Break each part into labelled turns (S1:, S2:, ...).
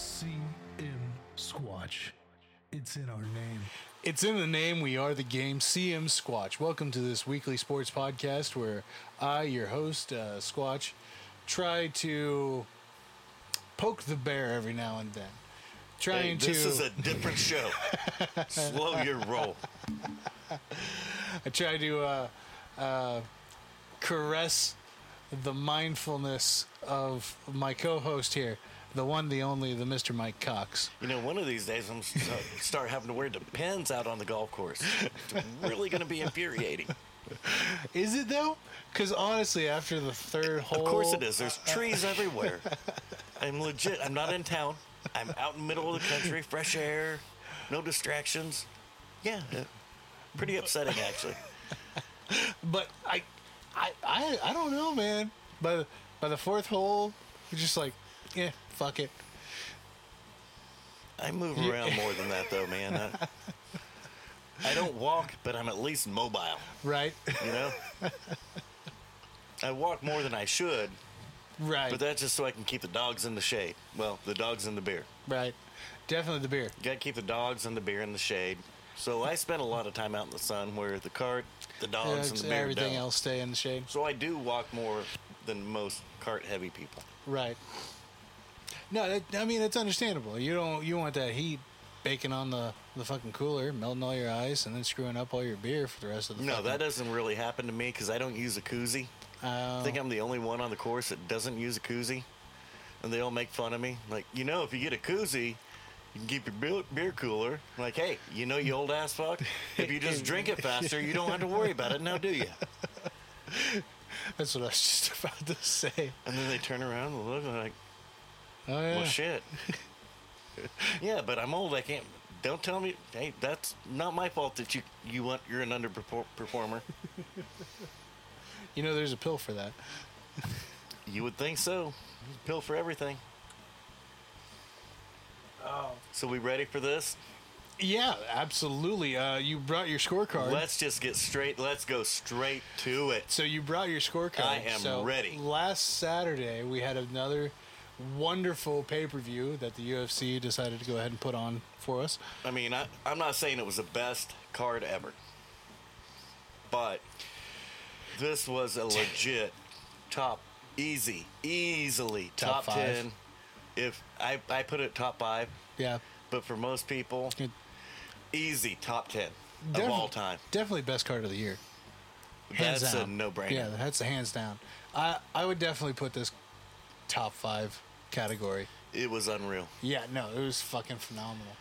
S1: CM Squatch. It's in our name.
S2: It's in the name. We are the game CM Squatch. Welcome to this weekly sports podcast where I, your host, uh, Squatch, try to poke the bear every now and then.
S3: Hey,
S2: Trying to,
S3: this is a different show. Slow your roll.
S2: I try to uh, uh, caress the mindfulness of my co-host here, the one, the only, the Mr. Mike Cox.
S3: You know, one of these days I'm s- uh, start having to wear the pins out on the golf course. It's really going to be infuriating.
S2: Is it though? Because honestly, after the third hole,
S3: Of course it is. There's trees everywhere. I'm legit. I'm not in town. I'm out in the middle of the country, fresh air, no distractions. Yeah, uh, pretty upsetting actually.
S2: But I, I, I, I don't know, man. By the, by the fourth hole, you're just like, yeah, fuck it.
S3: I move around more than that though, man. I, I don't walk, but I'm at least mobile.
S2: Right,
S3: You know, I walk more than I should,
S2: right,
S3: But that's just so I can keep the dogs in the shade. Well, the dogs and the beer.
S2: right. Definitely the beer.
S3: You gotta keep the dogs and the beer in the shade. So I spend a lot of time out in the sun where the cart, the dogs, Oh, and
S2: That's
S3: the beer
S2: everything
S3: don't.
S2: else stay in the shade.
S3: So I do walk more than most cart heavy people.
S2: Right. No, that, I mean that's understandable. You don't you want that heat baking on the the fucking cooler, melting all your ice, and then screwing up all your beer for the rest of the.
S3: No,
S2: fucking-
S3: that doesn't really happen to me because I don't use a koozie.
S2: Oh.
S3: I think I'm the only one on the course that doesn't use a koozie. And they all make fun of me. Like, you know, if you get a koozie, you can keep your beer- beer cooler. I'm like, hey, you know, you old ass fuck. If you just drink it faster, you don't have to worry about it now, do you?
S2: That's what I was just about to say.
S3: And then they turn around and look and they're like,
S2: Oh yeah.
S3: well, shit. yeah, but I'm old. I can't. Don't tell me. Hey, that's not my fault that you you want you're an underperformer.
S2: You know, there's a pill for that.
S3: You would think so. Pill for everything. Oh. So we ready for this?
S2: Yeah, absolutely. Uh, you brought your scorecard.
S3: Let's just get straight. Let's go straight to it.
S2: so you brought your scorecard.
S3: I am
S2: So
S3: ready.
S2: Last Saturday we had another wonderful pay per view that the UFC decided to go ahead and put on for us.
S3: I mean, I, I'm not saying it was the best card ever, but this was a legit top, easy, easily
S2: Top
S3: top,
S2: five.
S3: ten. If I I put it top five,
S2: Yeah.
S3: but for most people,
S2: It-
S3: easy top ten
S2: Defi-
S3: of all time.
S2: Definitely best card of the year. Hands
S3: That's a
S2: down.
S3: no-brainer.
S2: Yeah, that's a hands down. I I would definitely put this top five category.
S3: It was unreal.
S2: Yeah, no, it was fucking phenomenal.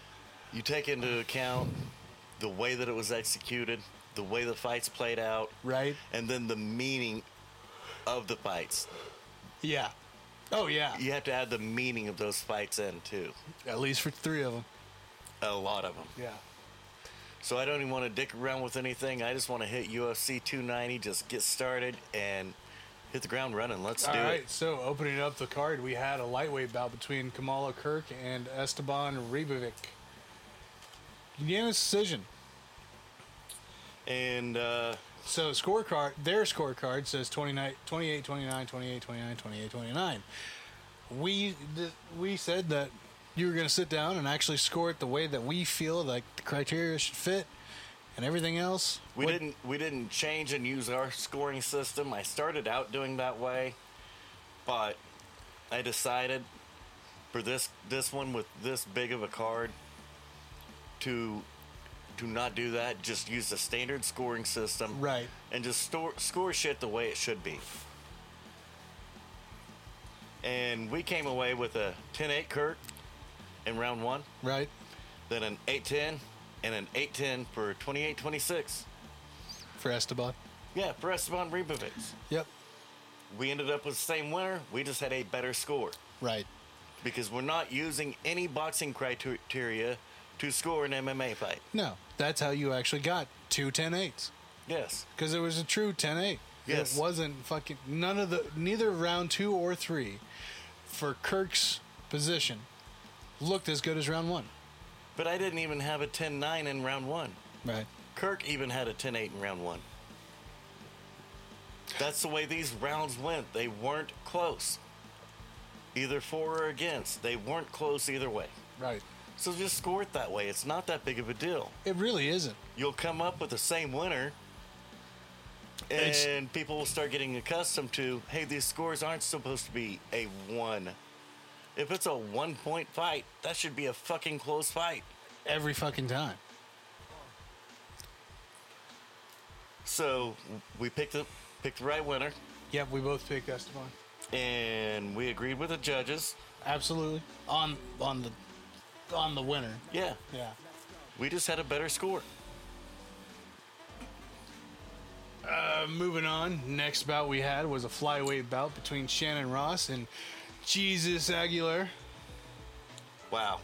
S3: You take into account the way that it was executed, the way the fights played out,
S2: Right?
S3: and then the meaning of the fights.
S2: Yeah. Oh yeah.
S3: You have to add the meaning of those fights in too.
S2: At least for three of them.
S3: A lot of them.
S2: Yeah.
S3: So I don't even want to dick around with anything. I just want to hit UFC 290, just get started and hit the ground running. Let's
S2: All
S3: do
S2: right,
S3: it.
S2: so opening up the card, we had a lightweight bout between Kamala Kirk and Esteban Ribovic. Unanimous decision.
S3: And uh,
S2: So scorecard, their scorecard says 29, 28, 29, 28, 29, 28, 29. We, th- we said that you were going to sit down and actually score it the way that we feel like the criteria should fit and everything else.
S3: we
S2: What-
S3: didn't we didn't change and use our scoring system. I started out doing that way, but I decided for this this one with this big of a card to to not do that. Just use the standard scoring system.
S2: Right.
S3: and just store, score shit the way it should be. And we came away with a 10 8 Kirk in round one,
S2: Right.
S3: then an 8 10, and an 8 10 for 28 26.
S2: For Esteban.
S3: Yeah, for Esteban Ribovic.
S2: Yep.
S3: We ended up with the same winner. We just had a better score
S2: Right.
S3: because we're not using any boxing criteria to score an MMA fight.
S2: No, that's how you actually got two 10 8s.
S3: Yes.
S2: because it was a true 10-8.
S3: Yes.
S2: It wasn't fucking none of the neither round two or three for Kirk's position looked as good as round one.
S3: But I didn't even have a 10 9 in round one.
S2: Right.
S3: Kirk even had a 10 8 in round one. That's the way these rounds went. They weren't close. either for or against. They weren't close either way.
S2: Right.
S3: So just score it that way. It's not that big of a deal.
S2: It really isn't.
S3: You'll come up with the same winner, and
S2: It's-
S3: people will start getting accustomed to hey, these scores aren't supposed to be a one. If it's a one point fight, that should be a fucking close fight.
S2: Every fucking time.
S3: So we picked the, picked the right winner,
S2: Yep, we both picked Esteban.
S3: and we agreed with the judges.
S2: Absolutely. On on the on the winner.
S3: Yeah,
S2: Yeah.
S3: we just had a better score.
S2: Uh, moving on, next bout we had was a flyweight bout between Shannon Ross and Jesus Aguilar.
S3: Wow.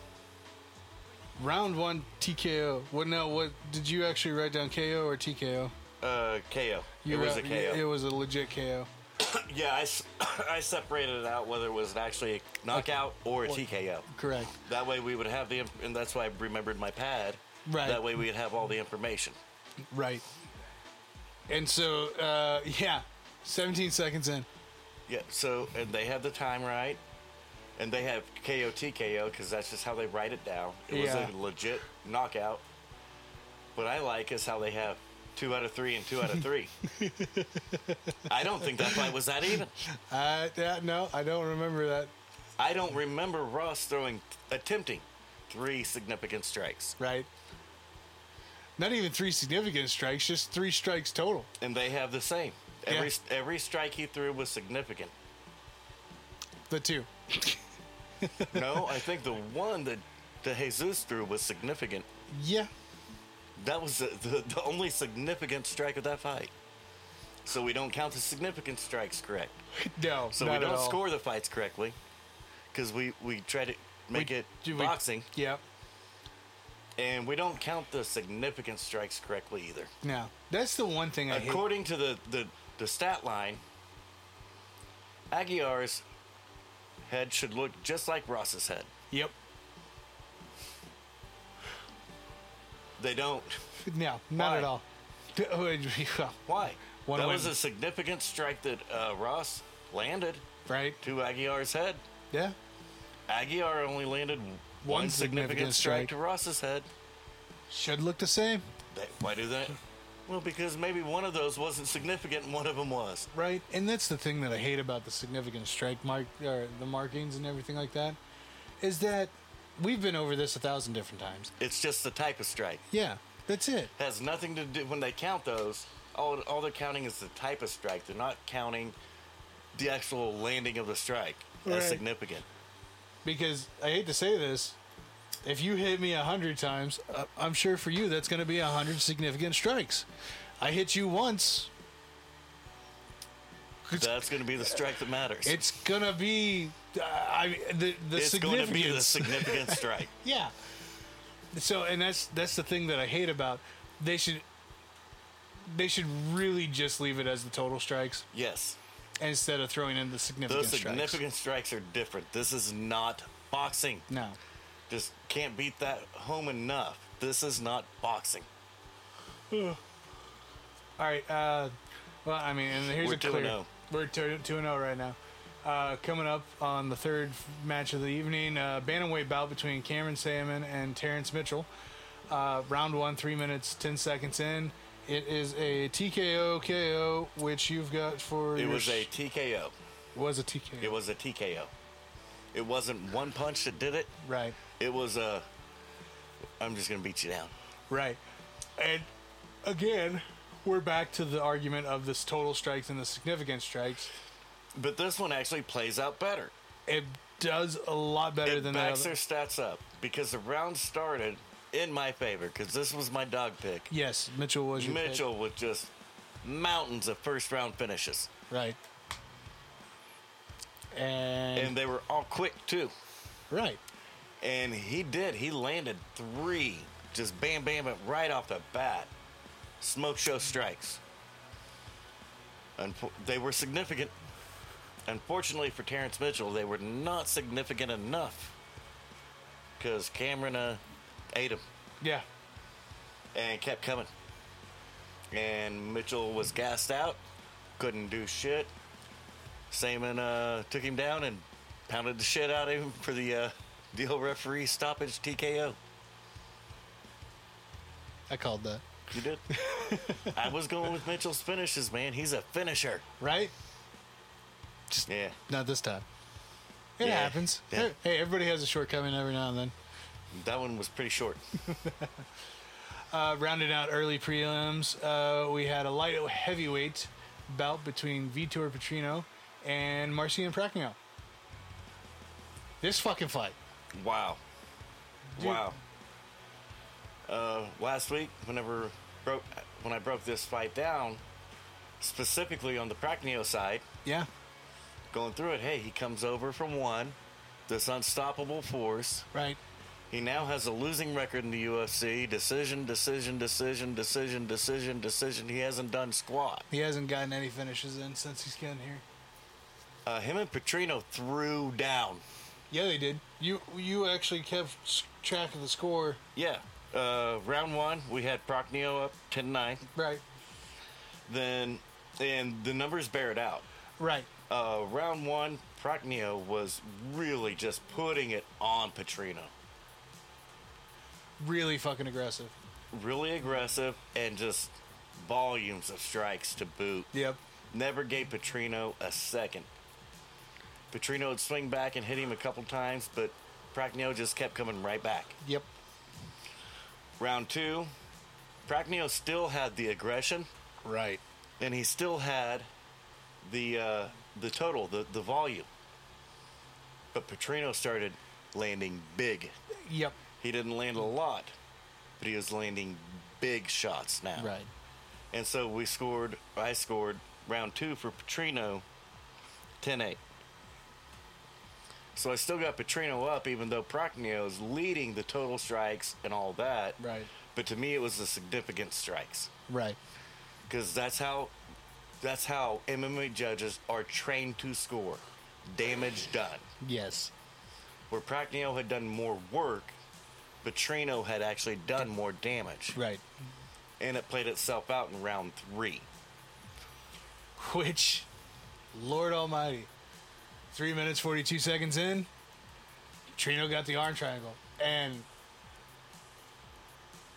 S2: Round one TKO. What no? What did you actually write down? KO or TKO?
S3: Uh, KO.
S2: You
S3: it was a
S2: wrote-
S3: KO.
S2: It was a legit KO.
S3: Yeah, I, s- I separated it out whether it was actually a knockout or a TKO.
S2: Correct.
S3: That way we would have the, inf- and that's why I remembered my pad.
S2: Right.
S3: That way we'd have all the information.
S2: Right. And so, uh, yeah, 17 seconds in.
S3: Yeah, so, and they had the time right, and they have KO TKO because that's just how they write it down. It was
S2: Yeah.
S3: a legit knockout. What I like is how they have two out of three and two out of three. I don't think that fight was that even.
S2: Uh, yeah, no, I don't remember that.
S3: I don't remember Ross throwing, attempting three significant strikes.
S2: Right. Not even three significant strikes, just three strikes total.
S3: and they have the same. Every
S2: Yeah.
S3: every strike he threw was significant.
S2: The two.
S3: No, I think the one that that Jesus threw was significant.
S2: Yeah.
S3: That was the, the, the only significant strike of that fight. So we don't count the significant strikes correct.
S2: No.
S3: So
S2: not
S3: we
S2: at
S3: don't
S2: all.
S3: score the fights correctly because we we try to make
S2: We-
S3: it
S2: do we-
S3: boxing,
S2: Yep.
S3: and we don't count the significant strikes correctly either.
S2: No. That's the one thing I hate.
S3: According to the, the, the stat line, Aguiar's head should look just like Ross's head.
S2: Yep.
S3: They don't.
S2: No, not
S3: Why?
S2: at all.
S3: Why?
S2: One
S3: that
S2: win.
S3: was a significant strike that uh, Ross landed
S2: right?
S3: to Aguiar's head.
S2: Yeah.
S3: Aguiar only landed one,
S2: One
S3: significant,
S2: significant
S3: strike
S2: strike.
S3: to Ross's head.
S2: Should look the same.
S3: They- why do that? Well, because maybe one of those wasn't significant and one of them was.
S2: Right, and that's the thing that I hate about the significant strike mark or the markings and everything like that, is that we've been over this a thousand different times.
S3: It's just the type of strike.
S2: Yeah, that's it.
S3: has nothing to do when they count those. All, all they're counting is the type of strike. They're not counting the actual landing of the strike
S2: Right.
S3: as significant.
S2: Because I hate to say this, if you hit me a hundred times, uh, I'm sure for you that's going to be a hundred significant strikes. I hit you once,
S3: That's going to be the strike that matters.
S2: it's gonna be. Uh, I the the
S3: it's going
S2: significance.
S3: to be the significant strike.
S2: Yeah. So and that's that's the thing that I hate about they should they should really just leave it as the total strikes
S3: Yes,
S2: instead of throwing in the significant
S3: those
S2: strikes.
S3: significant strikes are different. This is not boxing.
S2: no.
S3: Just can't beat that home enough. This is not boxing.
S2: All right. Uh, well, I mean, and here's
S3: We're oh.
S2: a clear.
S3: 2-0.
S2: We're two two and zero right now. Uh, coming up on the third f- match of the evening, uh, bantamweight bout between Cameron Salmon and Terrence Mitchell. Uh, round one, three minutes ten seconds in. It is a TKO KO, which you've got for
S3: It
S2: your
S3: was
S2: sh-
S3: a TKO.
S2: was a TKO.
S3: It was a TKO. It wasn't one punch that did it.
S2: right,
S3: It was a. I'm just going to beat you down.
S2: right, and again, we're back to the argument of this total strikes and the significant strikes.
S3: But this one actually plays out better.
S2: It does a lot better
S3: It
S2: than that.
S3: backs
S2: Other-
S3: their stats up because the round started in my favor because this was my dog pick.
S2: yes, Mitchell was your pick.
S3: Mitchell with just mountains of first round finishes,
S2: Right. And,
S3: and they were all quick too.
S2: right.
S3: And he did. He landed three, just bam, bam, it right off the bat. Smoke show strikes. Unfo- they were significant. Unfortunately for Terrence Mitchell, they were not significant enough because Cameron uh, ate him.
S2: Yeah.
S3: and kept coming. And Mitchell was gassed out, couldn't do shit. Saman uh, took him down and Pounded the shit out of him for the uh, deal referee stoppage TKO.
S2: I called that.
S3: You did? I was going with Mitchell's finishes, man. He's a finisher.
S2: Right?
S3: Yeah.
S2: Not this time. It
S3: Yeah.
S2: happens.
S3: Yeah.
S2: Hey, everybody has a shortcoming every now and then.
S3: That one was pretty short.
S2: Uh, rounding out early prelims, uh, we had a light heavyweight bout between Vitor Petrino and Marcian Pracnio. This fucking fight.
S3: Wow. Wow. Uh, last week, whenever broke when I broke this fight down, specifically on the Pracneo side,
S2: Yeah.
S3: going through it, hey, he comes over from one, this unstoppable force.
S2: Right.
S3: He now has a losing record in the UFC. Decision, decision, decision, decision, decision, decision. He hasn't done squat.
S2: He hasn't gotten any finishes in since he's gotten here.
S3: Uh, him and Petrino threw down.
S2: Yeah, they did. You you actually kept s- track of the score.
S3: Yeah. Uh, round one, we had Procneo up 10 9.
S2: Right.
S3: Then, and the numbers bear it out.
S2: Right.
S3: Uh, round one, Procneo was really just putting it on Petrino.
S2: Really fucking aggressive.
S3: Really aggressive and just volumes of strikes to boot.
S2: Yep.
S3: Never gave Petrino a second. Petrino would swing back and hit him a couple times, but Procneo just kept coming right back.
S2: Yep.
S3: Round two, Procneo still had the aggression,
S2: Right.
S3: and he still had the uh, the total, the, the volume. But Petrino started landing big.
S2: Yep.
S3: He didn't land a lot, but he was landing big shots now.
S2: Right.
S3: And so we scored, I scored round two for Petrino 10 8. So I still got Petrino up, even though Procneo is leading the total strikes and all that.
S2: Right.
S3: But to me, it was the significant strikes
S2: Right.
S3: because that's how that's how MMA judges are trained to score damage done.
S2: Yes.
S3: Where Procneo had done more work, Petrino had actually done more damage,
S2: Right.
S3: and it played itself out in round three.
S2: Which, Lord Almighty, three minutes forty-two seconds in, Trino got the arm triangle, and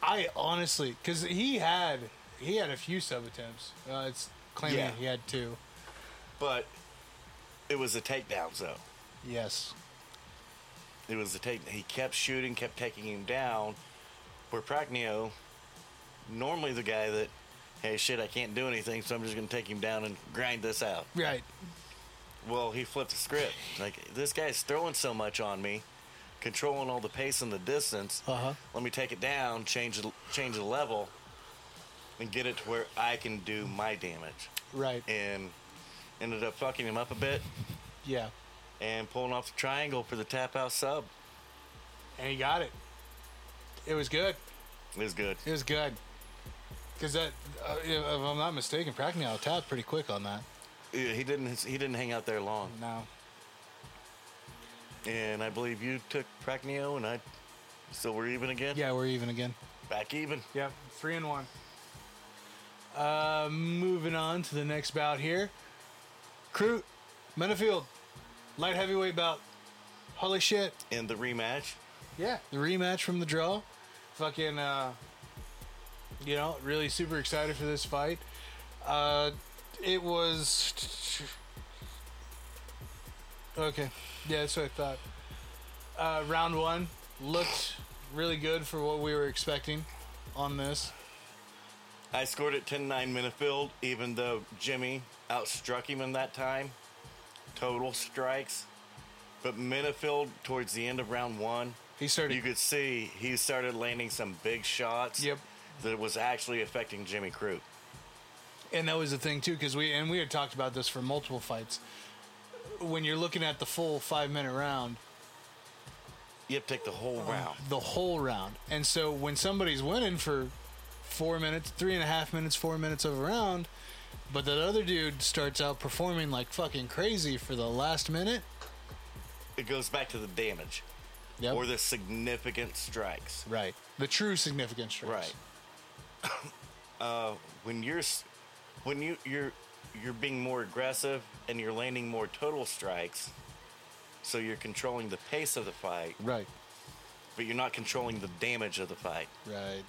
S2: I honestly, because he had he had a few sub attempts. Uh, it's claiming
S3: Yeah.
S2: he had two.
S3: But it was the takedowns though.
S2: Yes.
S3: It was the take. He kept shooting, kept taking him down. Where Procneo, normally the guy that, hey shit, I can't do anything, so I'm just gonna take him down and grind this out.
S2: Right.
S3: Well, he flipped the script. Like this guy's throwing so much on me, controlling all the pace and the distance.
S2: Uh-huh.
S3: Let me take it down, change the change the level, and get it to where I can do my damage.
S2: Right.
S3: And ended up fucking him up a bit
S2: Yeah.
S3: and pulling off the triangle for the tap out sub.
S2: And he got it. It was good.
S3: It was good.
S2: It was good. Because that, uh, if if I'm not mistaken, Pracnell tapped pretty quick on that.
S3: Yeah, He didn't he didn't hang out there long.
S2: No.
S3: And I believe you took Pracneo and I. So we're even again.
S2: Yeah, we're even again.
S3: Back even.
S2: Yep, three and one. Uh, moving on to the next bout here. Crute, Menafield, light heavyweight bout. Holy shit.
S3: In the rematch.
S2: Yeah. The rematch from the draw. Fucking, uh, you know, really super excited for this fight. Uh, it was. Okay. Yeah, that's what I thought. Uh, round one looked really good for what we were expecting on this.
S3: I scored at 10 9 Minifield, even though Jimmy outstruck him in that time. Total strikes. But Minifield, towards the end of round one,
S2: He started.
S3: you could see he started landing some big shots
S2: Yep.
S3: that was actually affecting Jimmy Crew.
S2: and that was the thing too because we and we had talked about this for multiple fights when you're looking at the full five minute round
S3: You have to take the whole round.
S2: the whole round and so when somebody's winning for four minutes three and a half minutes four minutes of a round but that other dude starts out performing like fucking crazy for the last minute
S3: It goes back to the damage
S2: yep.
S3: or the significant strikes.
S2: right the true significant strikes
S3: Right. uh, when you're s- when you you're you're being more aggressive and you're landing more total strikes, So you're controlling the pace of the fight,
S2: Right.
S3: but you're not controlling the damage of the fight.
S2: Right.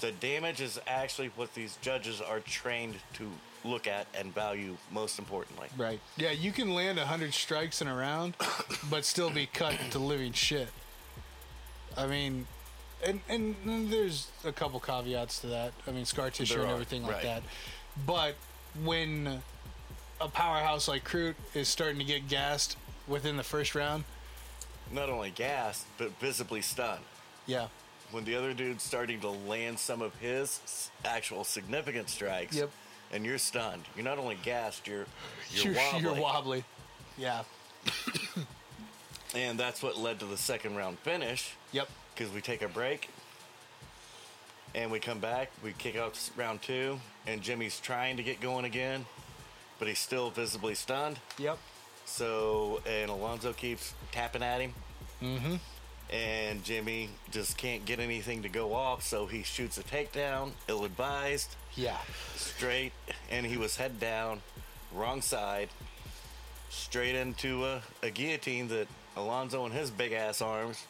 S3: The damage is actually what these judges are trained to look at and value most importantly.
S2: Right. Yeah, you can land 100 strikes in a round, but still be cut to living shit. I mean, and, and there's a couple caveats to that. I mean, scar tissue
S3: There
S2: and
S3: are,
S2: everything like
S3: right.
S2: that. But when a powerhouse like Crute is starting to get gassed within the first round,
S3: Not only gassed, but visibly stunned.
S2: yeah.
S3: When the other dude's starting to land some of his s- actual significant strikes,
S2: Yep.
S3: and you're stunned. You're not only gassed, you're
S2: You're,
S3: you're, wobbly.
S2: you're wobbly. Yeah.
S3: and that's what led to the second round finish.
S2: Yep.
S3: because we take a break and we come back. We kick off s- round two, and Jimmy's trying to get going again, but he's still visibly stunned.
S2: Yep.
S3: So, and Alonzo keeps tapping at him. Mm-hmm. And Jimmy just can't get anything to go off, so he shoots a takedown, ill advised,
S2: Yeah.
S3: straight, and he was head down, wrong side, straight into a, a guillotine that Alonzo and his big ass arms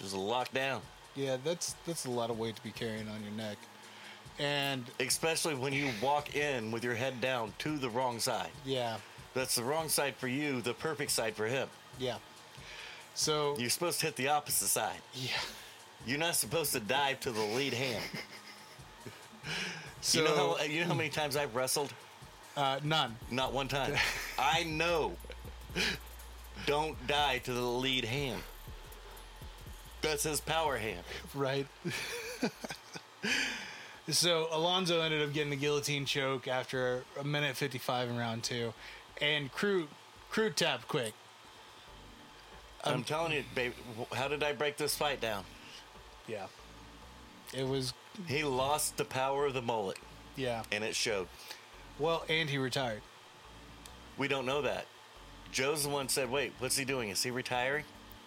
S3: just locked down.
S2: Yeah, that's that's a lot of weight to be carrying on your neck. And
S3: especially when you walk in with your head down to the wrong side.
S2: yeah,
S3: That's the wrong side for you, the perfect side for him.
S2: yeah. So
S3: You're supposed to hit the opposite side.
S2: yeah.
S3: You're not supposed to dive to the lead hand.
S2: So
S3: you know how you know how many times I've wrestled?
S2: uh, none.
S3: Not one time. I know. Don't die to the lead hand. That's his power hand.
S2: Right. so Alonzo ended up getting the guillotine choke after a minute 55 in round two. And crew crew tapped quick.
S3: I'm telling you, babe. wh- How did I break this fight down?
S2: Yeah. It was
S3: He lost the power of the mullet,
S2: yeah.
S3: and it showed.
S2: Well, and he retired.
S3: We don't know that. Joe's the one said, "Wait, what's he doing? Is he retiring?"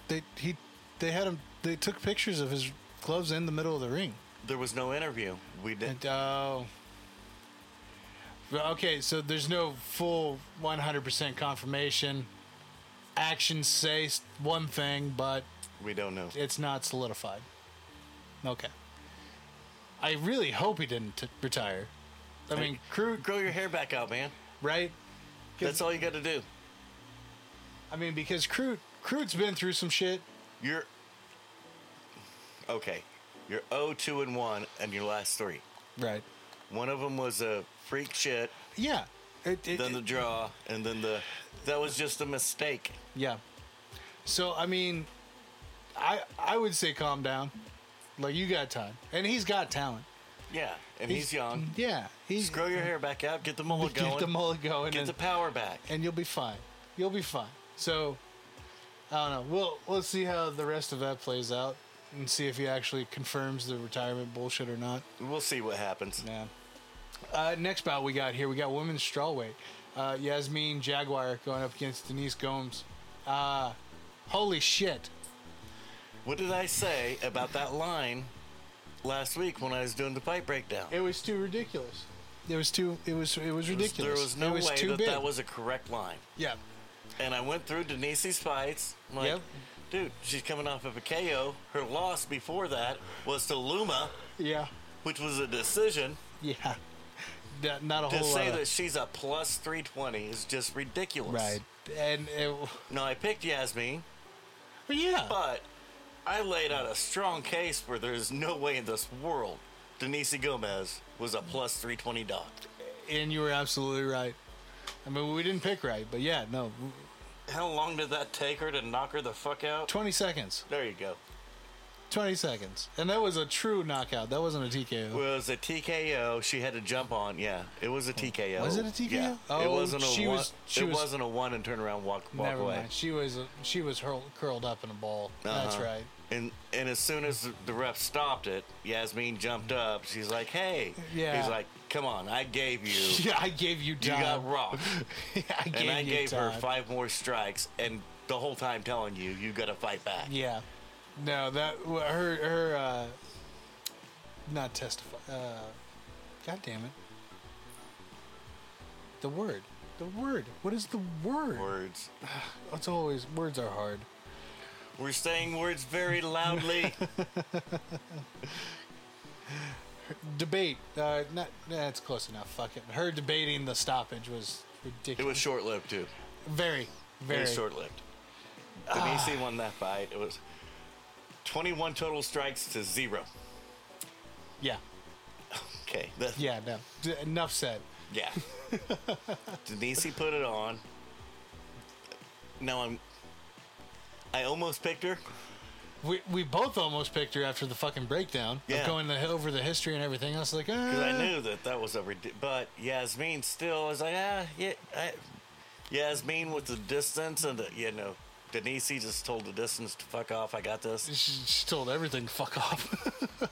S2: They he they had him they took pictures of his gloves in the middle of the ring.
S3: There was no interview. We did.
S2: And oh. Well, Okay, so there's no full 100% confirmation. Actions say s- one thing, but
S3: We don't know.
S2: it's not solidified. Okay. I really hope he didn't t- retire. I mean, crew,
S3: Grow your hair back out, man.
S2: right?
S3: That's all you got to do.
S2: I mean, because crew, crew's been through some shit.
S3: You're okay. You're 0, 2, and one, and your last three.
S2: Right.
S3: One of them was a freak shit,
S2: Yeah. It, it,
S3: then the draw, and then the that was just a mistake.
S2: yeah. So I mean, I I would say calm down. Like you got time, and he's got talent.
S3: Yeah, and he's, young.
S2: Yeah, he's
S3: Just grow your hair back out. Get the mullet
S2: get
S3: going.
S2: the mullet going,
S3: get
S2: and,
S3: the power back.
S2: and you'll be fine. You'll be fine. So I don't know. We'll we'll see how the rest of that plays out, and see if he actually confirms the retirement bullshit or not.
S3: We'll see what happens.
S2: Yeah. Uh, next bout we got here, we got women's strawweight. Uh, Yasmin Jaguar going up against Denise Gomes. Uh, holy shit!
S3: What did I say about that line last week when I was doing the fight breakdown?
S2: It was too ridiculous. It was too. It was. It was ridiculous.
S3: There was no
S2: it was
S3: way
S2: too
S3: that
S2: big.
S3: that was a correct line.
S2: Yeah.
S3: And I went through Denise's fights. I'm like,
S2: Yep.
S3: dude, she's coming off of a KO. Her loss before that was to Luma,
S2: Yeah.
S3: which was a decision.
S2: Yeah. Not, not a
S3: To
S2: whole lot.
S3: say
S2: of-
S3: that she's a plus 320 is just ridiculous.
S2: Right. And it, well,
S3: No, I picked Yasmin,
S2: yeah.
S3: but I laid out a strong case where there's no way in this world Denise Gomez was a plus 320 dog.
S2: and you were absolutely right. I mean, we didn't pick right, but yeah, no,
S3: How long did that take her to knock her the fuck out?
S2: 20 seconds.
S3: There you go.
S2: 20 seconds. And that was a true knockout. That wasn't a TKO.
S3: was a TKO. She had to jump on. Yeah, it was a TKO.
S2: Oh. Was it a TKO?
S3: Yeah.
S2: Oh,
S3: it wasn't a
S2: she
S3: one.
S2: was- she
S3: it
S2: was-
S3: was, not a one and turn around walk walk
S2: Never
S3: away.
S2: mind. She was she was hurl, curled up in a ball. That's
S3: Uh-huh.
S2: right.
S3: And and as soon as the ref stopped it, Yasmin jumped up. She's like, "Hey."
S2: Yeah.
S3: He's like, "Come on, I gave you.
S2: Yeah, I gave you
S3: you
S2: time.
S3: got rocked."
S2: I gave
S3: and I
S2: you
S3: gave
S2: time.
S3: her five more strikes, and the whole time telling you, you got to fight back.
S2: Yeah. No, that wh- her her uh not testify. Uh God damn it. The word. The word. What is the word?
S3: Words.
S2: It's always words are hard.
S3: We're saying words very loudly.
S2: Debate. Uh, not, that's close enough. Fuck it. Her debating the stoppage was ridiculous.
S3: it was short lived, too.
S2: very, very
S3: Very short lived. Denise won that fight. It was 21 total strikes to zero.
S2: Yeah,
S3: Okay. that-
S2: yeah. No. D- enough said.
S3: Yeah. Denise put it on. Now I'm. I almost picked her.
S2: We, we both almost picked her after the fucking breakdown
S3: Yeah.
S2: of going the, over the history and everything else. Like,
S3: Because I
S2: "Ah."
S3: knew that that was a ridi- but Yasmin still was like ah yeah I, Yasmin with the distance and the, you know Denise just told the distance to fuck off I got this
S2: She, she told everything fuck off.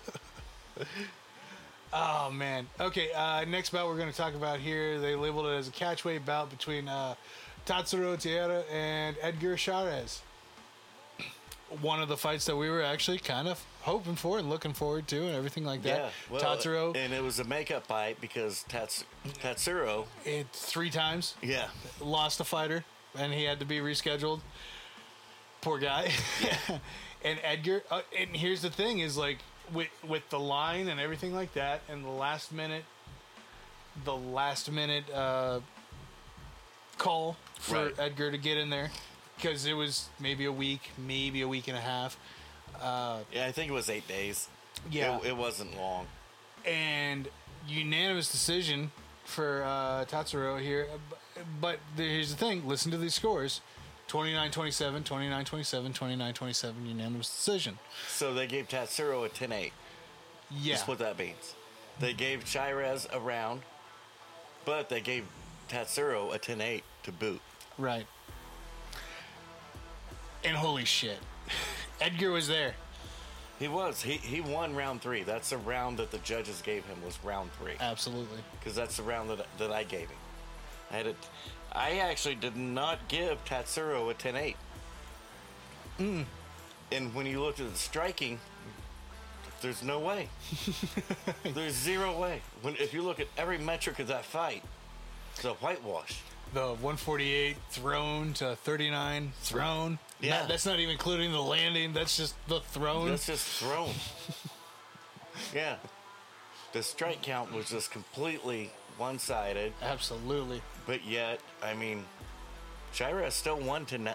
S2: oh man. Okay. Uh, next bout we're going to talk about here. They labeled it as a catchweight bout between uh, Tatsuro Tierra and Edgar Chavez. One of the fights that we were actually kind of hoping for and looking forward to, and everything like that.
S3: yeah well, uh,
S2: Tatsuro,
S3: and it was a makeup fight because Tats- Tatsuro
S2: it three times
S3: yeah
S2: lost a fighter, and he had to be rescheduled. Poor guy.
S3: yeah
S2: and Edgar. Uh, and here's the thing: is like with with the line and everything like that, and the last minute, the last minute uh, call for
S3: Right.
S2: Edgar to get in there because it was maybe a week, maybe a week and a half,
S3: yeah I think it was eight days
S2: Yeah.
S3: it, it wasn't long
S2: and unanimous decision for uh, Tatsuro here. B- But here's the thing: listen to these scores. 29-27, 29-27, 29-27, unanimous decision.
S3: so they gave Tatsuro a 10-8
S2: Yeah.
S3: That's what that means. They gave Chirez a round, but they gave Tatsuro a 10 8 to boot.
S2: Right. And holy shit, Edgar was there.
S3: He was. He, he won round three. That's the round that the judges gave him was round three.
S2: Absolutely.
S3: Because that's the round that, that I gave him. I had it. I actually did not give Tatsuro a 10 8. Mm. And when you looked at the striking, there's no way. there's zero way. When If you look at every metric of that fight, it's a whitewash.
S2: The 148 thrown to 39 thrown.
S3: Yeah.
S2: Not- that's not even including the landing. That's just the thrown.
S3: That's just thrown. yeah. The strike count was just completely one sided,
S2: Absolutely.
S3: but yet, I mean, Shira still won to na-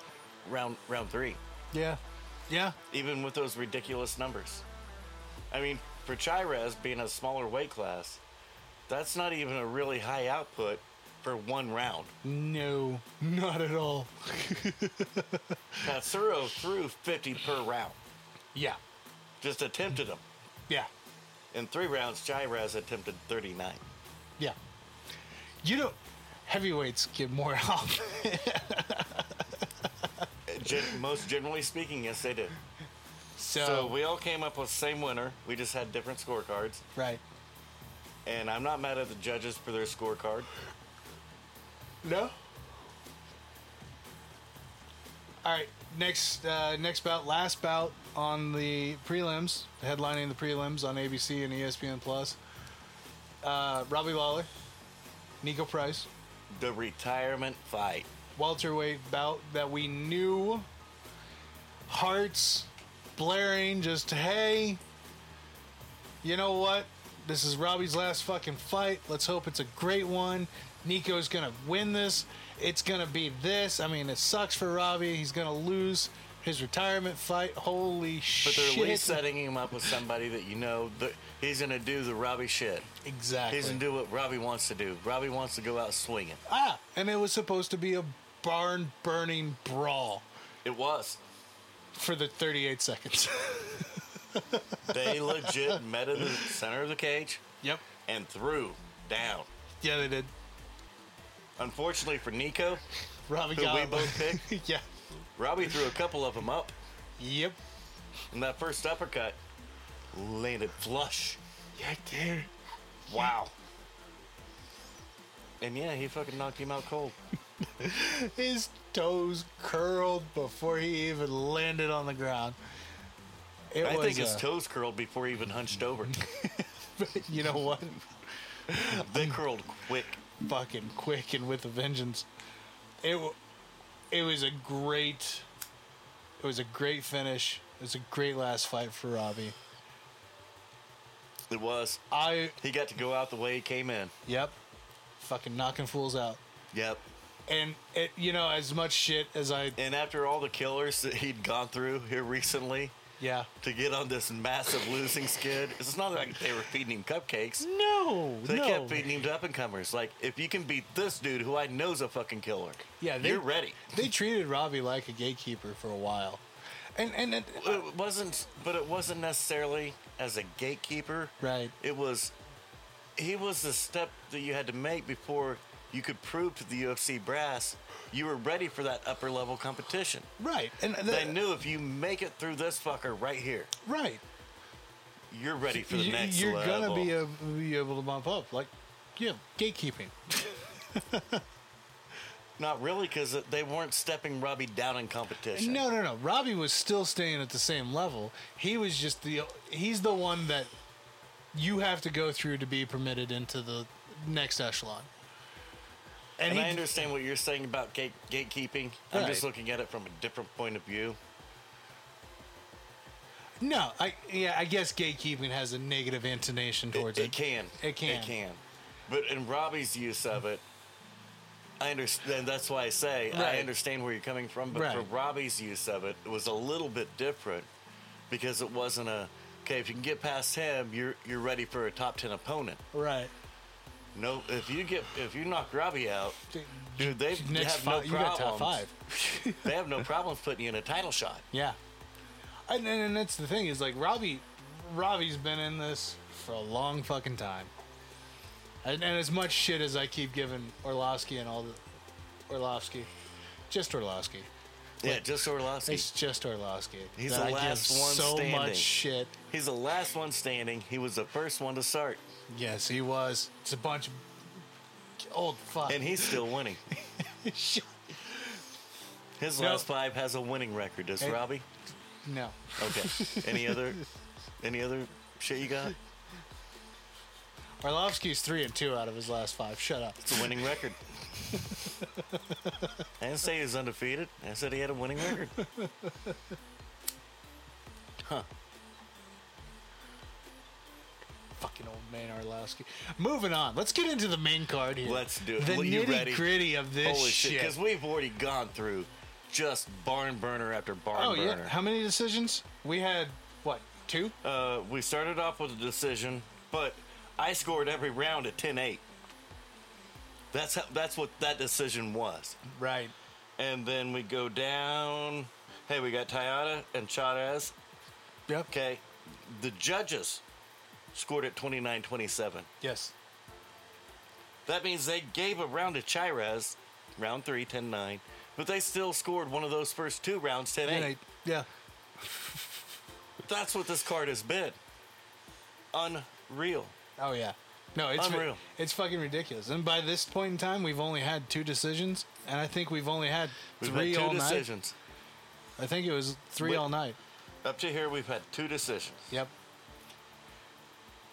S3: round round three,
S2: Yeah. Yeah.
S3: even with those ridiculous numbers. I mean, for Chirez being a smaller weight class, that's not even a really high output for one round.
S2: No, not at all.
S3: Katsuro threw 50 per round,
S2: Yeah.
S3: just attempted them.
S2: Yeah.
S3: In three rounds, Chirez attempted 39.
S2: Yeah. You know, heavyweights get more off.
S3: Gen- most generally speaking, yes, they did.
S2: so,
S3: So we all came up with the same winner. We just had different scorecards.
S2: right.
S3: And I'm not mad at the judges for their scorecard.
S2: No. All right, next uh, next bout, last bout on the prelims, headlining the prelims on ABC and E ESPN Plus. Uh, Robbie Lawler, Nico Price,
S3: The retirement fight.
S2: welterweight bout that we knew. Hearts blaring, just hey, you know what? This is Robbie's last fucking fight. Let's hope it's a great one. Nico's gonna win this. It's gonna be this. I mean, it sucks for Robbie. He's gonna lose his retirement fight. Holy
S3: But they're
S2: shit!
S3: at least setting him up with somebody that you know that he's gonna do the Robbie shit.
S2: exactly.
S3: He's gonna do what Robbie wants to do. Robbie wants to go out swinging.
S2: ah, and it was supposed to be a barn burning brawl
S3: It was.
S2: for the 38 seconds.
S3: They legit met in the center of the cage
S2: yep.
S3: and threw down.
S2: Yeah, they did.
S3: Unfortunately for Nico,
S2: Robbie
S3: who
S2: got
S3: we
S2: him.
S3: both picked,
S2: yeah.
S3: Robbie threw a couple of them up,
S2: Yep.
S3: and that first uppercut landed flush.
S2: Yeah, dude.
S3: Wow. And yeah, he fucking knocked him out cold.
S2: His toes curled before he even landed on the ground. It
S3: I
S2: was,
S3: think his
S2: uh,
S3: toes curled before he even hunched over.
S2: You know what?
S3: they curled quick.
S2: fucking quick and with a vengeance. It wa- it was a great it was a great finish. It was a great last fight for Robbie.
S3: It was.
S2: I
S3: He got to go out the way he came in.
S2: yep, fucking knocking fools out.
S3: Yep.
S2: And it you know as much shit as I
S3: And after all the killers that he'd gone through here recently,
S2: yeah.
S3: to get on this massive losing skid, it's not like they were feeding him cupcakes.
S2: No,
S3: They
S2: no.
S3: kept feeding him to up and comers. Like, if you can beat this dude who I know's a fucking killer,
S2: Yeah, they-
S3: you're ready.
S2: They treated Robbie like a gatekeeper for a while, and and it,
S3: It wasn't, but it wasn't necessarily as a gatekeeper.
S2: Right.
S3: It was, he was the step that you had to make before you could prove to the UFC brass you were ready for that upper level competition.
S2: right, and the,
S3: They knew if you make it through this fucker right here,
S2: right.
S3: you're ready for the
S2: You-
S3: next
S2: you're
S3: level.
S2: gonna be, a, be able to bump up, like yeah, gatekeeping.
S3: Not really, because they weren't stepping Robbie down in competition.
S2: No, no, no. Robbie was still staying at the same level. He was just the he's the one that you have to go through to be permitted into the next echelon.
S3: And,
S2: he-
S3: I understand what you're saying about gate, gatekeeping. I'm just
S2: Right.
S3: looking at it from a different point of view.
S2: No, I yeah, I guess gatekeeping has a negative intonation towards it.
S3: it can.
S2: It can.
S3: It can. But in Robbie's use of it, I understand. That's why I say
S2: Right.
S3: I understand where you're coming from. But
S2: Right.
S3: for Robbie's use of it, it was a little bit different because it wasn't a okay. If you can get past him, you're you're ready for a top ten opponent.
S2: Right.
S3: No, if you get if you knock Robbie out, dude, they
S2: Next
S3: have
S2: five,
S3: no
S2: you got top
S3: problems.
S2: five.
S3: they have no problems putting you in a title shot.
S2: Yeah. And, and, and that's the thing is like Robbie, Robbie's been in this for a long fucking time. And, and as much shit as I keep giving Orlovsky and all the Orlovsky, just Orlovsky.
S3: yeah, just Orlovsky.
S2: It's just Orlovsky.
S3: He's
S2: that
S3: the
S2: I give
S3: last one
S2: so
S3: standing.
S2: much shit.
S3: He's the last one standing. He was the first one to start,
S2: Yes, he was. It's a bunch of old fuck.
S3: and he's still winning.
S2: Shit.
S3: His
S2: No.
S3: last five has a winning record. Does
S2: Hey.
S3: Robbie?
S2: no.
S3: Okay. Any other? Any other shit you got?
S2: Orlovsky's three and two out of his last five. Shut up.
S3: It's a winning record. I didn't say he was undefeated. I said he had a winning record.
S2: Fucking old man Orlovsky. Moving on. Let's get into the main card here.
S3: Let's do it.
S2: The
S3: Well, you ready?
S2: nitty gritty of this
S3: Holy shit!
S2: shit.
S3: Because we've already gone through just barn burner after barn
S2: Oh
S3: burner.
S2: yeah. How many decisions? We had what? Two?
S3: Uh, we started off with a decision, but I scored every round at 10-8. That's how, that's what that decision was.
S2: Right.
S3: And then we go down. Hey, we got Tayada and Chavez.
S2: Yep.
S3: Okay. The judges scored at 29-27.
S2: Yes.
S3: That means they gave a round to Chirez, round 3, 10-9, but they still scored one of those first two rounds 10-8.
S2: And I- yeah.
S3: That's what this card has been. Unreal.
S2: Oh yeah. No, it's ri-
S3: Unreal.
S2: it's fucking ridiculous. And by this point in time, we've only had two decisions, and I think we've only had
S3: We've
S2: three
S3: had two
S2: all night.
S3: decisions.
S2: I think it was three
S3: Wait.
S2: all night.
S3: Up to here, we've had two decisions.
S2: Yep.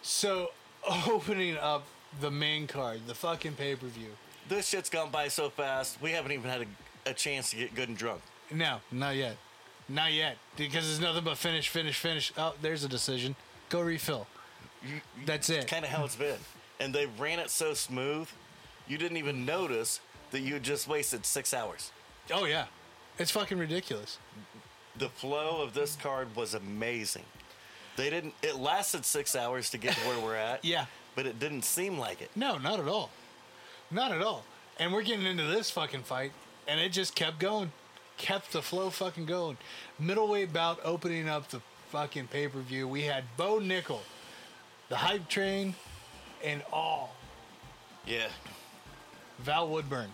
S2: So opening up the main card, the fucking pay per view.
S3: This shit's gone by so fast, we haven't even had a, a chance to get good and drunk.
S2: No, not yet. Not yet. Because it's nothing but finish, finish, finish. Oh, there's a decision. Go refill. That's it.
S3: Kind of how it's been. And they ran it so smooth, you didn't even notice that you had just wasted six hours.
S2: Oh yeah, it's fucking ridiculous.
S3: The flow of this card was amazing. They didn't, it lasted six hours to get to where we're at.
S2: Yeah.
S3: But it didn't seem like it.
S2: No, not at all, not at all. And we're getting into this fucking fight, and it just kept going, kept the flow fucking going. Middleweight bout opening up the fucking pay per view. We had Bo Nickel, the hype train, and all
S3: Yeah.
S2: Val Woodburn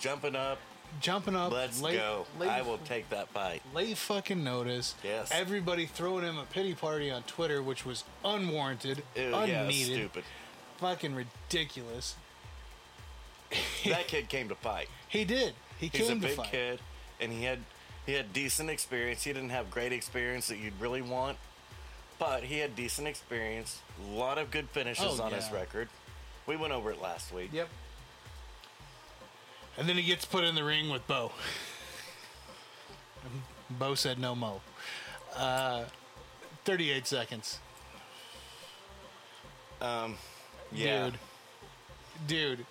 S3: Jumping up,
S2: jumping up.
S3: let's
S2: late-
S3: go.
S2: late-
S3: I will take that fight.
S2: late fucking notice.
S3: Yes.
S2: Everybody throwing him a pity party on Twitter, which was unwarranted,
S3: Ew, yeah,
S2: unneeded,
S3: stupid.
S2: fucking ridiculous.
S3: that kid came to fight.
S2: He did. He
S3: He's a
S2: came to
S3: big
S2: fight.
S3: kid, and he had he had decent experience. He didn't have great experience that you'd really want, but he had decent experience. A lot of good finishes
S2: Oh,
S3: on his
S2: yeah.
S3: record. We went over it last week.
S2: Yep. And then he gets put in the ring with Bo. Bo said no mo. Uh, 38 seconds.
S3: Yeah.
S2: Dude. Dude.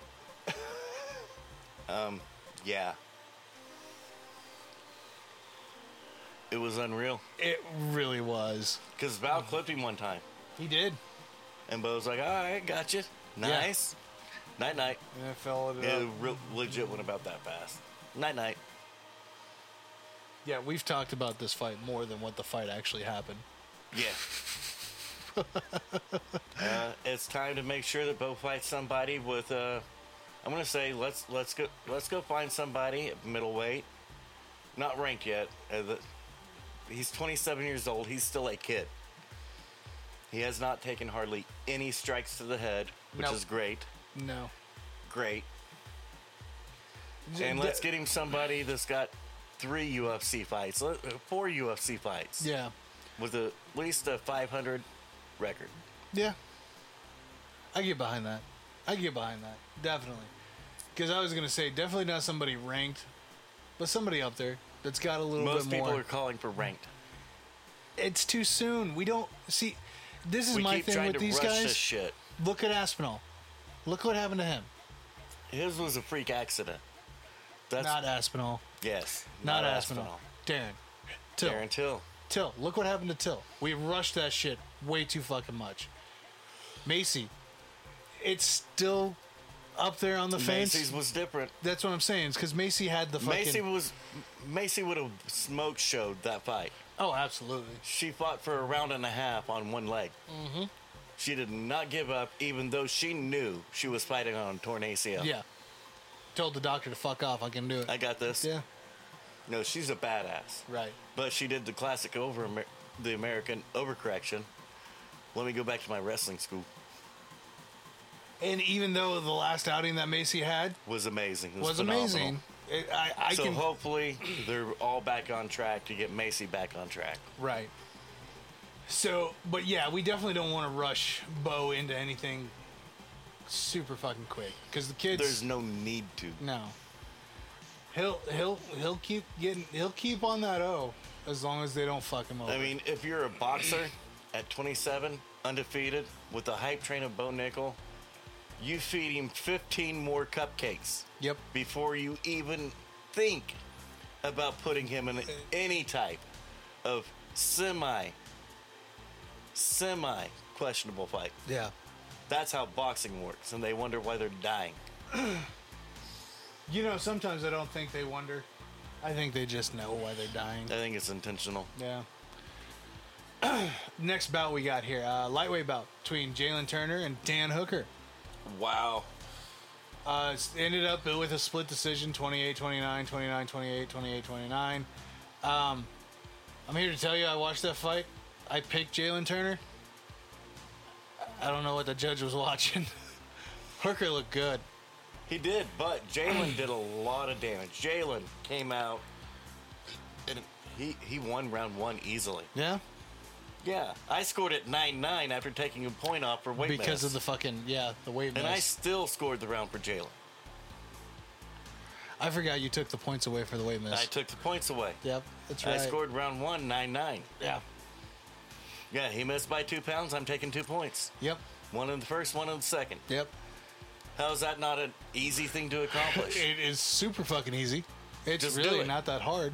S3: Yeah. It was unreal.
S2: It really was.
S3: Because Val clipped him one time.
S2: He did.
S3: And Bo's like, all right, gotcha. Nice. Night night.
S2: And it followed it
S3: It
S2: up.
S3: re- legit went about that fast. Night night.
S2: Yeah, we've talked about this fight more than what the fight actually happened.
S3: Yeah. uh, it's time to make sure that Bo fights somebody with. Uh, I'm gonna say let's let's go let's go find somebody at middleweight, not ranked yet. Uh, the, he's 27 years old. He's still a kid. He has not taken hardly any strikes to the head, which
S2: Nope.
S3: is great.
S2: No.
S3: Great. And let's get him somebody that's got three UFC fights, le- uh, four UFC fights
S2: Yeah.
S3: with a, at least a 500 record.
S2: Yeah. I get behind that. I get behind that. Definitely. Because I was going to say, definitely not somebody ranked, but somebody up there that's got a little
S3: Most
S2: bit
S3: people
S2: more.
S3: are calling for ranked.
S2: It's too soon. We don't see. This is
S3: We
S2: my
S3: keep
S2: thing
S3: trying
S2: with
S3: to
S2: these
S3: rush
S2: guys.
S3: this shit.
S2: Look at Aspinall. Look what happened to him.
S3: His was a freak accident. That's
S2: not Aspinall.
S3: yes,
S2: Not, Aspinall. Darren. Till.
S3: Darren Till.
S2: Till. Look what happened to Till. We rushed that shit way too fucking much. Macy. It's still up there on the fence.
S3: Macy's was different.
S2: That's what I'm saying. It's because Macy had the fucking.
S3: Macy was Macy would have smoke showed that fight.
S2: oh, absolutely.
S3: She fought for a round and a half on one leg. Mm-hmm. She did not give up, even though she knew she was fighting on a torn ACL.
S2: Yeah. Told the doctor to fuck off. I can do it.
S3: I got this.
S2: yeah.
S3: No, she's a badass.
S2: Right.
S3: But she did the classic over Amer- the American overcorrection. Let me go back to my wrestling school.
S2: And even though the last outing that Macy had
S3: Was amazing. It was,
S2: was
S3: phenomenal.
S2: amazing, it, I, I
S3: So
S2: can.
S3: hopefully they're all back on track to get Macy back on track.
S2: Right. So, but yeah, we definitely don't want to rush Bo into anything super fucking quick because the kids.
S3: There's no need to.
S2: no. He'll he'll he'll keep getting he'll keep on that O as long as they don't fuck him over.
S3: I mean, if you're a boxer at 27, undefeated, with the hype train of Bo Nickel, you feed him 15 more cupcakes
S2: yep.
S3: before you even think about putting him in any type of semi, semi questionable fight.
S2: Yeah.
S3: That's how boxing works, and they wonder why they're dying.
S2: You know, sometimes I don't think they wonder. I think they just know why they're dying.
S3: I think it's intentional.
S2: Yeah. Next bout we got here, uh, lightweight bout between Jalen Turner and Dan Hooker.
S3: Wow.
S2: Uh, s- ended up with a split decision 28 29, 29 28, 28 29. Um, I'm here to tell you, I watched that fight. I picked Jalen Turner. I- I don't know what the judge was watching. Hooker looked good.
S3: He did, but Jalen did a lot of damage. Jalen came out and he he won round one easily.
S2: Yeah?
S3: Yeah, I scored at nine nine after taking a point off for weight
S2: Because of
S3: miss.
S2: the fucking, yeah, the weight
S3: and I
S2: miss.
S3: still scored the round for Jalen.
S2: I, forgot you took the points away for the weight miss.
S3: I took the points away.
S2: yep, that's right.
S3: I scored round one nine nine.
S2: Yeah.
S3: Yeah, he missed by two pounds. I'm taking two points.
S2: Yep,
S3: One in the first, one in the second.
S2: yep.
S3: How's that not an easy thing to accomplish?
S2: It is super fucking easy. It's
S3: Just do
S2: really
S3: it.
S2: not that hard.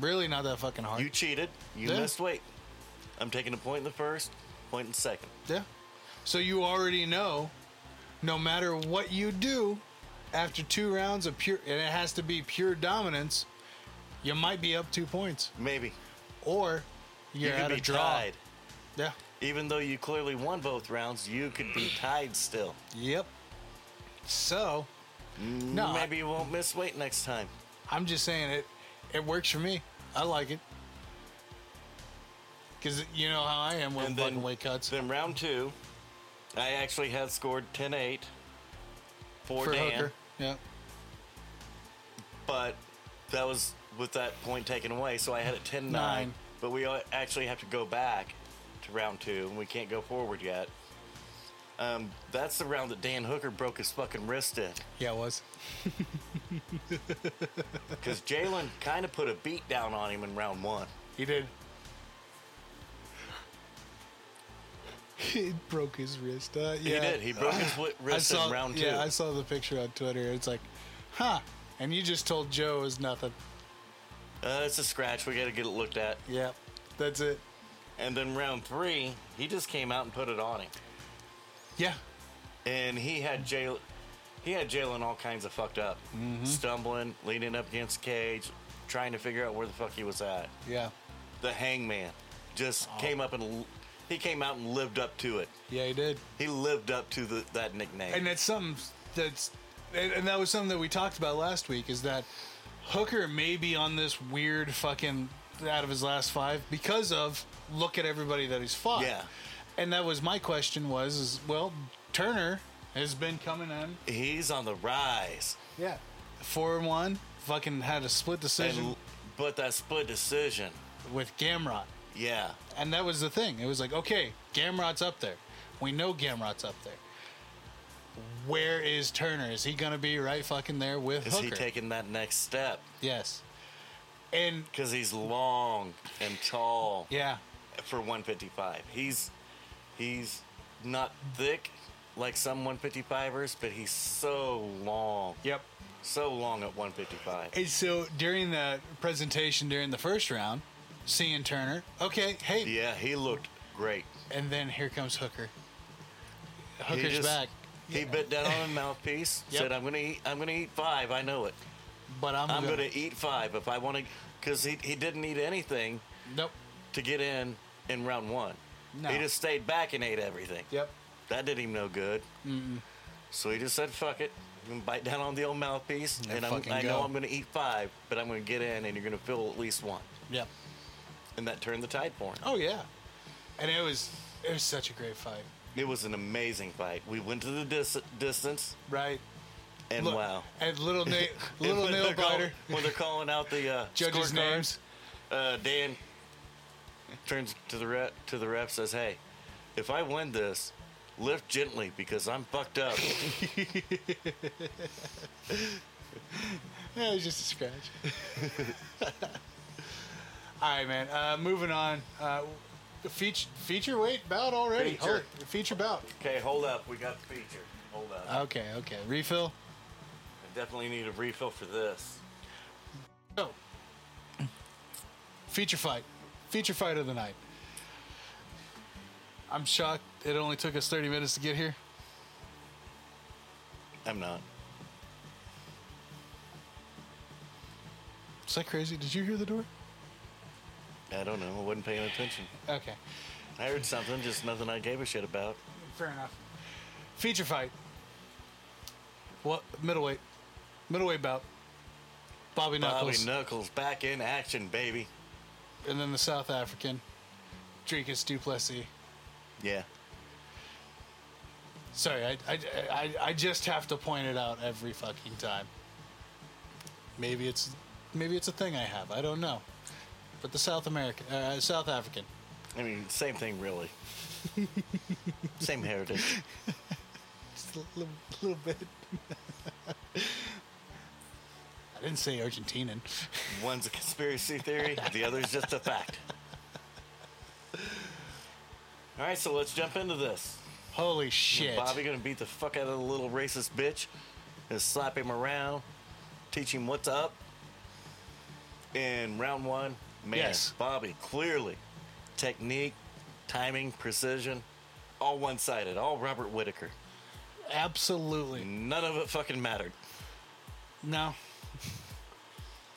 S2: Really not that fucking hard.
S3: you cheated. You
S2: Yeah.
S3: missed weight. I'm taking a point in the first, point in the second.
S2: Yeah. So you already know, no matter what you do, after two rounds of pure, and it has to be pure dominance, you might be up two points,
S3: Maybe.
S2: or you're
S3: you
S2: at
S3: could
S2: a
S3: be
S2: draw.
S3: tied.
S2: Yeah.
S3: Even though you clearly won both rounds, you could be tied still.
S2: Yep. So, no, I-
S3: Maybe you won't miss weight next time.
S2: I'm just saying it. It works for me. I like it. Cause you know how I am with
S3: And
S2: fucking weight cuts.
S3: Then round two, I actually had scored 10 8 for,
S2: for
S3: Dan,
S2: Hooker. Yeah.
S3: but that was with that point taken away, so I had a 10 9.
S2: Nine.
S3: But we a- actually have to go back to round two, and we can't go forward yet. Um, that's the round that Dan Hooker broke his fucking wrist in.
S2: Yeah, it was.
S3: Because Jalen kind of put a beat down on him in round one.
S2: He did. He broke his wrist. Uh, yeah.
S3: He did. He broke his wi-
S2: I
S3: wrist
S2: saw,
S3: in round two.
S2: Yeah, I saw the picture on Twitter. It's like, huh. And you just told Joe it was nothing.
S3: uh, it's a scratch. We got to get it looked at.
S2: Yeah, that's it.
S3: And then round three, he just came out and put it on him.
S2: Yeah.
S3: and he had Jalen. He had Jalen all kinds of fucked up,
S2: Mm-hmm.
S3: stumbling, leaning up against the cage, trying to figure out where the fuck he was at.
S2: Yeah.
S3: The Hangman just
S2: Oh.
S3: came up and l- he came out and lived up to it.
S2: Yeah, he did.
S3: He lived up to the, that nickname.
S2: And that's something that's, and and that was something that we talked about last week is that Hooker may be on this weird fucking out of his last five because of look at everybody that he's fought.
S3: Yeah.
S2: And that was my question was, is, well, Turner has been coming in.
S3: He's on the rise.
S2: Yeah. Four and one, fucking had a split
S3: And,
S2: decision
S3: l- but that split decision,
S2: with Gamrot.
S3: yeah,
S2: And that was the thing. It was like, okay, Gamrot's up there. We know Gamrot's up there. Where is Turner? Is he gonna be right fucking there with
S3: is
S2: Hooker?
S3: he taking that next step?
S2: Yes. And
S3: Because he's long and tall
S2: yeah,
S3: for 155. He's he's not thick like some 155ers, but he's so long.
S2: yep.
S3: So long at 155.
S2: And so during the presentation during the first round, seeing Turner, okay, hey,
S3: Yeah, he looked great.
S2: and then here comes Hooker.
S3: He
S2: Hooker's
S3: just-
S2: back,
S3: He bit down on a mouthpiece.
S2: Yep.
S3: Said, "I'm gonna eat. I'm gonna eat five. I know it.
S2: but I'm,
S3: I'm gonna eat five if I want to, because he he didn't eat anything
S2: nope.
S3: to get in in round one.
S2: No.
S3: He just stayed back and ate everything.
S2: Yep.
S3: That did him no good. So he just said, "Fuck it." I'm gonna bite down on the old mouthpiece,
S2: And
S3: and I'm,
S2: fucking
S3: I know
S2: go.
S3: I'm going to eat five, but I'm going to get in, and you're going to fill at least one,
S2: Yep.
S3: and that turned the tide for him.
S2: Oh yeah. And it was it was such a great fight.
S3: It was an amazing fight. We went to the dis- distance,
S2: Right.
S3: and
S2: Look,
S3: wow,
S2: And little na-
S3: And
S2: little
S3: when they're
S2: nail
S3: call-
S2: biter.
S3: when they're calling out the uh,
S2: Judges'
S3: scorecards,
S2: names.
S3: uh, Dan turns to the rep, to the ref, says, "Hey, if I win this, lift gently because I'm fucked up."
S2: Yeah, it was just a scratch. All right, man. Uh, moving on. Uh, feature, feature weight bout already.
S3: Feature.
S2: Holy- feature bout.
S3: okay, hold up, we got the feature. Hold up,
S2: Okay, okay. Refill.
S3: I definitely need a refill for this.
S2: Go. Feature fight. Feature fight of the night. I'm shocked it only took us 30 minutes to get here.
S3: I'm not.
S2: Is that crazy? Did you hear the door?
S3: I don't know. I wasn't paying attention.
S2: Okay.
S3: I heard something, just nothing I gave a shit about.
S2: Fair enough. Feature fight. What middleweight? Middleweight bout. Bobby
S3: Bobby
S2: Knuckles.
S3: Knuckles back in action, baby.
S2: and then the South African, Dricus Duplessis.
S3: Yeah.
S2: Sorry, I, I, I, I just have to point it out every fucking time. Maybe it's maybe it's a thing I have. I don't know. But the South American, uh, South African.
S3: I mean, same thing, really. same heritage.
S2: Just a little, little bit. I didn't say Argentinian.
S3: One's a conspiracy theory, the other's just a fact. All right, so let's jump into this.
S2: Holy shit.
S3: Bobby gonna beat the fuck out of the little racist bitch, and slap him around, teach him what's up. In round one, man,
S2: Yes.
S3: Bobby clearly technique, timing, precision, all one-sided, all Robert Whitaker.
S2: Absolutely.
S3: None of it fucking mattered.
S2: No.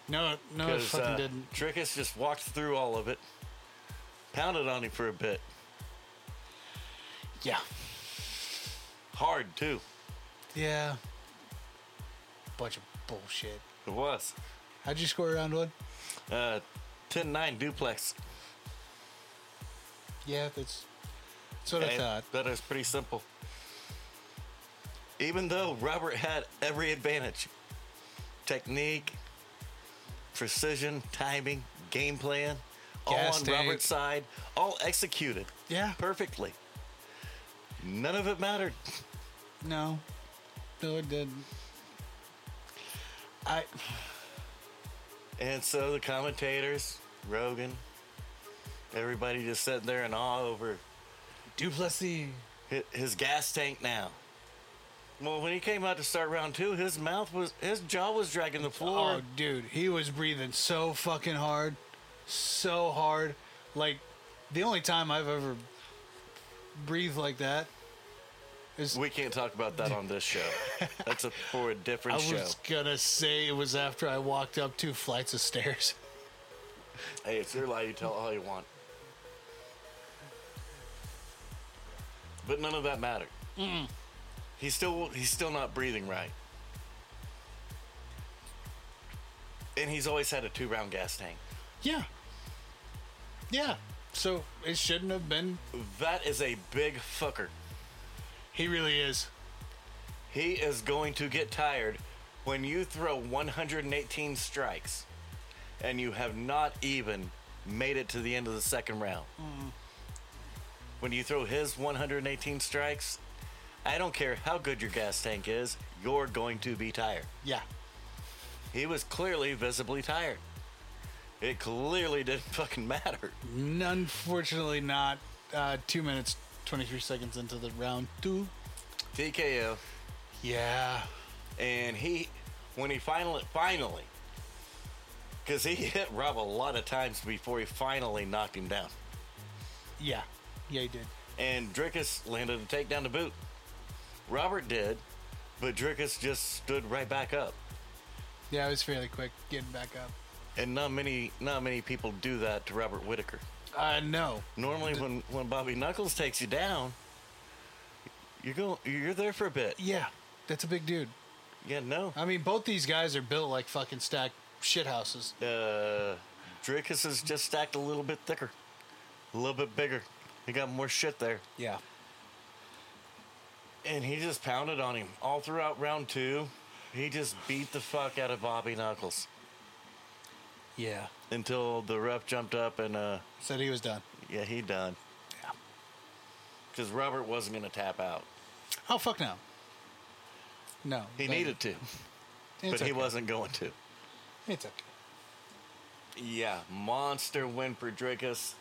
S2: No, no, it
S3: Because
S2: fucking
S3: uh,
S2: didn't.
S3: Drickus just walked through all of it, pounded on him for a bit,
S2: Yeah.
S3: hard too.
S2: Yeah. Bunch of bullshit.
S3: It was
S2: How'd you score round one?
S3: uh, 10-9 duplex.
S2: Yeah, that's that's what I
S3: And
S2: thought.
S3: That is pretty simple. Even though Robert had every advantage technique, precision, timing, game plan, all
S2: Gas
S3: on
S2: tank.
S3: Robert's side, all executed
S2: Yeah.
S3: perfectly. None of it mattered.
S2: No. No, it didn't. I
S3: And so the commentators, Rogan, everybody just sitting there in awe over
S2: Duplessis.
S3: hi- his gas tank now. Well, when he came out to start round two, his mouth was, his jaw was dragging the floor.
S2: Oh, dude, he was breathing so fucking hard, so hard. Like the only time I've ever breathed like that is
S3: We can't talk about that on this show. That's a, for a
S2: I
S3: different
S2: was
S3: show.
S2: gonna say it was after I walked up two flights of stairs.
S3: Hey, it's your lie. You tell all you want. But none of that mattered. He's still he's still not breathing right. And he's always had a two round gas tank.
S2: Yeah, yeah. So it shouldn't have been.
S3: That is a big fucker.
S2: He really is.
S3: He is going to get tired when you throw 118 strikes and you have not even made it to the end of the second round. When you throw his 118 strikes, I don't care how good your gas tank is, you're going to be tired.
S2: Yeah,
S3: He was clearly visibly tired. It clearly didn't fucking matter.
S2: unfortunately, not uh, two minutes twenty three seconds into the round two.
S3: TKO.
S2: Yeah,
S3: and he when he finally finally because he hit rob a lot of times before he finally knocked him down
S2: yeah, yeah. He did.
S3: and Drickus landed a takedown to boot robert did but Drickus just stood right back up
S2: Yeah, it was fairly quick getting back up.
S3: and not many not many people do that to robert whitaker
S2: Uh, no.
S3: normally when when bobby knuckles takes you down you're going you're there for a bit
S2: Yeah, that's a big dude.
S3: yeah no
S2: I mean, both these guys are built like fucking stacked shithouses.
S3: uh, Drickus is just stacked a little bit thicker, a little bit bigger. He got more shit there.
S2: Yeah.
S3: And he just pounded on him all throughout round two. He just beat the fuck out of Bobby Knuckles
S2: Yeah.
S3: until the ref jumped up and, uh,
S2: Said he was done.
S3: yeah, he done.
S2: Yeah.
S3: Because Robert wasn't going to tap out.
S2: Oh fuck no. No.
S3: He
S2: but-
S3: needed to, but
S2: it's
S3: he
S2: okay.
S3: wasn't going to.
S2: It's okay.
S3: Yeah, monster win for Drickus.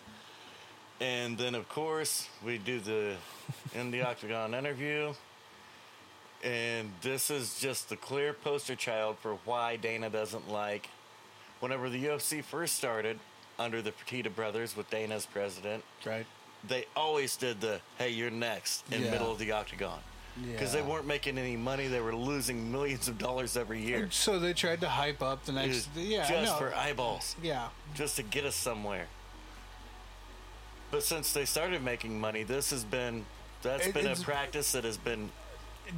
S3: And then, of course, we do the in the octagon interview. And this is just the clear poster child for why Dana doesn't like. Whenever the UFC first started, under the Petita brothers with Dana as president,
S2: Right.
S3: they always did the "Hey, you're next" in
S2: Yeah.
S3: middle of the octagon because
S2: Yeah.
S3: they weren't making any money; they were losing millions of dollars every year.
S2: So they tried to hype up the
S3: It
S2: next.
S3: was
S2: Yeah. I
S3: just
S2: know.
S3: for eyeballs
S2: yeah.
S3: just to get us somewhere. But since they started making money, this has been that's
S2: It-
S3: been a
S2: it's-
S3: practice that has been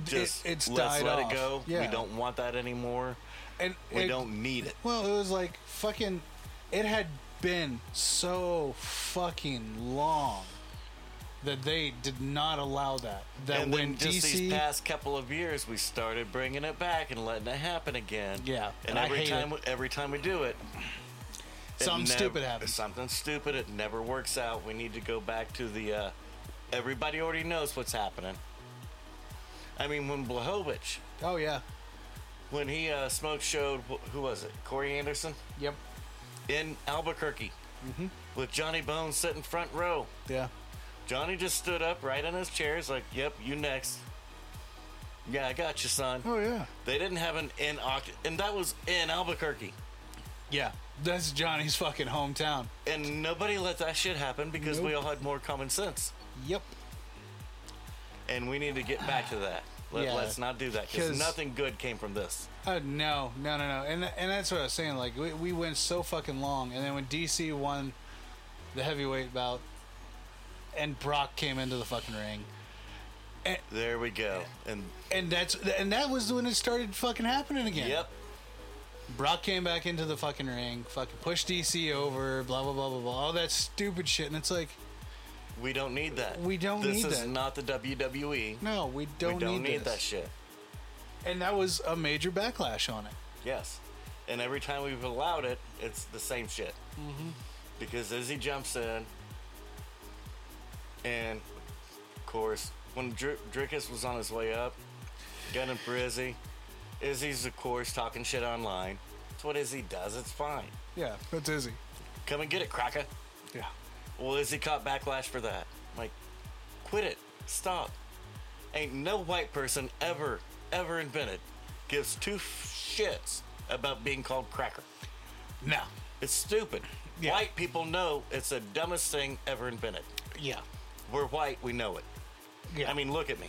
S3: just
S2: it's
S3: let's
S2: died
S3: let
S2: off.
S3: it go. We
S2: Yeah.
S3: don't want that anymore.
S2: And
S3: We
S2: it-
S3: don't need it.
S2: Well, it was like fucking. It had been so fucking long that they did not allow that. That
S3: and
S2: when
S3: then just
S2: DC
S3: these past couple of years, we started bringing it back and letting it happen again.
S2: Yeah,
S3: and,
S2: and I
S3: every
S2: hate
S3: time
S2: it.
S3: we- every time we do it, it
S2: Something
S3: nev-
S2: stupid happens.
S3: Something stupid. It never works out. We need to go back to the. Uh, everybody already knows what's happening. I mean, when Blahovich
S2: Oh yeah.
S3: when he uh, smoke showed wh- who was it corey anderson
S2: Yep.
S3: in albuquerque
S2: Mm-hmm.
S3: with johnny bones sitting front row
S2: Yeah.
S3: johnny just stood up right in his chair he's like yep you next yeah i got you son
S2: Oh yeah.
S3: they didn't have an in oct- and that was in albuquerque
S2: Yeah. That's Johnny's fucking hometown.
S3: and nobody let that shit happen because we all had more common sense
S2: Yep.
S3: and we need to get back to that Let,
S2: Yeah.
S3: let's not do that because
S2: 'Cause-
S3: nothing good came from this
S2: Uh, no, no, no, no. And and that's what I was saying. Like we, we went so fucking long, and then when DC won the heavyweight bout, and Brock came into the fucking ring,
S3: there we go and
S2: and that's and that was when it started fucking happening again.
S3: yep
S2: Brock came back into the fucking ring, fucking pushed DC over, blah blah blah blah blah, all that stupid shit, and it's like,
S3: we don't need that
S2: We don't
S3: this
S2: need
S3: is
S2: that.
S3: not the E. wwe
S2: no, we don't,
S3: we don't
S2: need,
S3: need,
S2: this.
S3: that shit.
S2: And that was a major backlash on it.
S3: Yes. And every time we've allowed it, it's the same shit. Mm-hmm. Because Izzy jumps in, and of course, when Dr- Drickus was on his way up, gunning for Izzy. Izzy's, of course, talking shit online. It's what Izzy does. It's fine.
S2: Yeah, that's Izzy.
S3: Come and get it, cracker.
S2: Yeah.
S3: Well, Izzy caught backlash for that. I'm like, quit it. Stop. Ain't no white person ever, ever invented gives two shits about being called cracker.
S2: No.
S3: It's stupid.
S2: Yeah.
S3: White people know it's the dumbest thing ever invented.
S2: Yeah.
S3: We're white, we know it.
S2: Yeah.
S3: I mean, look at me.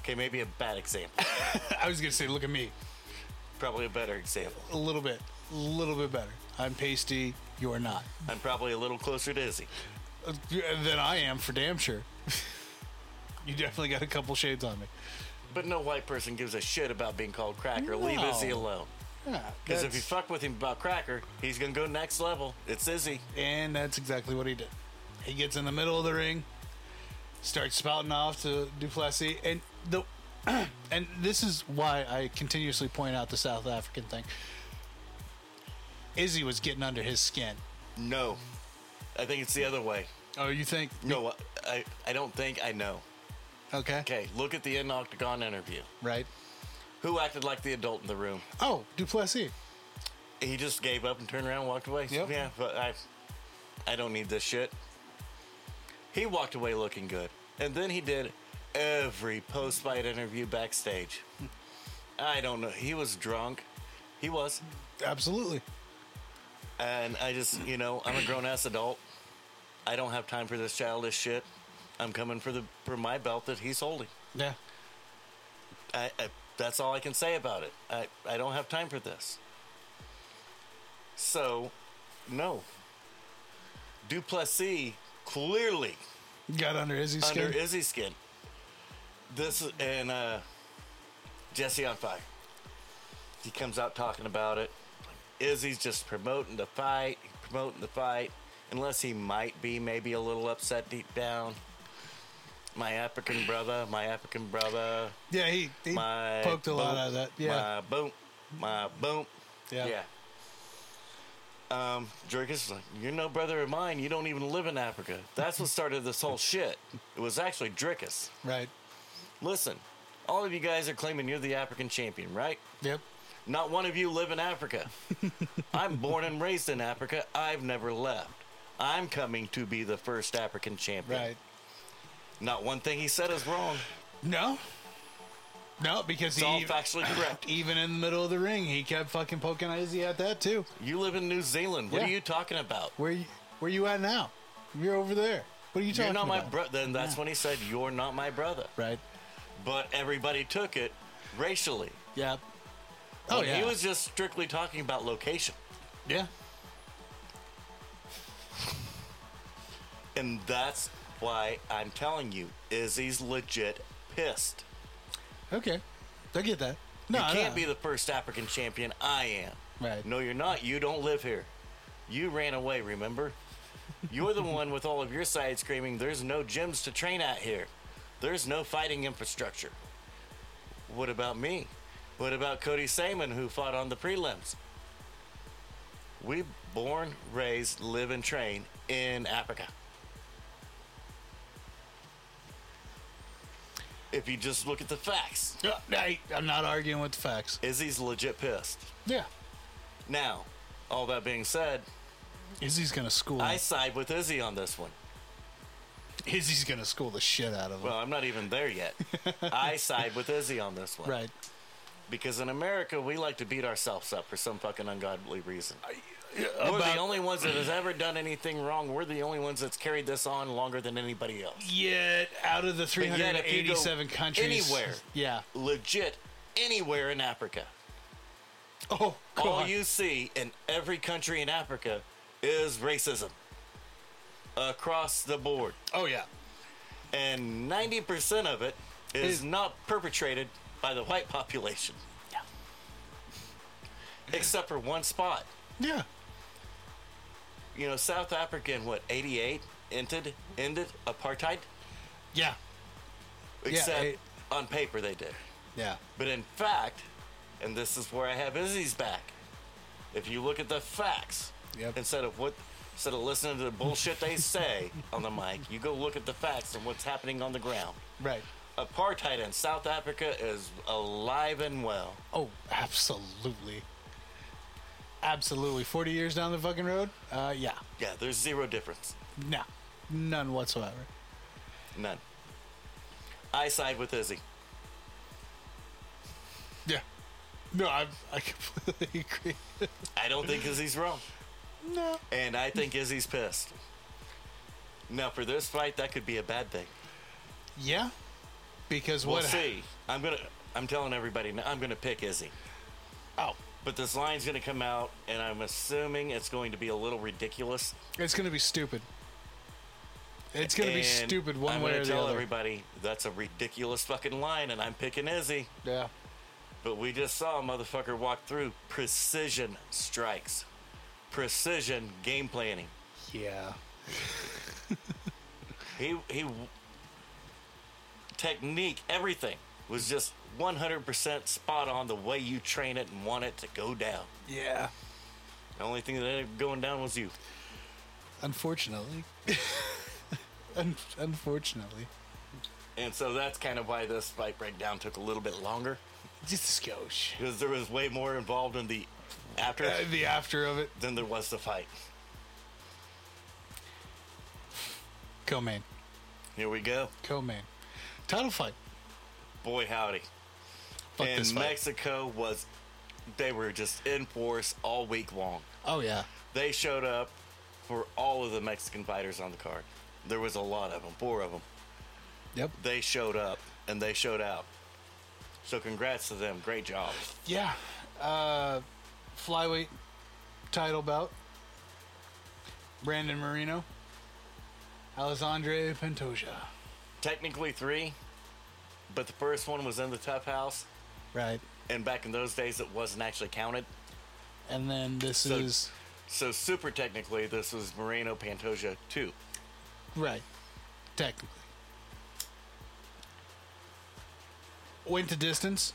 S3: Okay, maybe a bad example.
S2: I was gonna say, look at me.
S3: Probably a better example.
S2: A little bit, a little bit better. I'm pasty. You are not.
S3: I'm probably a little closer to Izzy.
S2: Uh, Than I am for damn sure. you definitely got a couple shades on me.
S3: But no white person gives a shit about being called cracker. Leave
S2: No.
S3: Izzy alone.
S2: Yeah.
S3: Because if
S2: that's-
S3: you fuck with him about cracker, he's gonna go next level. It's Izzy.
S2: And that's exactly what he did. He gets in the middle of the ring, starts spouting off to Duplessis, and the and this is why I continuously point out the South African thing. Izzy was getting under his skin.
S3: No, I think it's the other way.
S2: Oh, you think?
S3: No, I I don't think I know.
S2: Okay.
S3: Okay, look at the in octagon interview.
S2: Right.
S3: Who acted like the adult in the room?
S2: Oh, Duplessis.
S3: He just gave up and turned around and walked away.
S2: Yep.
S3: Yeah, but I I don't need this shit. He walked away looking good. And then he did every post fight interview backstage. I don't know. He was drunk. He was.
S2: Absolutely.
S3: And I just, you know, I'm a grown ass adult. I don't have time for this childish shit. I'm coming for the for my belt that he's holding.
S2: Yeah.
S3: I, I that's all I can say about it. I, I don't have time for this. So, no. Duplessis clearly
S2: Got under Izzy's
S3: under
S2: skin.
S3: Izzy's skin. This is- and uh, Jesse on fire. He comes out talking about it. Izzy's just promoting the fight, promoting the fight. Unless he might be maybe a little upset deep down. My African brother, my African brother
S2: yeah, he, he
S3: my
S2: poked a lot
S3: boom,
S2: out of that. Yeah.
S3: My boom. My boom.
S2: Yeah.
S3: Um, Drake is like, you're no brother of mine. You don't even live in Africa. That's what started this whole shit. It was actually Drickus.
S2: Right.
S3: Listen, all of you guys are claiming you're the African champion, right?
S2: Yep.
S3: Not one of you live in Africa. I'm born and raised in Africa. I've never left. I'm coming to be the first African champion.
S2: Right.
S3: Not one thing he said is wrong.
S2: No. No, because
S3: It's all
S2: he
S3: factually correct.
S2: even in the middle of the ring, he kept fucking poking Izzy at that too.
S3: You live in New Zealand. What
S2: Yeah.
S3: are you talking about?
S2: Where you, where you at now? You're over there. What are you talking
S3: You're not my
S2: about?
S3: brother. Then that's
S2: Yeah.
S3: when he said, "You're not my brother."
S2: right.
S3: But everybody took it racially.
S2: Yeah. Oh
S3: When
S2: yeah.
S3: He was just strictly talking about location,
S2: yeah.
S3: and that's why I'm telling you, Izzy's legit pissed.
S2: Okay. I get that. No,
S3: you can't
S2: no.
S3: be the first African champion. I am.
S2: Right.
S3: No, you're not. You don't live here. You ran away. Remember? You're the one with all of your side screaming. There's no gyms to train at here. There's no fighting infrastructure. What about me? What about Cody Saman who fought on the prelims? We born, raised, live, and train in Africa. If you just look at the facts,
S2: Uh, I, I'm not arguing with the facts.
S3: Izzy's legit pissed.
S2: Yeah.
S3: Now, all that being said,
S2: Izzy's gonna school.
S3: I side with Izzy on this one.
S2: Izzy's gonna school the shit out of him.
S3: Well, I'm not even there yet. I side with Izzy on this one.
S2: right.
S3: Because in America, we like to beat ourselves up for some fucking ungodly reason. We're
S2: Uh, About-
S3: the only ones that has ever done anything wrong. We're the only ones that's carried this on longer than anybody else.
S2: yet out of the
S3: But yet if you go
S2: 387 countries,
S3: anywhere.
S2: Yeah.
S3: Legit, anywhere in Africa.
S2: Oh God.
S3: All you see in every country in Africa is racism across the board.
S2: oh yeah.
S3: And 90% of it is
S2: Is-
S3: not perpetrated by the white population,
S2: Yeah.
S3: except for one spot.
S2: Yeah.
S3: you know, South Africa in what, 88 ended, ended apartheid?
S2: Yeah.
S3: Except
S2: it-
S3: on paper they did.
S2: Yeah.
S3: But in fact, and this is where I have Izzy's back, if you look at the facts
S2: Yep.
S3: instead of what Instead of listening to the bullshit they say on the mic, you go look at the facts and what's happening on the ground.
S2: Right.
S3: Apartheid in South Africa is alive and well.
S2: Oh, absolutely. Absolutely. 40 years down the fucking road? Uh, yeah.
S3: Yeah, there's zero difference.
S2: No. None whatsoever.
S3: None. I side with Izzy.
S2: Yeah. No, I, I completely agree.
S3: I don't think Izzy's wrong.
S2: no.
S3: And I think Izzy's pissed. Now, for this fight, that could be a bad thing.
S2: Yeah. Because
S3: We'll
S2: what?
S3: see. I'm gonna. I'm telling everybody. now, I'm gonna pick Izzy.
S2: Oh,
S3: But this line's gonna come out, and I'm assuming it's going to be a little ridiculous.
S2: it's going to be stupid. It's going to be
S3: And
S2: stupid one
S3: I'm
S2: way
S3: gonna
S2: or the
S3: tell
S2: other.
S3: everybody that's a ridiculous fucking line, and I'm picking Izzy.
S2: Yeah.
S3: But we just saw a motherfucker walk through precision strikes, precision game planning.
S2: Yeah.
S3: He he. Technique, everything was just 100% spot on the way you train it and want it to go down.
S2: Yeah.
S3: The only thing that ended up going down was you.
S2: Unfortunately. Un- unfortunately.
S3: And so that's kind of why this fight breakdown took a little bit longer
S2: Just a skosh.
S3: because there was way more involved in the after
S2: Uh, the after of it.
S3: than there was the fight.
S2: Co-main.
S3: Here we go.
S2: Co-main. Title fight.
S3: Boy, howdy.
S2: Fuck
S3: and
S2: this fight.
S3: Mexico was, they were just in force all week long.
S2: oh, yeah.
S3: They showed up for all of the Mexican fighters on the card. There was a lot of them, four of them.
S2: Yep.
S3: They showed up and they showed out. So congrats to them. Great job.
S2: Yeah. Uh, flyweight title bout. Brandon Marino. Alessandre Pantoja.
S3: Technically three, but the first one was in the tough house.
S2: Right.
S3: and back in those days it wasn't actually counted.
S2: And then this
S3: So-
S2: is...
S3: So super technically, this was Moreno Pantoja two.
S2: Right. Technically. Went to distance.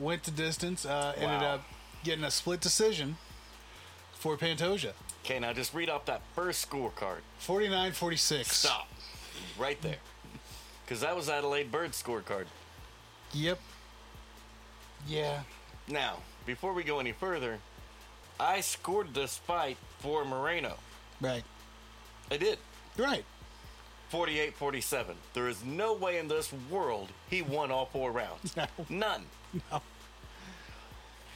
S2: Went to distance. Uh, Ended
S3: Wow.
S2: up getting a split decision for Pantoja.
S3: Okay, now just read off that first scorecard.
S2: 49 46.
S3: Stop, right there, because that was Adelaide Bird's scorecard.
S2: Yep. Yeah.
S3: Now, before we go any further, I scored this fight for Moreno.
S2: Right.
S3: I did.
S2: Right.
S3: 48-47. There is no way in this world he won all four rounds.
S2: No.
S3: None.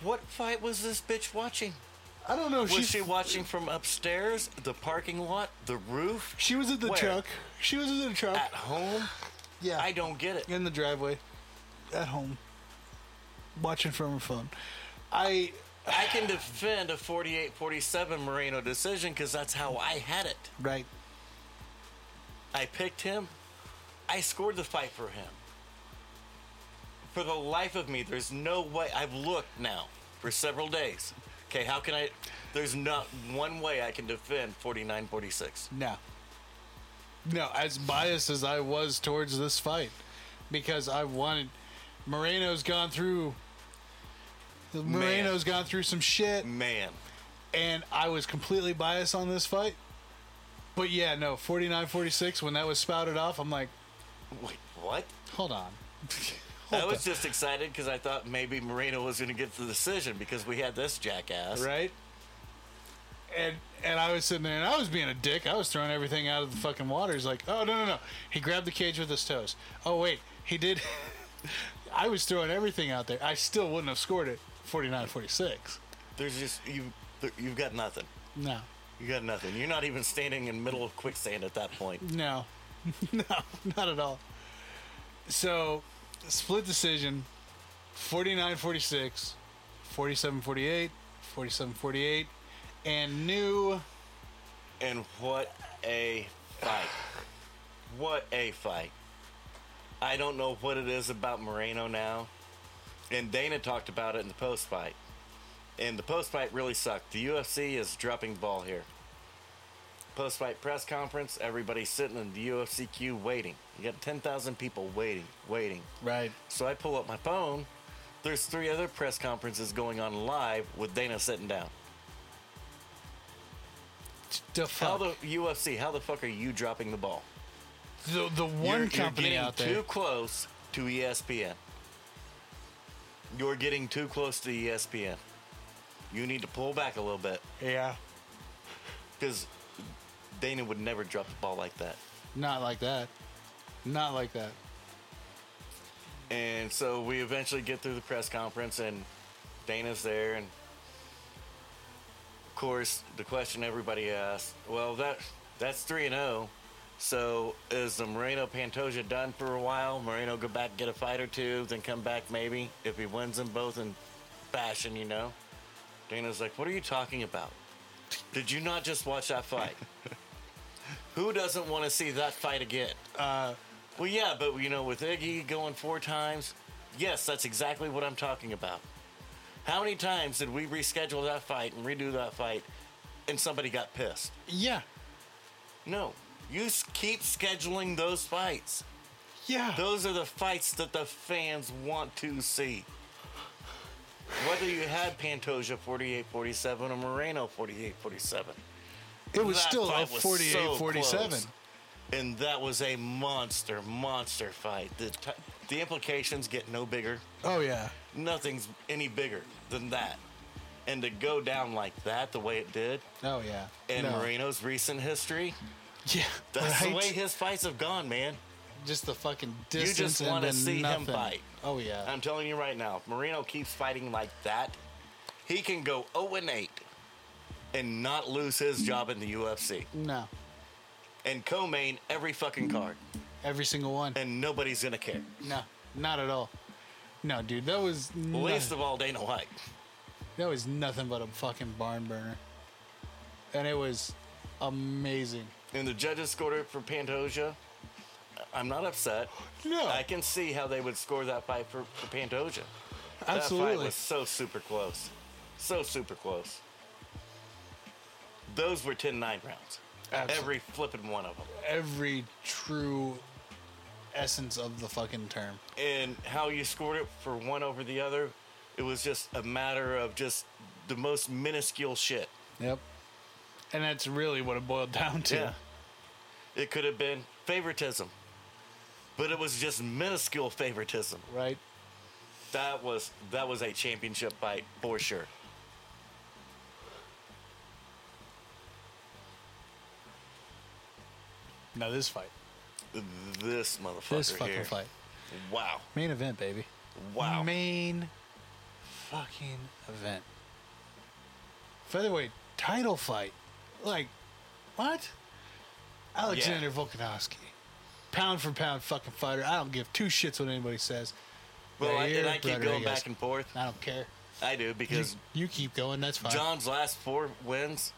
S3: What fight was this bitch watching?
S2: I don't know. if
S3: Was
S2: She,
S3: she
S2: she,
S3: watching from upstairs, the parking lot, the roof?
S2: was at the
S3: Where?
S2: truck. She was at the truck.
S3: At home?
S2: yeah.
S3: I don't get it.
S2: in the driveway. At home. Watching from her phone. I.
S3: I can defend a 48 47 Moreno decision because that's how I had it.
S2: Right.
S3: I picked him, I scored the fight for him. For the life of me, there's no way. I've looked now for several days. Okay, how can I? There's not one way I can defend 49 46.
S2: No. No, as biased as I was towards this fight, because I wanted Moreno's gone through. Moreno's gone through some shit,
S3: Man,
S2: and I was completely biased on this fight. But yeah, no, 49 46, when that was spouted off, I'm like,
S3: wait, what?
S2: hold on.
S3: I
S2: Hold
S3: was just excited because I thought maybe Moreno was going to get the decision because we had this jackass.
S2: on, right? And and I was sitting there and I was being a dick. I was throwing everything out of the fucking water. He's like, oh, no, no, no. He grabbed the cage with his toes. Oh, wait, he did. I was throwing everything out there. I still wouldn't have scored it 49 46.
S3: There's just you. There, you've got nothing.
S2: No,
S3: You got nothing. You're not even standing in the middle of quicksand at that point.
S2: no, no, not at all. So, split decision 49 46, 47 48, 47 48, and new.
S3: And what a fight! What a fight! I don't know what it is about Moreno now. And Dana talked about it in the post fight. And the post fight really sucked. The UFC is dropping the ball here. Post fight press conference, everybody's sitting in the UFC queue waiting. You got 10,000 people waiting, waiting,
S2: Right.
S3: So I pull up my phone. There's three other press conferences going on live with Dana sitting down.
S2: the
S3: How
S2: fuck?
S3: the
S2: The,
S3: UFC? How the fuck are you dropping the ball?
S2: the, one
S3: you're,
S2: company
S3: you're getting
S2: out there.
S3: too close to E ESPN. You're getting too close to E ESPN. You need to pull back a little bit
S2: yeah.
S3: because Dana would never drop the ball like that.
S2: Not like that. Not like that.
S3: And so we eventually get through the press conference, and Dana's there, and of course the question everybody asks, well that that's three and zero. So is the Moreno Pantoja done for a while? Moreno go back get a fight or two, then come back maybe if he wins them both in fashion, you know. Dana's like, what are you talking about? Did you not just watch that fight? Who doesn't want to see that fight again? Well, yeah, but you know, with Iggy going four times, yes, that's exactly what I'm talking about. How many times did we reschedule that fight and redo that fight and somebody got pissed?
S2: Yeah.
S3: No. You s- keep scheduling those fights.
S2: Yeah.
S3: Those are the fights that the fans want to see. Whether you had Pantoja 48 47 or Moreno 48 47.
S2: it was
S3: That
S2: still a
S3: fight was
S2: 48
S3: so
S2: 47.
S3: close. And that was a monster, monster fight. The, t- the implications get no bigger.
S2: Oh, yeah.
S3: Nothing's any bigger than that. And to go down like that, the way it did,
S2: Oh, yeah.
S3: in
S2: No.
S3: Moreno's recent history,
S2: Yeah.
S3: that's
S2: right?
S3: the way his fights have gone, man.
S2: Just the fucking
S3: just
S2: distance. and
S3: wanna
S2: then
S3: see him
S2: nothing.
S3: fight.
S2: Oh, yeah.
S3: I'm telling you right now, if Moreno keeps fighting like that, he can go 0 and 8 and not lose his job in the UFC
S2: no.
S3: and co-main every fucking card,
S2: Every single one.
S3: and nobody's gonna care.
S2: No. Not at all. No, dude. That was.
S3: Least
S2: nothing.
S3: of all Dana White.
S2: That was nothing but a fucking barn burner. And it was amazing.
S3: And the judges scored it for Pantoja. I'm not upset.
S2: No.
S3: I can see how they would score that fight for, for Pantoja. That fight
S2: Absolutely.
S3: was so super close. So super close. Those were 10 9 rounds.
S2: Absolutely.
S3: Every flipping one of them.
S2: Every true essence of the fucking term.
S3: And how you scored it for one over the other, it was just a matter of just the most minuscule shit.
S2: Yep. And that's really what it boiled down to.
S3: Yeah. It could have been favoritism, but it was just minuscule favoritism.
S2: Right?
S3: That was that was a championship fight for sure.
S2: Now this fight.
S3: This motherfucker
S2: This fucking
S3: here.
S2: fight.
S3: Wow.
S2: Main event, baby.
S3: Wow.
S2: Main fucking event. Featherweight title fight. Like, what? Alexander Volkanovski. Pound for pound fucking fighter. I don't give two shits what anybody says.
S3: Well, I, and
S2: Yair
S3: I keep going
S2: Rodriguez.
S3: back and forth.
S2: I don't care.
S3: I do
S2: You,
S3: because
S2: you keep going. That's fine.
S3: John's last four wins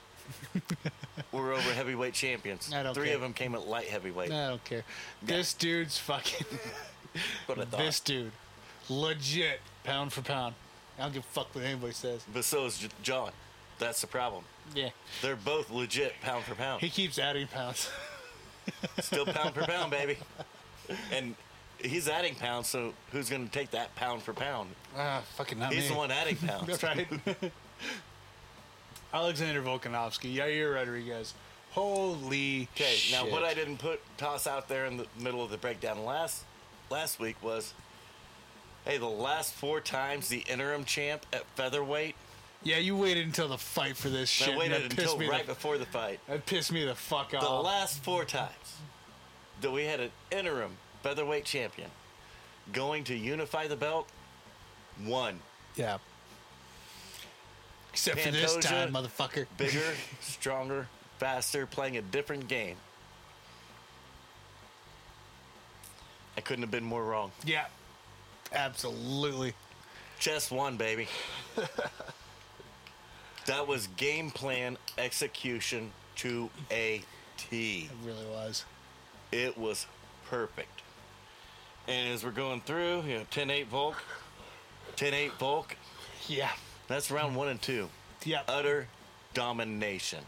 S3: were over heavyweight champions.
S2: I don't
S3: Three
S2: care.
S3: of them came at light heavyweight.
S2: I don't care. This dude's fucking.
S3: But I thought.
S2: this dude, legit pound for pound. I don't give a fuck what anybody says.
S3: But so is J- John. That's the problem.
S2: Yeah,
S3: They're both legit pound for pound.
S2: he keeps adding pounds.
S3: Still pound for pound, baby. And he's adding pounds, so who's going to take that pound for pound?
S2: ah, fucking not
S3: He's
S2: me.
S3: the one adding pounds.
S2: That's right. Alexander Volkanovski, Yair Rodriguez. Holy
S3: Okay,
S2: shit.
S3: now what I didn't put toss out there in the middle of the breakdown last last week was, hey, the last four times the interim champ at featherweight.
S2: Yeah, you waited until the fight for this shit.
S3: I
S2: and
S3: waited
S2: that pissed
S3: until
S2: me
S3: right
S2: the, Oh.
S3: before the fight.
S2: That pissed me the fuck off.
S3: The last four times that we had an interim featherweight champion going to unify the belt, one
S2: yeah. Except for this
S3: Pantoja-
S2: time, motherfucker.
S3: bigger, stronger, faster, playing a different game. I couldn't have been more wrong.
S2: Yeah. Absolutely.
S3: Chess won, baby. that was game plan execution to a T.
S2: It really was.
S3: It was perfect. And as we're going through, you know, 10 8 Volk, 10 8 Volk,
S2: Yeah.
S3: that's round one and two.
S2: Yeah.
S3: Utter domination.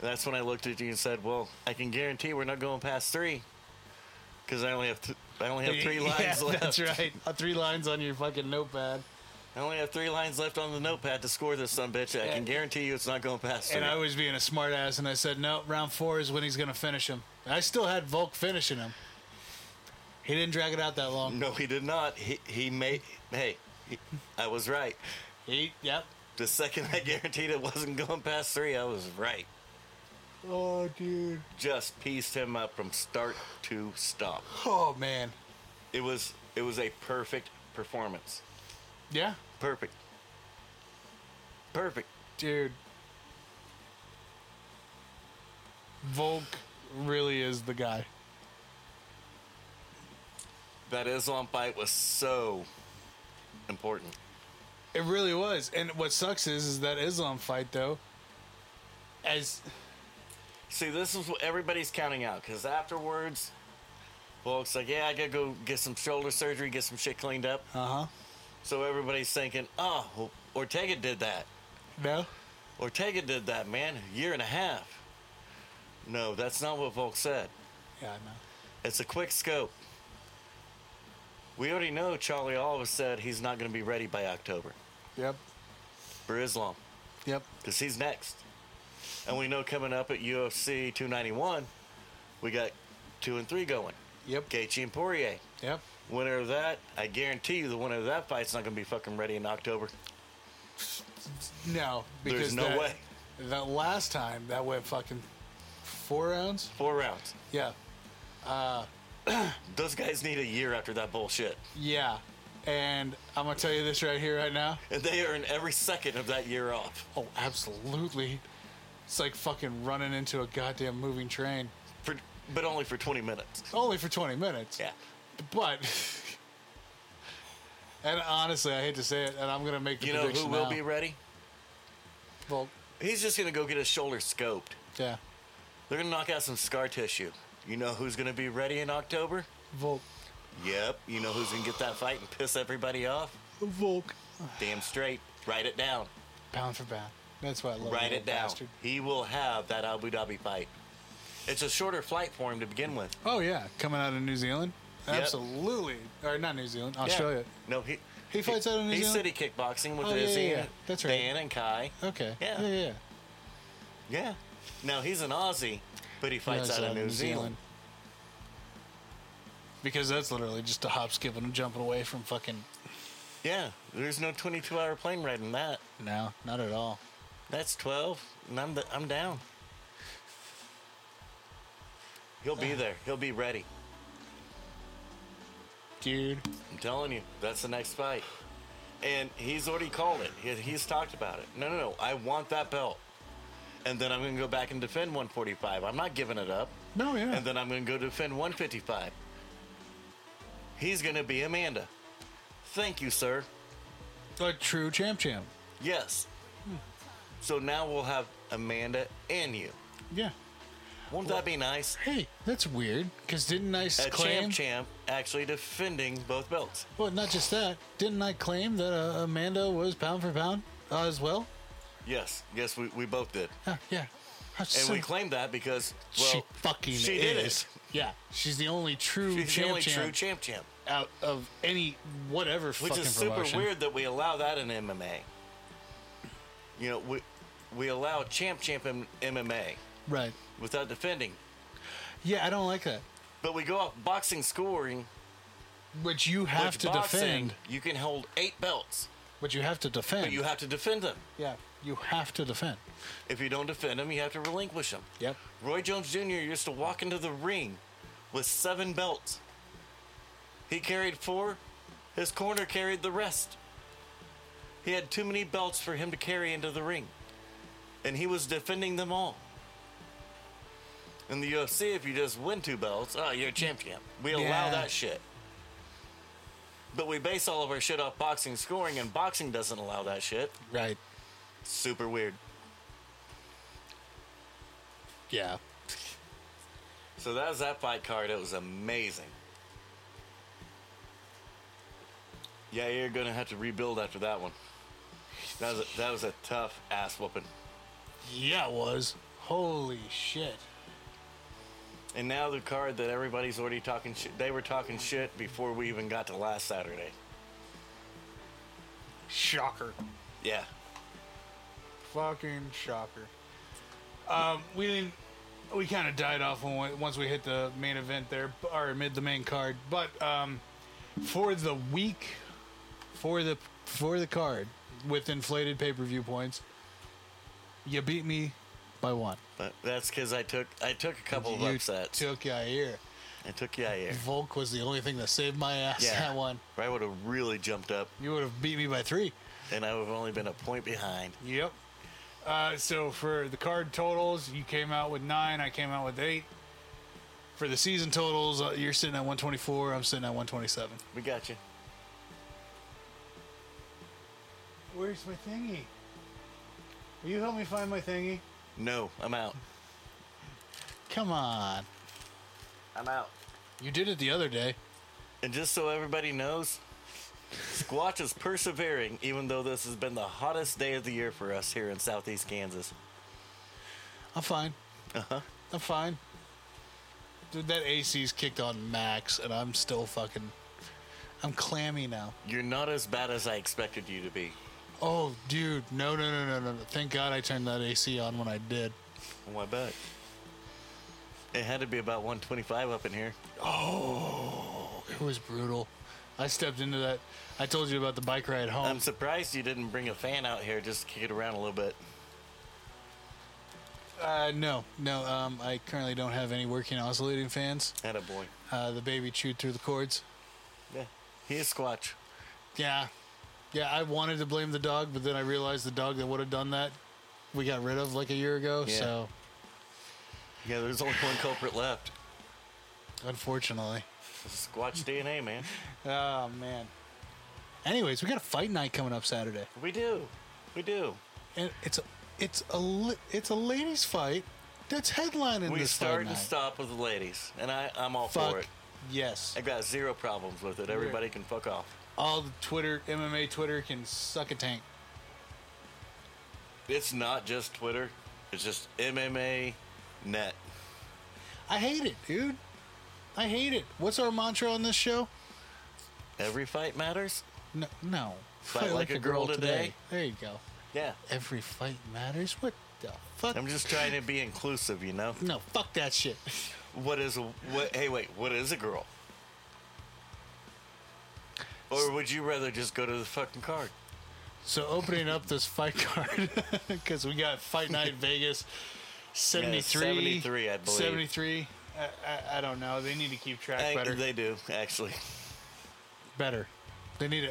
S3: That's when I looked at you and said, Well, I can guarantee we're not going past three because I only have th- I only have three lines
S2: Yeah,
S3: left.
S2: That's right. Uh, Three lines on your fucking notepad.
S3: I only have three lines left on the notepad to score this son bitch. I can guarantee you it's not going past.
S2: And
S3: three.
S2: I was being a smartass, and I said, no, round four is when he's going to finish him. I still had Volk finishing him. He didn't drag it out that long.
S3: No, he did not. He he made. Hey, he- I was right.
S2: He, yep.
S3: The second I guaranteed it wasn't going past three, I was right.
S2: Oh, dude.
S3: Just pieced him up from start to stop.
S2: Oh, man.
S3: It was it was a perfect performance.
S2: Yeah.
S3: Perfect. Perfect.
S2: Dude. Volk really is the guy.
S3: That Islam fight was so important.
S2: It really was. And what sucks is, is that Islam fight, though, as
S3: See, this is what everybody's counting out because afterwards, folks like, yeah, I gotta go get some shoulder surgery, get some shit cleaned up.
S2: Uh huh.
S3: So everybody's thinking, oh, well, Ortega did that.
S2: No.
S3: Ortega did that, man, a year and a half. No, that's not what Volk said.
S2: Yeah, no.
S3: It's a quick scope. We already know Charlie Alves said he's not going to be ready by October
S2: Yep.
S3: for Islam
S2: Yep.
S3: because he's next. And we know coming up at UFC 291, we got two and three going.
S2: Yep.
S3: Gaethje and Poirier.
S2: Yep.
S3: Winner of that, I guarantee you the winner of that fight's not going to be fucking ready in October.
S2: No.
S3: There's no
S2: that,
S3: way.
S2: That last time, that went fucking four rounds.
S3: Four rounds.
S2: Yeah.
S3: Those guys need a year after that bullshit.
S2: Yeah. And I'm going to tell you this right here, right now.
S3: And they earn every second of that year off.
S2: Oh, absolutely. It's like fucking running into a goddamn moving train.
S3: for, but only for 20 minutes.
S2: Only for 20 minutes.
S3: Yeah.
S2: But. and honestly, I hate to say it, and I'm going to make the
S3: You know who
S2: prediction
S3: will
S2: now.
S3: be ready?
S2: Well,
S3: He's just going to go get his shoulder scoped.
S2: yeah.
S3: They're going to knock out some scar tissue. You know who's going to be ready in October?
S2: Volk.
S3: Yep. You know who's going to get that fight and piss everybody off?
S2: Volk.
S3: Damn straight. Write it down.
S2: Pound for pound. That's why I love
S3: Write
S2: that
S3: it down.
S2: Oh, bastard.
S3: He will have that Abu Dhabi fight. It's a shorter flight for him to begin with.
S2: Oh, yeah. Coming out of New Zealand?
S3: Yep.
S2: Absolutely. Or not New Zealand,
S3: Yeah.
S2: Australia.
S3: No, he
S2: He fights out of New
S3: he's
S2: Zealand?
S3: city kickboxing with
S2: Oh, yeah,
S3: Izzy
S2: yeah, yeah.
S3: and
S2: That's right.
S3: Dan and Kai.
S2: Okay.
S3: Yeah.
S2: Yeah, yeah.
S3: Yeah. Now he's an Aussie, but he fights
S2: Nice
S3: out of New, Zealand.
S2: Because that's literally just a hop, skip, and a jumping away from fucking.
S3: Yeah, there's no 22 hour plane ride in that.
S2: No, not at all.
S3: That's 12, and I'm, I'm down. He'll be there. He'll be ready.
S2: Dude.
S3: I'm telling you, that's the next fight. And he's already called it. He, he's talked about it. No, no, no. I want that belt. And then I'm going to go back and defend 145. I'm not giving it up.
S2: No, yeah.
S3: And then I'm going to go defend 155. He's going to be Amanda. Thank you, sir.
S2: a true champ champ.
S3: Yes. So now we'll have Amanda and you.
S2: Yeah.
S3: Won't that be nice?
S2: Hey, that's weird. Because didn't I
S3: A
S2: claim?
S3: champ champ actually defending both belts.
S2: Well, not just that. Didn't I claim that uh, Amanda was pound for pound uh, as well?
S3: Yes, yes, we, we both did.
S2: Huh, yeah. How
S3: And
S2: so-
S3: we claimed that because, well,
S2: she fucking
S3: she
S2: is.
S3: did
S2: Yeah, she's the only true
S3: it. She's
S2: champ
S3: the only
S2: champ
S3: true champ champ.
S2: out of any whatever
S3: Which
S2: fucking
S3: is super
S2: promotion.
S3: weird that we allow that in MMA. You know, we, we allow champ champ in MMA
S2: Right.
S3: without defending.
S2: Yeah, I don't like that.
S3: But we go off boxing scoring.
S2: But you have
S3: which
S2: to
S3: boxing,
S2: defend.
S3: You can hold eight belts,
S2: But you have to defend.
S3: but you have to defend them.
S2: yeah, you have to defend.
S3: If you don't defend them, you have to relinquish them.
S2: Yep.
S3: Roy Jones Jr. used to walk into the ring with seven belts. He carried four, his corner carried the rest. He had too many belts for him to carry into the ring, and he was defending them all. In the UFC, if you just win two belts, oh, you're a champion. We allow
S2: Yeah.
S3: that shit. But we base all of our shit off boxing scoring, and boxing doesn't allow that shit.
S2: Right.
S3: Super weird.
S2: Yeah.
S3: So that was that fight card. It was amazing. Yeah, you're gonna have to rebuild after that one. That was a, that was a tough ass whooping.
S2: Yeah, it was. Holy shit.
S3: And now the card that everybody's already talking shit. They were talking shit before we even got to last Saturday.
S2: Shocker.
S3: Yeah.
S2: Fucking shocker. Um, we didn't. We kind of died off when we, once we hit the main event there, or mid the main card. But um, for the week, for the for the card with inflated pay per view points, you beat me by one.
S3: But that's because I took I took a couple of
S2: you
S3: upsets.
S2: took Yair.
S3: I took Yair.
S2: Volk was the only thing that saved my ass
S3: Yeah.
S2: that one.
S3: Or I would have really jumped up,
S2: You would have beat me by three.
S3: and I would have only been a point behind.
S2: Yep. Uh, so for the card totals, you came out with nine. I came out with eight. For the season totals, uh, you're sitting at 124. I'm sitting at 127.
S3: We got you.
S2: Where's my thingy? Will you help me find my thingy?
S3: No, I'm out.
S2: Come on.
S3: I'm out.
S2: You did it the other day.
S3: And just so everybody knows, Squatch is persevering, even though this has been the hottest day of the year for us here in Southeast Kansas.
S2: I'm fine. I'm fine. Dude, that AC's kicked on max, and I'm still fucking. I'm clammy now.
S3: You're not as bad as I expected you to be.
S2: Oh, dude. No, no, no, no, no. no. Thank God I turned that AC on when I did.
S3: Oh, I bet. It had to be about 125 up in here.
S2: It was brutal. I stepped into that. I told you about the bike ride home.
S3: I'm surprised you didn't bring a fan out here just to kick it around a little bit.
S2: Uh, no, no. Um, I currently don't have any working oscillating fans.
S3: Had a boy.
S2: Uh, the baby chewed through the cords.
S3: Yeah. He is Squatch.
S2: Yeah, yeah. I wanted to blame the dog, but then I realized the dog that would have done that, we got rid of like a year ago.
S3: Yeah.
S2: So
S3: Yeah, there's only one culprit left.
S2: unfortunately.
S3: It's Squatch DNA, man.
S2: Oh man. Anyways, we got a fight night coming up Saturday,
S3: We do. We do.
S2: and it's a, it's a li- it's a ladies' fight that's headlining
S3: We
S2: this
S3: start
S2: fight
S3: and
S2: night.
S3: stop with the ladies, and I, I'm all for
S2: Fuck
S3: it.
S2: yes.
S3: I got zero problems with it. Everybody can fuck off.
S2: all the Twitter MMA Twitter can suck a tank.
S3: It's not just Twitter. It's just MMA net.
S2: I hate it, dude. I hate it. What's our mantra on this show?
S3: Every fight matters.
S2: No, no.
S3: Fight like a girl today.
S2: There you go.
S3: Yeah.
S2: Every fight matters. What the fuck?
S3: I'm just trying to be inclusive, you know.
S2: no, fuck that shit.
S3: What is a what? Hey, wait. What is a girl? Or would you rather just go to the fucking card?
S2: So opening up this fight card because we got Fight Night Vegas 73.
S3: 73, I believe.
S2: 73. I, I, I don't know. They need to keep track
S3: I-
S2: better.
S3: They do actually.
S2: better. They need to.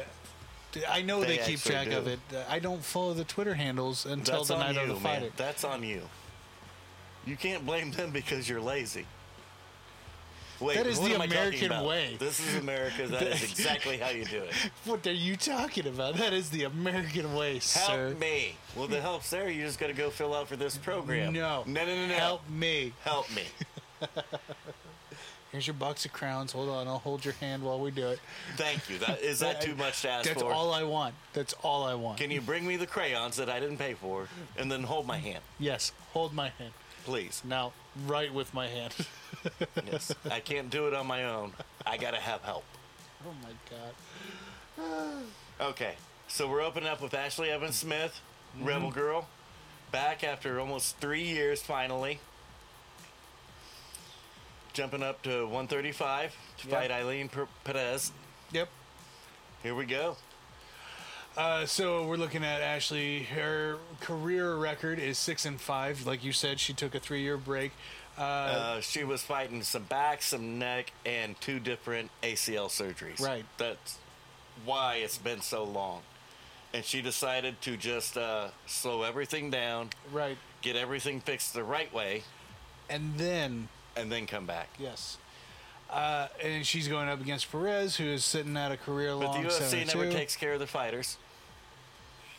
S2: I know they,
S3: They
S2: keep
S3: actually
S2: track of
S3: do.
S2: it. I don't follow the Twitter handles until
S3: That's
S2: the
S3: on
S2: night
S3: you,
S2: of the fight.
S3: man. That's on you. You can't blame them because you're lazy. Wait,
S2: That is
S3: what
S2: the
S3: am I talking
S2: American
S3: about?
S2: way.
S3: This is America. That is exactly how you do it.
S2: What are you talking about? That is the American way,
S3: Help
S2: sir.
S3: me. Well, the help's there. You just got to go fill out for this program.
S2: No.
S3: No, no, no, no.
S2: Help me.
S3: Help me.
S2: Here's your box of crowns. Hold on. I'll hold your hand while we do it.
S3: Thank you. That, is that too much to ask
S2: That's
S3: for?
S2: all I want. That's all I want.
S3: Can you bring me the crayons that I didn't pay for and then hold my hand?
S2: yes. Hold my hand.
S3: Please.
S2: Now, right with my hand.
S3: Yes. I can't do it on my own. I got to have help.
S2: oh, my God.
S3: Okay, so we're opening up with Ashley Evans Smith, Rebel Girl, back after almost three years finally. Jumping up to 135 to
S2: Yep.
S3: fight Eileen Per- Perez.
S2: Yep.
S3: Here we go.
S2: Uh, so we're looking at Ashley. Her career record is six and five. Like you said, she took a three-year break. Uh,
S3: Uh, she was fighting some back, some neck, and two different ACL surgeries.
S2: Right.
S3: That's why it's been so long. And she decided to just uh, slow everything down,
S2: right.
S3: get everything fixed the right way,
S2: And then
S3: and then come back.
S2: Yes. Uh, and she's going up against Perez, who is sitting at a career
S3: But
S2: long
S3: the UFC
S2: 72.
S3: never takes care of the fighters.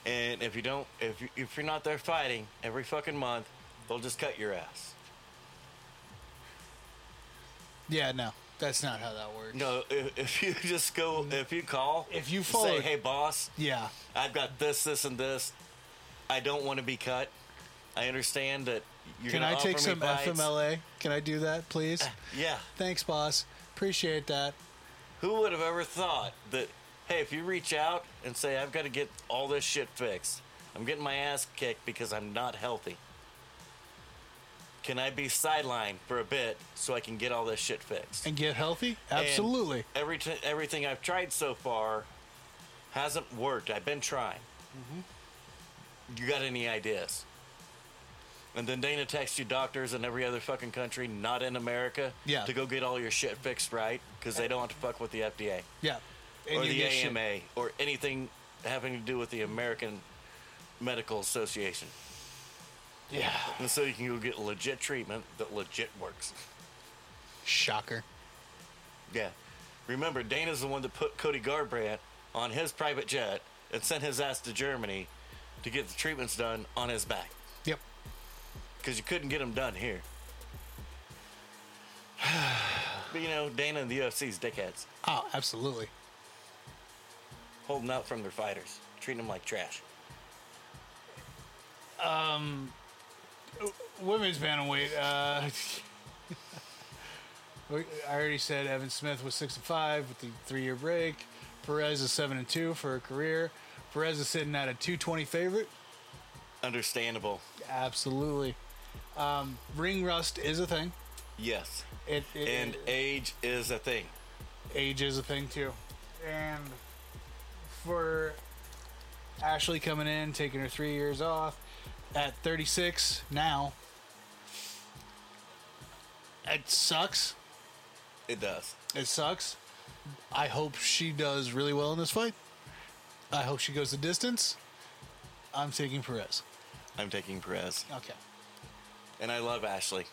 S3: And if you don't, if you, if you're not there fighting every fucking month, they'll just cut your ass.
S2: Yeah, no, that's not how that works.
S3: No, if, if you just go, if you call,
S2: If you
S3: and
S2: follow-
S3: say, "Hey, boss,
S2: Yeah,
S3: I've got this, this, and this. I don't want to be cut. I understand that you're
S2: can
S3: gonna
S2: I
S3: offer
S2: take
S3: me
S2: some
S3: fights."
S2: FMLA? Can I do that, please?
S3: Yeah.
S2: Thanks, boss. Appreciate that.
S3: Who would have ever thought that? hey, if you reach out and say, I've got to get all this shit fixed, I'm getting my ass kicked because I'm not healthy. Can I be sidelined for a bit so I can get all this shit fixed?
S2: and get healthy?
S3: And
S2: Absolutely.
S3: every t- everything I've tried so far hasn't worked. I've been trying.
S2: Mm-hmm.
S3: You got any ideas? And then Dana texts you doctors in every other fucking country, not in America,
S2: Yeah.
S3: to go get all your shit fixed right because they don't want to fuck with the FDA
S2: yeah. And
S3: or
S2: you
S3: the
S2: get shit-
S3: AMA or anything having to do with the American Medical Association.
S2: Yeah.
S3: And so you can go get legit treatment that legit works.
S2: Shocker.
S3: Yeah. Remember, Dana's the one that put Cody Garbrandt on his private jet and sent his ass to Germany to get the treatments done on his back
S2: Yep.
S3: because you couldn't get them done here. but you know, Dana and the UFC's dickheads,
S2: Oh, absolutely.
S3: holding out from their fighters, treating them like trash.
S2: Women's bantamweight. Uh, we- I already said Evan Smith was six and five with the three-year break. Perez is seven and two for her career. Perez is sitting at a two twenty favorite.
S3: Understandable.
S2: Absolutely. Um, ring rust is a thing.
S3: Yes.
S2: It, it
S3: And
S2: it-
S3: age is a thing.
S2: age is a thing too. And for Ashley coming in, taking her three years off at 36 now, it sucks.
S3: It does.
S2: It sucks. I hope she does really well in this fight. I hope she goes the distance. I'm taking Perez.
S3: I'm taking Perez.
S2: Okay.
S3: And I love Ashley.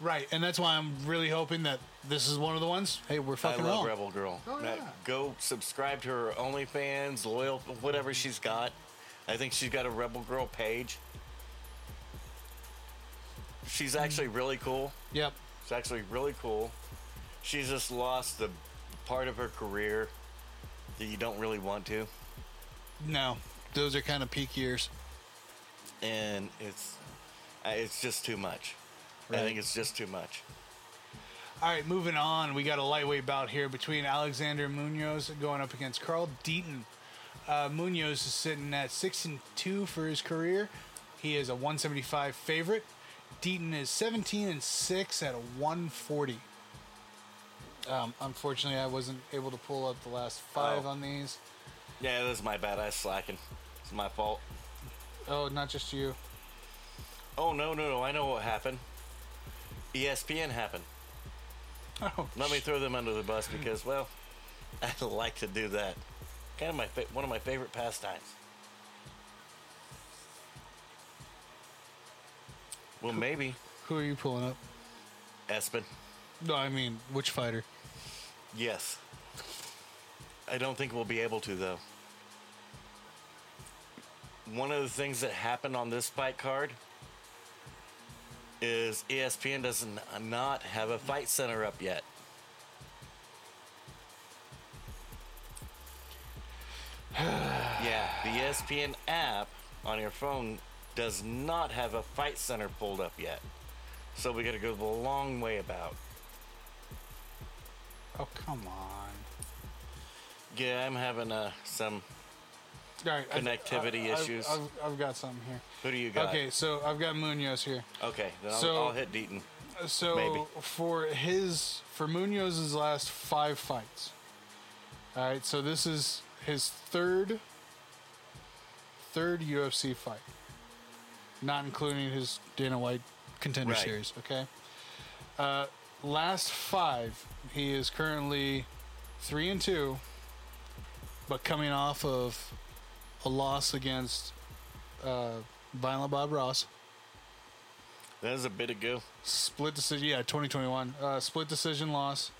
S2: Right, and that's why I'm really hoping that this is one of the ones. Hey, we're fucking
S3: I love
S2: wrong.
S3: Rebel Girl.
S2: Oh,
S3: Now,
S2: yeah.
S3: Go subscribe to her OnlyFans, loyal, whatever she's got. I think she's got a Rebel Girl page. She's actually
S2: Mm.
S3: really cool.
S2: Yep.
S3: She's actually really cool. She's just lost the part of her career that you don't really want to,
S2: No, those are kind of peak years.
S3: and it's I- it's just too much. I
S2: Right.
S3: think it's just too much.
S2: All right, moving on. We got a lightweight bout here between Alexander Munoz going up against Carl Deaton. Uh, Munoz is sitting at six and two for his career. He is a 175 favorite. Deaton is 17 and six at a 140. Um, unfortunately, I wasn't able to pull up the last five
S3: Oh.
S2: on these.
S3: Yeah, that's my bad. I was slacking. It's my fault.
S2: Oh, not just you.
S3: Oh no, no, no! I know what happened. E ESPN happened.
S2: Oh,
S3: Let me throw them under the bus because, well, I like to do that. Kind of my fa- one of my favorite pastimes. Well, maybe
S2: who are you pulling up?
S3: Espen.
S2: No, I mean which fighter?
S3: Yes. I don't think we'll be able to though. One of the things that happened on this fight card is ESPN does n- not have a fight center up yet. yeah, the E ESPN app on your phone does not have a fight center pulled up yet. So we got to go the long way about.
S2: Oh, come on.
S3: Yeah, I'm having uh, some
S2: All right, I've-
S3: Connectivity
S2: I've-
S3: issues.
S2: I've, I've got something here.
S3: Who do you got?
S2: Okay, so I've got Munoz here.
S3: Okay. Then I'll,
S2: So-
S3: I'll hit Deaton.
S2: So
S3: Maybe.
S2: for his for Munoz's last five fights. All right, so this is his third third UFC fight, not including his Dana White Contender
S3: Right.
S2: Series. Okay. Uh, last five, he is currently three and two, but coming off of a loss against uh, Violent Bob Ross.
S3: That is a bit ago.
S2: split decision. Yeah, 2021 uh, split decision loss,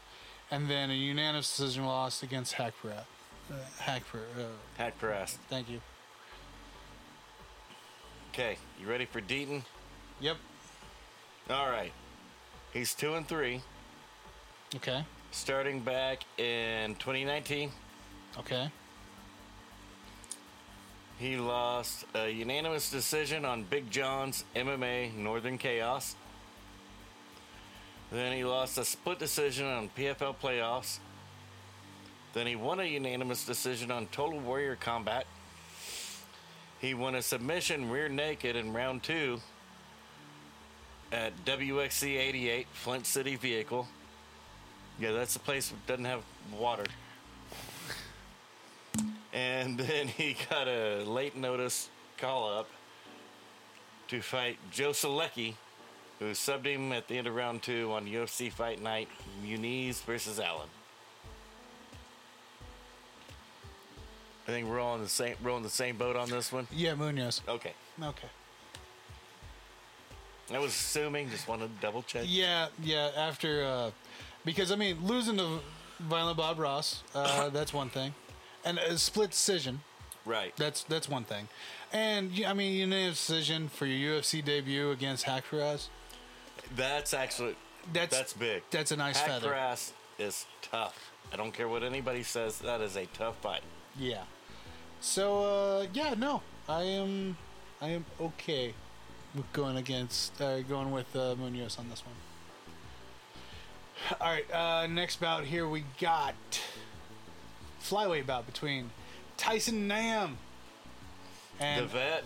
S2: and then a unanimous decision loss against Hackparat. Uh, Hackparat. Uh,
S3: Hack press.
S2: thank you.
S3: Okay. You ready for Deaton?
S2: Yep.
S3: All right. He's two and three,
S2: Okay.
S3: starting back in 2019.
S2: Okay.
S3: He lost a unanimous decision on Big John's MMA Northern Chaos. Then he lost a split decision on PFL playoffs. Then he won a unanimous decision on Total Warrior Combat. He won a submission rear naked in round two at WXC 88 Flint City Vehicle. Yeah, that's the place that doesn't have water. And then he got a late notice call up to fight Joe Selecki, who subbed him at the end of round two on UFC Fight Night Muniz versus Allen. I think we're all on the same we're on the same boat on this one.
S2: Yeah, Munoz.
S3: Okay.
S2: Okay.
S3: I was assuming, just wanted to double check.
S2: Yeah, yeah. After, uh, because I mean, losing to Violent Bob Ross, uh, that's one thing, and a split decision.
S3: Right.
S2: That's that's one thing, and yeah, I mean, unanimous decision for your UFC debut against Hackras.
S3: That's actually
S2: That's-
S3: that's that's big.
S2: that's a nice
S3: Hack
S2: feather.
S3: grass is tough. I don't care what anybody says. That is a tough fight.
S2: Yeah. So uh, yeah, no, I am, I am okay with going against, uh, going with uh, Munoz on this one. All right, uh, next bout here we got flyweight bout between Tyson Nam
S3: The
S2: and
S3: vet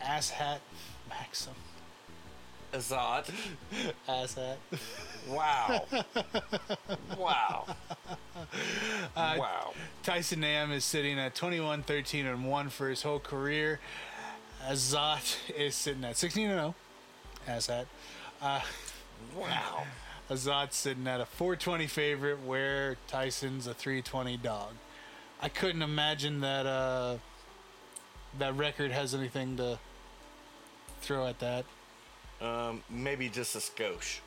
S2: Asshat Maxim.
S3: Azad.
S2: Asshat.
S3: Wow. wow. wow.
S2: Tyson Nam is sitting at 21 13 and 1 for his whole career. Azat is sitting at 16 and 0. Asshat.
S3: Wow.
S2: Azat's sitting at a 420 favorite, where Tyson's a 320 dog. I couldn't imagine that uh, that record has anything to throw at that.
S3: Um, maybe just a skosh.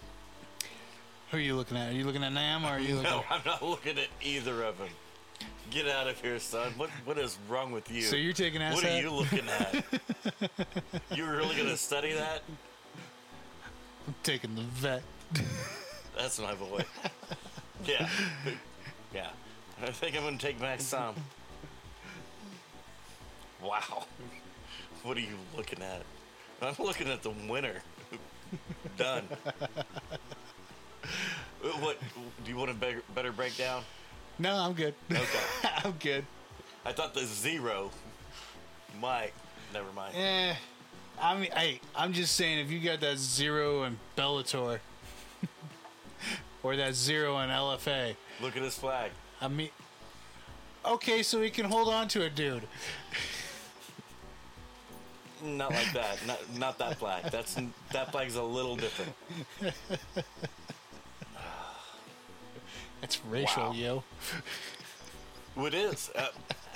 S2: Who are you looking at? Are you looking at Nam or are you looking?
S3: No, I'm not looking at either of them. Get out of here, son. What what is wrong with you?
S2: So you're taking
S3: What are
S2: Assad?
S3: you looking at? You're really gonna study that?
S2: I'm taking the vet.
S3: That's my boy. Yeah. Yeah. I think I'm gonna take back some. Wow. What are you looking at? I'm looking at the winner. Done. What do you want a better, better breakdown?
S2: No, I'm good.
S3: Okay.
S2: I'm good.
S3: I thought the zero might. Never mind.
S2: Eh, I mean, hey, I'm just saying if you got that zero and Bellator, or that zero and LFA,
S3: Look at his flag.
S2: I mean, okay, so he can hold on to it, dude.
S3: Not like that. Not, not that flag. That's that flag's a little different.
S2: That's racial,
S3: Wow.
S2: yo.
S3: It is. Uh,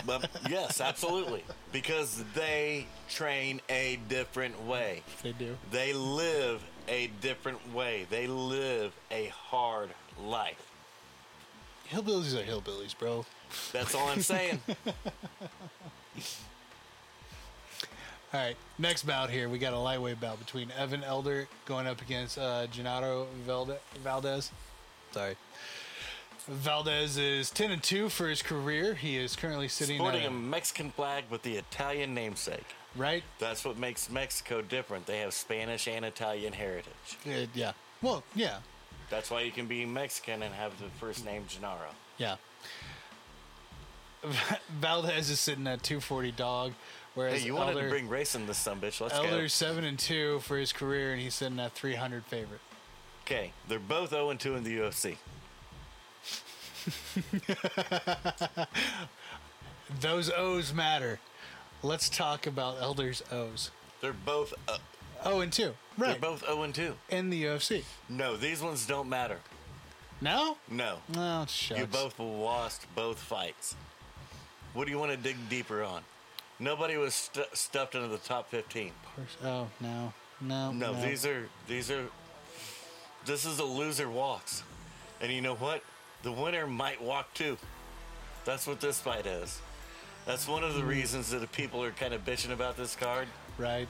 S3: but yes, absolutely. Because they train a different way.
S2: They do.
S3: They live a different way. They live a hard life.
S2: Hillbillies are hillbillies, bro.
S3: That's all I'm saying.
S2: All right, next bout here. We got a lightweight bout between Evan Elder going up against uh, Gennaro Valde- Valdez. Sorry. Valdez is 10 and 2 for his career. He is currently sitting
S3: Sporting
S2: at
S3: a Mexican flag with the Italian namesake.
S2: right
S3: That's what makes Mexico different. They have Spanish and Italian heritage.
S2: Uh, yeah. Well, yeah,
S3: That's why you can be Mexican and have the first name Gennaro.
S2: yeah. Valdez is sitting at 240 dog, whereas
S3: Hey, you wanted
S2: Elder,
S3: to bring race in this son bitch. Let's
S2: Elder seven and two for his career, and he's sitting at 300 favorite.
S3: go. Okay, they're both 0 and 2 in the UFC.
S2: Those O's matter. Let's talk about Elder's O's.
S3: They're both uh,
S2: Oh, and two, right?
S3: they're both 0 and 2.
S2: in the UFC.
S3: No, these ones don't matter.
S2: No,
S3: No,
S2: no, shucks.
S3: you both lost both fights. What do you want to dig deeper on? Nobody was stu stuffed into the top 15.
S2: Oh no, no,
S3: No, these are these are this is a loser walks. And you know what? The winner might walk too. That's what this fight is. That's one of the reasons that the people are kind of bitching about this card.
S2: right.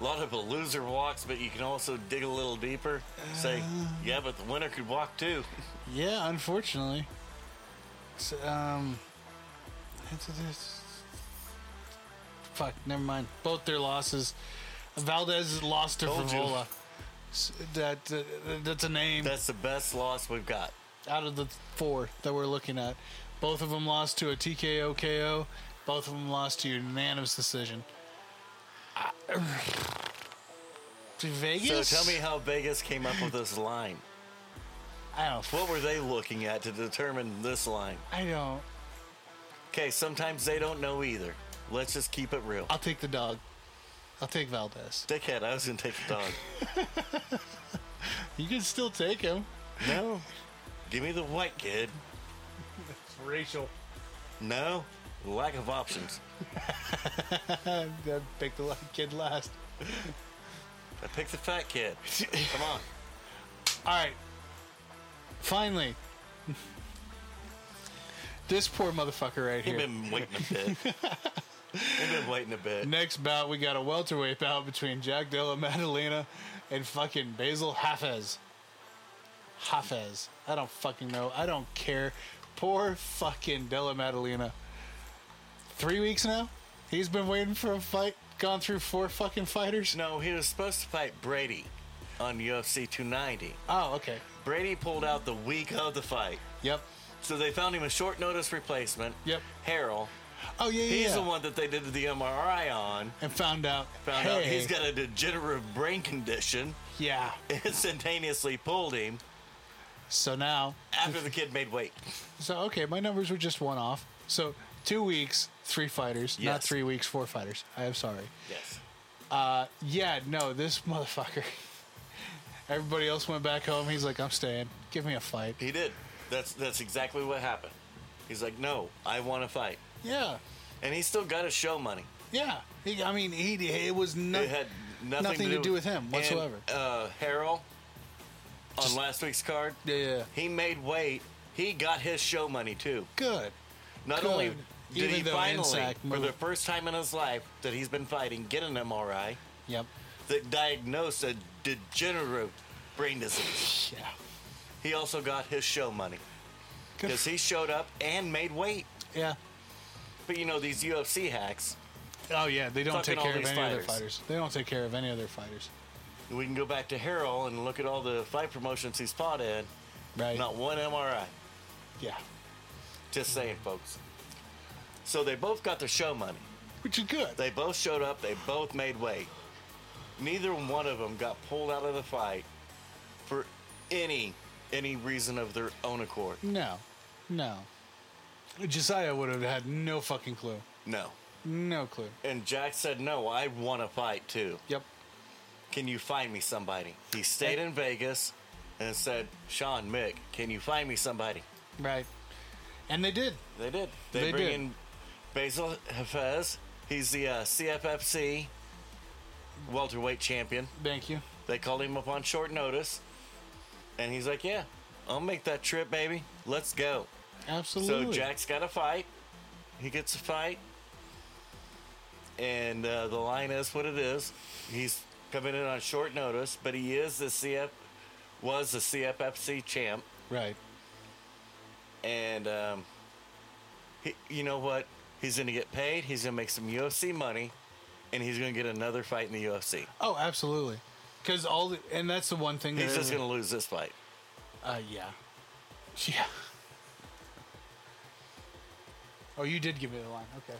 S3: A lot of the loser walks, but you can also dig a little deeper. Say, yeah, but the winner could walk too.
S2: Yeah, unfortunately. So, um, it's, it's- fuck, never mind. Both their losses. Valdez lost to
S3: Told you.
S2: Favola. That uh, that's a name.
S3: That's the best loss we've got.
S2: out of the four that we're looking at. Both of them lost to a TKO KO. Both of them lost to unanimous decision. I, Vegas.
S3: So tell me how Vegas came up with this line.
S2: I don't.
S3: What were they looking at to determine this line?
S2: I don't.
S3: Okay, sometimes they don't know either. Let's just keep it real.
S2: I'll take the dog. I'll take Valdez.
S3: Dickhead, I was gonna take the dog.
S2: You can still take him.
S3: no, give me the white kid.
S2: Rachel.
S3: No, lack of options.
S2: I picked the kid last.
S3: I picked the fat kid. Come on.
S2: All right. Finally. this poor motherfucker right
S3: We've
S2: here.
S3: been waiting a bit. We've been waiting a bit.
S2: Next bout, we got a welterweight bout between Jack Della Maddalena and fucking Basil Hafez. Hafez. I don't fucking know. I don't care. Poor fucking Della Maddalena. Three weeks now? He's been waiting for a fight. Gone through four fucking fighters.
S3: No, he was supposed to fight Brady on UFC 290.
S2: Oh, okay.
S3: Brady pulled out the week of the fight.
S2: Yep.
S3: So they found him a short notice replacement.
S2: Yep.
S3: Harrell.
S2: Oh yeah, yeah.
S3: He's
S2: yeah.
S3: the one that they did the MRI on.
S2: And found out.
S3: Found out
S2: hey,
S3: he's got a degenerative brain condition.
S2: Yeah.
S3: Instantaneously pulled him
S2: So now
S3: after the kid made weight.
S2: So okay, my numbers were just one off. So two weeks, three fighters, not
S3: Yes.
S2: three weeks, four fighters. I am sorry.
S3: Yes.
S2: Uh, yeah, no, this motherfucker. Everybody else went back home. He's like, I'm staying. Give me a fight.
S3: He did. That's that's exactly what happened. He's like, no, I want to fight,
S2: Yeah,
S3: and he still got his show money.
S2: yeah. He, I mean, he it was no,
S3: It had nothing,
S2: Nothing to do with him whatsoever.
S3: And, uh, Harrell on last week's card,
S2: yeah, yeah.
S3: he made weight. He got his show money too.
S2: Good.
S3: Not
S2: Good.
S3: only did
S2: Even
S3: he
S2: though
S3: finally,
S2: Insack
S3: for the
S2: moved-
S3: first time in his life that he's been fighting, get an MRI
S2: Yep.
S3: that diagnosed a degenerative brain disease.
S2: Yeah.
S3: He also got his show money
S2: Good.
S3: because he showed up and made weight.
S2: Yeah.
S3: But you know these UFC hacks.
S2: Oh yeah, they don't
S3: Fucking
S2: take
S3: all
S2: care of any
S3: these
S2: of their
S3: fighters.
S2: fighters. They don't take care of any of their fighters.
S3: We can go back to Harrell and look at all the fight promotions he's fought in.
S2: Right.
S3: Not one MRI.
S2: Yeah.
S3: Just saying, folks. So they both got their show money.
S2: Which is good.
S3: They both showed up. They both made weight. Neither one of them got pulled out of the fight for any any reason of their own accord.
S2: No. No. Josiah would have had no fucking clue.
S3: No.
S2: No clue.
S3: And Jack said, "No, I want to fight too.
S2: Yep.
S3: Can you find me somebody?" He stayed in Vegas and said, "Sean, Mick, can you find me somebody?"
S2: Right. And they did.
S3: They did. They,
S2: They
S3: bring
S2: did.
S3: in Basil Hafez. He's the uh, CFFC welterweight champion.
S2: Thank you.
S3: They called him up on short notice, and he's like, "Yeah, I'll make that trip, baby. Let's go."
S2: Absolutely.
S3: So Jack's got a fight. He gets a fight, and uh, the line is what it is. He's coming in on short notice, but he is the CF was the CFFC champ
S2: Right.
S3: and um, he, you know what? He's going to get paid. He's going to make some UFC money, and he's going to get another fight in the UFC.
S2: Oh, absolutely. Because all the, and that's the one thing
S3: He's
S2: that
S3: just going to lose this fight.
S2: Uh, yeah. Yeah. Oh, you did give me the line. Okay.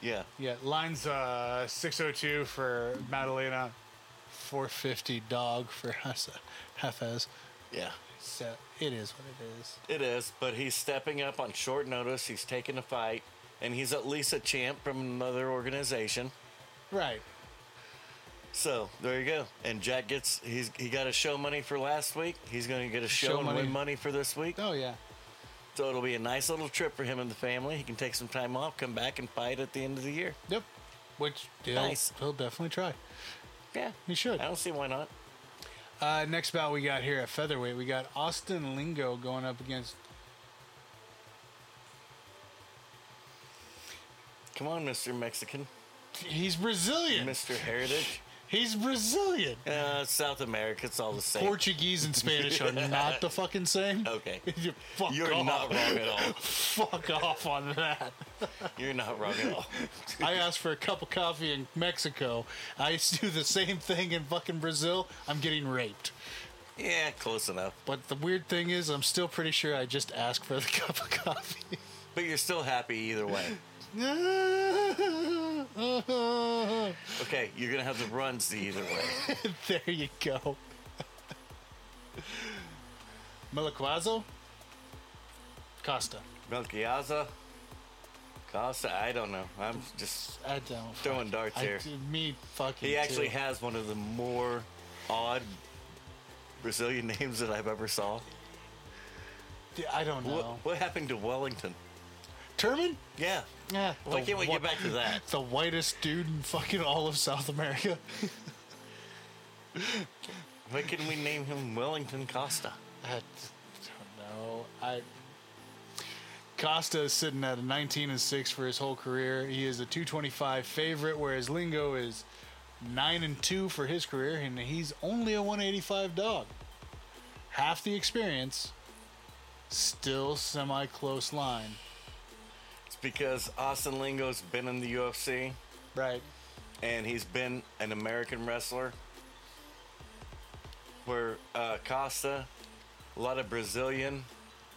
S3: Yeah,
S2: Yeah, line's uh 602 for Madalena, 450 dog for Hasa- Hafez.
S3: yeah,
S2: So it is what it is.
S3: it is. But he's stepping up on short notice. He's taking a fight, and he's at least a champ from another organization.
S2: Right.
S3: So there you go. And Jack gets he's he got his show money for last week. He's going to get a show,
S2: Show
S3: and
S2: money.
S3: win money for this week.
S2: Oh yeah.
S3: So it'll be a nice little trip for him and the family. He can take some time off, come back and fight at the end of the year.
S2: Yep. Which he'll,
S3: Nice.
S2: he'll definitely try.
S3: Yeah,
S2: He should.
S3: I don't see why not.
S2: Uh, next bout we got here at featherweight, we got Austin Lingo going up against
S3: Come on, Mr. Mexican,
S2: he's Brazilian.
S3: Mr. Heritage.
S2: He's Brazilian.
S3: Uh, South America, it's all the same.
S2: Portuguese and Spanish are not the fucking same.
S3: Okay.
S2: You Fuck
S3: You're
S2: off.
S3: not wrong at all.
S2: Fuck off on that.
S3: You're not wrong at all.
S2: I asked for a cup of coffee in Mexico. I do the same thing in fucking Brazil. I'm getting raped.
S3: Yeah, close enough.
S2: But the weird thing is, I'm still pretty sure I just asked for the cup of coffee.
S3: But you're still happy either way.
S2: there
S3: Okay, you're gonna have the runs the either way.
S2: you go. Melquazo? Costa.
S3: Melchiaza, Costa. I don't know. I'm just.
S2: I don't.
S3: Throwing darts
S2: I,
S3: here.
S2: Me fucking.
S3: He actually
S2: too.
S3: has one of the more odd Brazilian names that I've ever saw.
S2: Yeah, I don't know.
S3: What, what happened to Wellington?
S2: Turman?
S3: Yeah.
S2: Yeah.
S3: Why
S2: the
S3: can't we
S2: whi-
S3: get back to that?
S2: The whitest dude in fucking all of South America.
S3: Why couldn't we name him Wellington Costa?
S2: I don't know. I Costa is sitting at a 19 and 6 for his whole career. He is a 225 favorite, whereas Lingo is 9 and 2 for his career, and he's only a 185 dog. Half the experience, still semi close line.
S3: It's because Austin Lingo's been in the UFC
S2: Right.
S3: and he's been an American wrestler. Where uh, Costa, a lot of Brazilian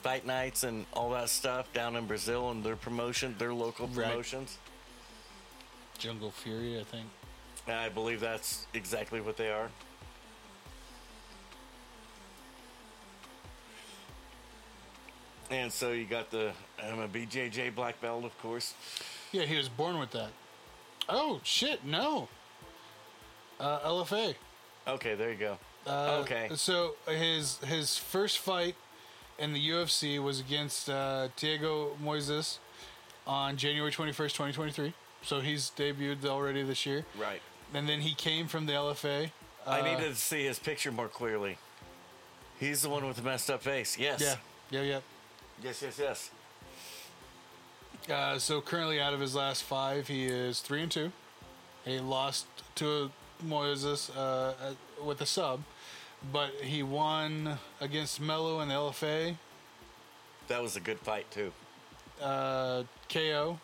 S3: fight nights and all that stuff down in Brazil and their promotion, their local
S2: Right.
S3: promotions.
S2: Jungle Fury, I think.
S3: And I believe that's exactly what they are. And so you got the I'm a BJJ black belt, of course.
S2: Yeah, he was born with that. Oh, shit, no. Uh, LFA.
S3: Okay, there you go.
S2: Uh,
S3: okay,
S2: So his his first fight in the UFC was against uh, Diego Moises on January twenty first, twenty twenty three. So he's debuted already this year,
S3: right.
S2: and then he came from the LFA. Uh,
S3: I needed to see his picture more clearly. He's the one with the messed up face. Yes.
S2: Yeah, yeah,
S3: Yes. Yes. Yes.
S2: yeah. Uh, so currently, out of his last five, he is three and two. He lost to Moises uh, uh, with a sub, but he won against Mello in the LFA
S3: That was a good fight too.
S2: uh, KO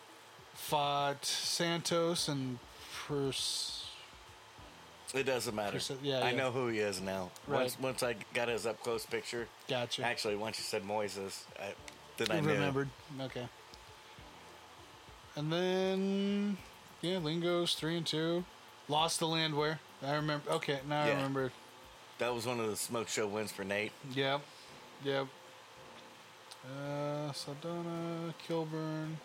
S2: fought Santos and Pers.
S3: It doesn't matter.
S2: Perso- yeah,
S3: I
S2: yeah.
S3: know who he is now.
S2: Right.
S3: Once once I got his up close picture.
S2: Gotcha.
S3: Actually, once you said Moises, I, then I
S2: You
S3: knew.
S2: remembered. Okay. And then, yeah, Lingo's three and two. Lost the landware. I remember. Okay, now I
S3: Yeah.
S2: remember.
S3: That was one of the smoke show wins for Nate.
S2: Yep. Yep. Uh, Saldana, Kilburn,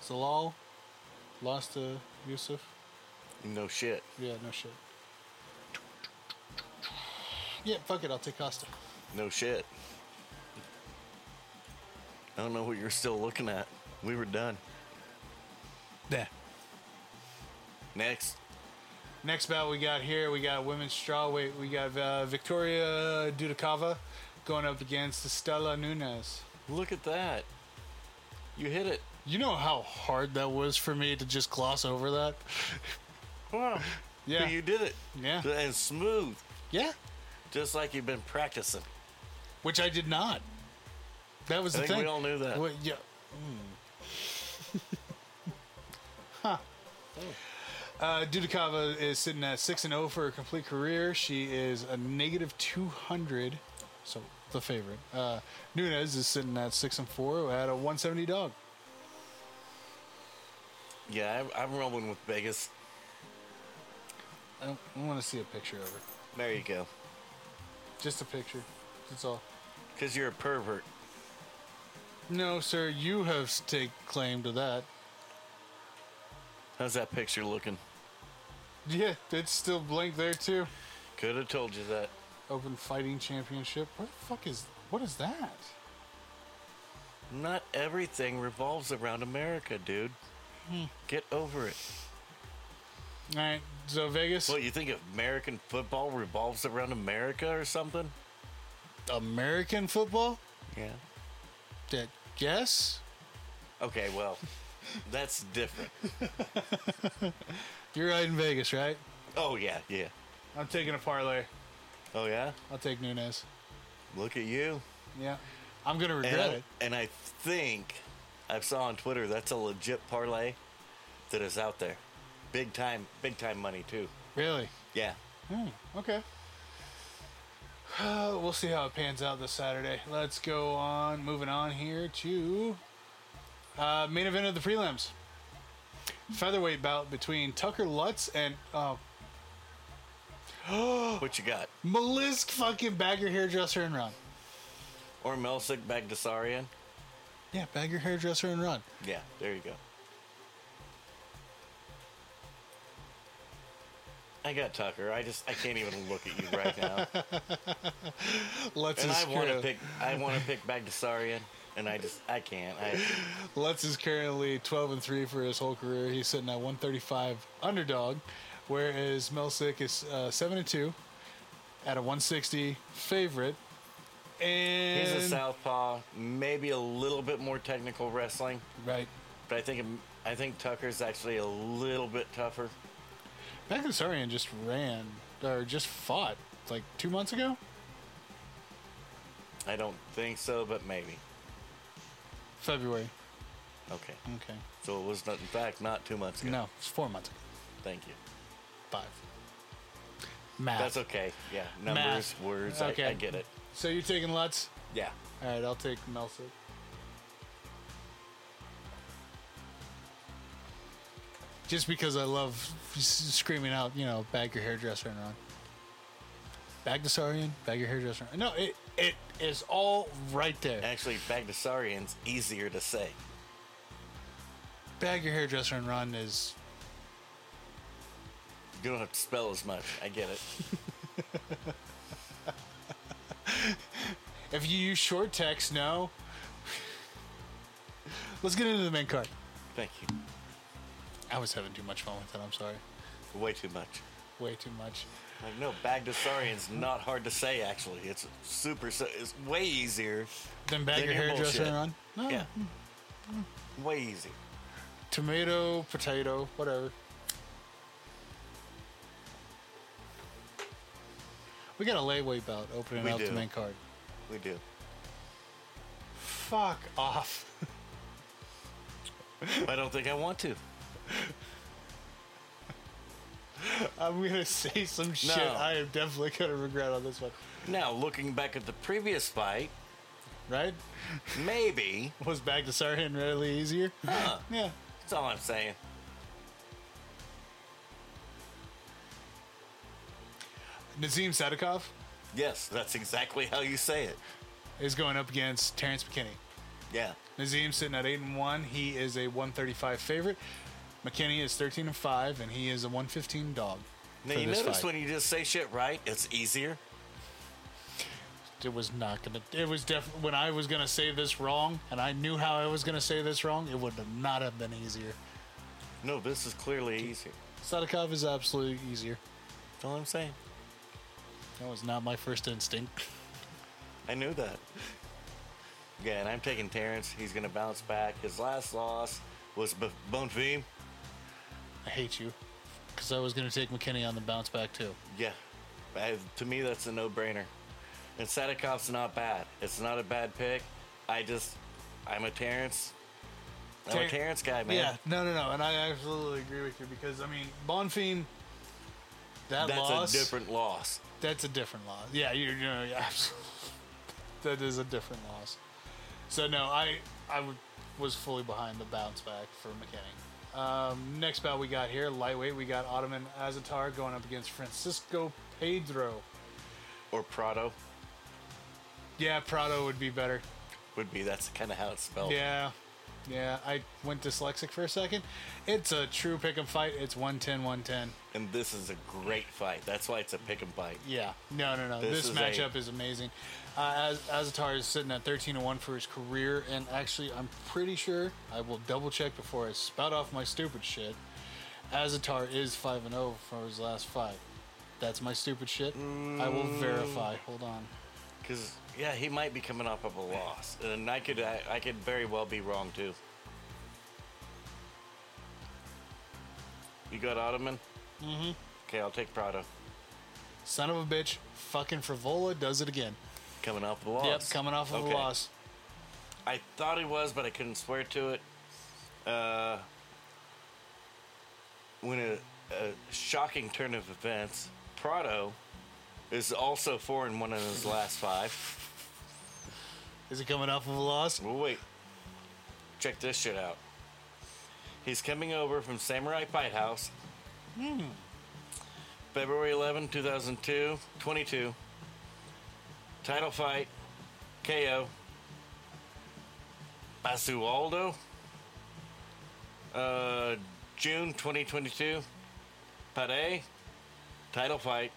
S2: Salal, lost to Yusuf.
S3: No shit.
S2: Yeah, no shit. Yeah, fuck it. I'll take Costa.
S3: No shit. I don't know what you're still looking at. We were done.
S1: Yeah.
S3: Next.
S2: Next bout we got here, we got women's strawweight. We got uh, Victoria Dudakova going up against Estela Nunes.
S3: Look at that. You hit it.
S2: You know how hard that was for me to just gloss over that?
S3: Wow.
S2: Yeah.
S3: You did it.
S2: Yeah.
S3: And smooth.
S2: Yeah.
S3: Just like you've been practicing.
S2: Which I did not. That was
S3: I
S2: the
S3: think we
S2: thing.
S3: all knew that.
S2: Well, yeah. Hmm.
S3: Hmm.
S2: huh. Uh, Dudakova is sitting at 6 and 0 for her complete career. She is a negative 200, so the favorite. Uh, Nunez is sitting at 6 and 4 at a 170 dog.
S3: Yeah, I'm, I'm rolling with Vegas.
S2: I, don't- I want to see a picture of her.
S3: There you go.
S2: Just a picture. That's all.
S3: Because you're a pervert.
S2: No, sir, you have to take claim to that.
S3: How's that picture looking?
S2: Yeah, it's still blank there, too.
S3: Could have told you that.
S2: Open Fighting Championship. What the fuck is. What is that?
S3: Not everything revolves around America, dude.
S2: Hmm.
S3: Get over it.
S2: Alright, so Vegas.
S3: Well, you think American football revolves around America or something?
S2: American football?
S3: Yeah.
S2: That guess?
S3: Okay, well, that's different.
S2: You're right in Vegas, right?
S3: Oh, yeah, yeah.
S2: I'm taking a parlay.
S3: Oh, yeah?
S2: I'll take Nunez.
S3: Look at you.
S2: Yeah. I'm going to regret
S3: And I,
S2: it.
S3: and I think I saw on Twitter that's a legit parlay that is out there. Big time, big time money, too.
S2: Really?
S3: Yeah.
S2: Hmm, okay. Uh, Hmm, we'll see how it pans out this Saturday. Let's go on. Moving on here to uh, main event of the prelims. Featherweight bout between Tucker Lutz and uh,
S3: What you got?
S2: Melisk fucking Bagger Hairdresser and Run.
S3: Or Melsic Bagdasarian?
S2: Yeah, Bagger Hairdresser and Run.
S3: Yeah, there you go. I got Tucker. I just I can't even look at you right now.
S2: Lutz
S3: and
S2: is
S3: I want to
S2: current-
S3: pick I want to pick Bagdasarian, and I just I can't. I
S2: Lutz is currently 12 and 3 for his whole career. He's sitting at 135 underdog, whereas Melsick is uh, 7 and 2 at a 160 favorite. And
S3: he's a southpaw, maybe a little bit more technical wrestling,
S2: right.
S3: but I think I think Tucker's actually a little bit tougher.
S2: Bagdasarian just ran or just fought like two months ago.
S3: I don't think so, but maybe.
S2: February.
S3: Okay.
S2: Okay.
S3: So it was not, in fact not two months ago.
S2: No, it's four months ago.
S3: Thank you.
S2: Five. Math.
S3: That's okay. Yeah. Numbers,
S2: Ah. Math.
S3: words.
S2: Okay.
S3: I, I get it.
S2: So you're taking Lutz?
S3: Yeah.
S2: All right, I'll take Melsick. Just because I love s- screaming out, you know, bag your hairdresser and run. Bag the Sarian, bag your hairdresser. and run." No, it it is all right there.
S3: Actually, Bagdasarian's easier to say.
S2: Bag your hairdresser and run is
S3: You don't have to spell as much. I get it.
S2: if you use short text, no. Let's get into the main card.
S3: Thank you.
S2: I was having too much fun with that. I'm sorry,
S3: Way too much.
S2: way too much.
S3: Like, no, Bagdasarian's not hard to say, actually. It's super, so it's way easier.
S2: Then bag
S3: Then
S2: your
S3: your
S2: hairdresser
S3: bullshit.
S2: and run. No,
S3: Yeah. Way easier.
S2: tomato, potato, whatever. We got a layaway bout opening
S3: We
S2: up the
S3: do.
S2: main card.
S3: We do.
S2: Fuck off.
S3: I don't think I want to.
S2: I'm gonna say some shit I am definitely gonna regret on this one.
S3: Now, looking back at the previous fight,
S2: Right?
S3: maybe.
S2: Was back to Sarhan really easier?
S3: Huh.
S2: yeah.
S3: That's all I'm saying.
S2: Nazim Sadikov
S3: Yes, that's exactly how you say it.
S2: is going up against Terrence McKinney.
S3: Yeah.
S2: Nazim sitting at eight and one. He is a 135 favorite. McKinney is 13 and five, and he is a 115 dog.
S3: Now,
S2: for
S3: you
S2: this
S3: notice
S2: fight.
S3: when you just say shit right, it's easier.
S2: it was not gonna it was definitely when i was gonna say this wrong and i knew how i was gonna say this wrong it would have not have been easier
S3: No, this is clearly easier.
S2: sadikov is absolutely easier
S3: That's all I'm saying.
S2: that was not my first instinct
S3: I knew that. Yeah, and I'm taking Terrence. He's going to bounce back. His last loss was B- Bonfim.
S2: i hate you because i was gonna take mckinney on the bounce back too
S3: Yeah. I, to me, that's a no brainer. And Sadikov's not bad. It's not a bad pick. I just, I'm a Terrence. I'm
S2: Ter-
S3: a Terrence guy, man.
S2: yeah no no no and i absolutely agree with you because i mean bonfim that
S3: That's
S2: loss
S3: a different loss.
S2: that's a different loss yeah you're, you know yeah, absolutely. that is a different loss so no i i w- was fully behind the bounce back for mckinney um, next bout we got here lightweight we got ottoman azatar going up against francisco pedro
S3: Or Prado
S2: yeah prado would be better
S3: would be. That's kind of how it's spelled.
S2: yeah yeah i went dyslexic for a second it's a true pick 'em fight it's 110 110
S3: And this is a great fight. That's why it's a pick and bite.
S2: Yeah, no, no, no. This,
S3: This is a-
S2: matchup is amazing. Uh, Az- Azatar is sitting at 13 1 for his career, and actually, I'm pretty sure I will double check before I spout off my stupid shit. Azatar is 5 and 0 for his last five. That's my stupid shit. I will
S3: Mm.
S2: verify. Hold on.
S3: Because, yeah, he might be coming off of a loss. And I could, I, I could very well be wrong, too. You got Ottoman? Mm-hmm. Okay, I'll take Prado.
S2: Son of a bitch, fucking Frivola does it again.
S3: Coming off the loss.
S2: Yep, coming off of
S3: Okay.
S2: a loss.
S3: I thought he was, but I couldn't swear to it. Uh, when a, a shocking turn of events, Prado is also four and one in his last five.
S2: Is it coming off of a loss?
S3: Well, wait. Check this shit out. He's coming over from Samurai Fight House. Hmm. February 11, 2002, 22. Title fight, KO. Basualdo. Uh, June 2022, Pare. Title fight,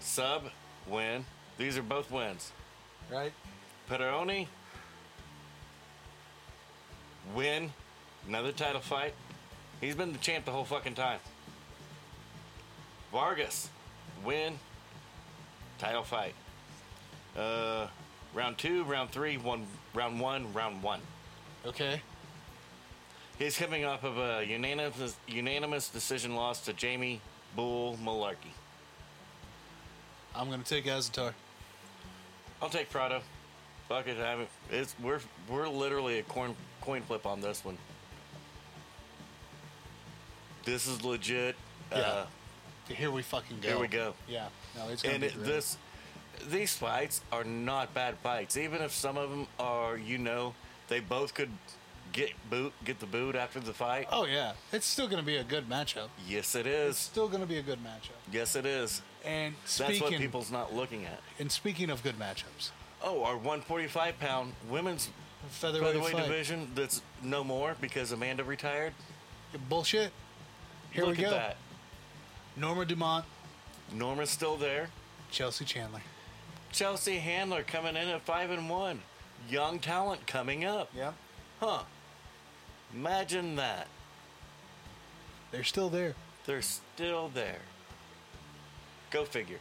S3: sub, win. These are both wins.
S2: Right.
S3: Peroni win another title fight. He's been the champ the whole fucking time. Vargas win title fight. Uh, round two, round three, one, round one, round one.
S2: Okay.
S3: He's coming off of a unanimous unanimous decision loss to Jamie Bull Malarkey.
S2: I'm gonna take Azatar.
S3: I'll take Prado. Fuck it, I haven't. It's we're we're literally a coin coin flip on this one. This is legit. Uh,
S2: Here we fucking go.
S3: Here we go.
S2: Yeah. No, it's gonna
S3: and
S2: be
S3: it,
S2: great.
S3: this, these fights are not bad fights. Even if some of them are, you know, they both could get boot get the boot after the fight.
S2: Oh yeah, it's still gonna be a good matchup.
S3: Yes, it
S2: It's
S3: is.
S2: still gonna be a good matchup.
S3: Yes, it is.
S2: And
S3: That's what
S2: speaking
S3: people's not looking at.
S2: and speaking of good matchups,
S3: Oh, our 145 pound women's
S2: featherweight,
S3: featherweight
S2: fight.
S3: division that's no more because Amanda retired.
S2: bullshit. Here
S3: Look
S2: we go.
S3: at that.
S2: Norma Dumont,
S3: Norma's still there.
S2: Chelsea Chandler.
S3: Chelsea Handler coming in at five and one. Young talent coming up.
S2: Yeah.
S3: Huh. Imagine that.
S2: They're still there.
S3: They're still there. Go figure.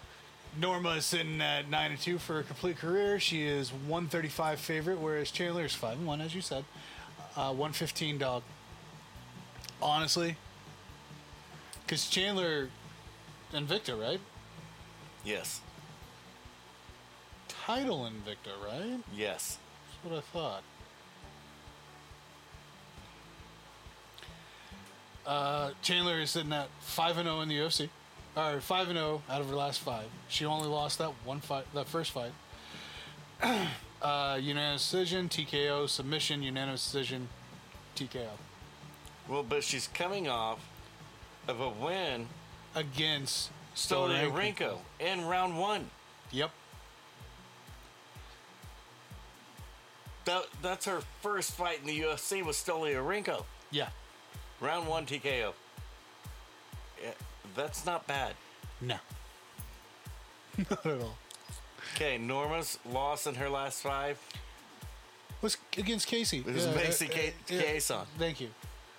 S2: Norma is sitting at nine and two for her complete career. She is one thirty five favorite, whereas Chandler is five and one, as you said. Uh, one fifteen dog. Honestly, because Chandler Invicta, right?
S3: Yes.
S2: Title Invicta, right?
S3: Yes.
S2: That's what I thought. Uh, Chandler is sitting at five and zero in the UFC, or five and zero out of her last five. She only lost that one fight, that first fight. uh, unanimous decision, TKO, submission, unanimous decision, TKO.
S3: Well, but she's coming off of a win
S2: Against
S3: Stolarenko in round one.
S2: Yep.
S3: That, that's her first fight in the UFC with Stolarenko.
S2: Yeah.
S3: Round one TKO. Yeah, that's not bad.
S2: No. Not at all.
S3: Okay, Norma's loss in her last five
S2: Was against Casey.
S3: It was
S2: Yeah,
S3: Macy
S2: uh,
S3: K-
S2: uh, yeah.
S3: Kayson.
S2: Thank you,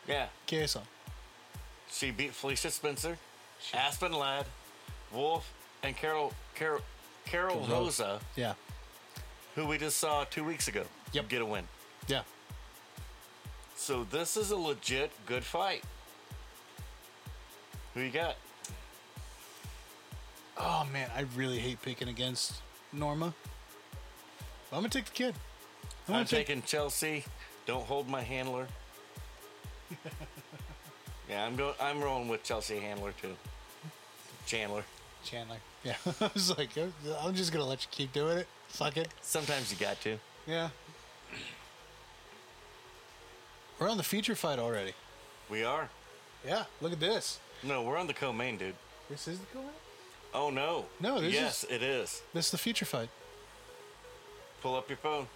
S3: Yeah.
S2: Kason.
S3: She beat Felicia Spencer, Aspen Ladd, Wolf, and Carol Carol Carol
S2: Carol.
S3: Rosa,
S2: Yeah.
S3: who we just saw two weeks ago,
S2: Yep.
S3: get a win.
S2: Yeah.
S3: So this is a legit good fight. Who you got?
S2: Oh man, I really hate picking against Norma. But I'm gonna take the kid. I'm
S3: I'm,
S2: gonna take.
S3: taking Chelsea. Don't hold my handler. yeah, I'm going. I'm rolling with Chelsea Handler too. Chandler.
S2: Chandler. Yeah, I was like, I'm just gonna let you keep doing it. Fuck it.
S3: Sometimes you got to.
S2: Yeah. We're on the feature fight already.
S3: We are.
S2: Yeah. Look at this.
S3: No, we're on the co-main, dude.
S2: This is the co-main.
S3: Oh no.
S2: No, this
S3: Yes, it is.
S2: This is the feature fight.
S3: Pull up your phone.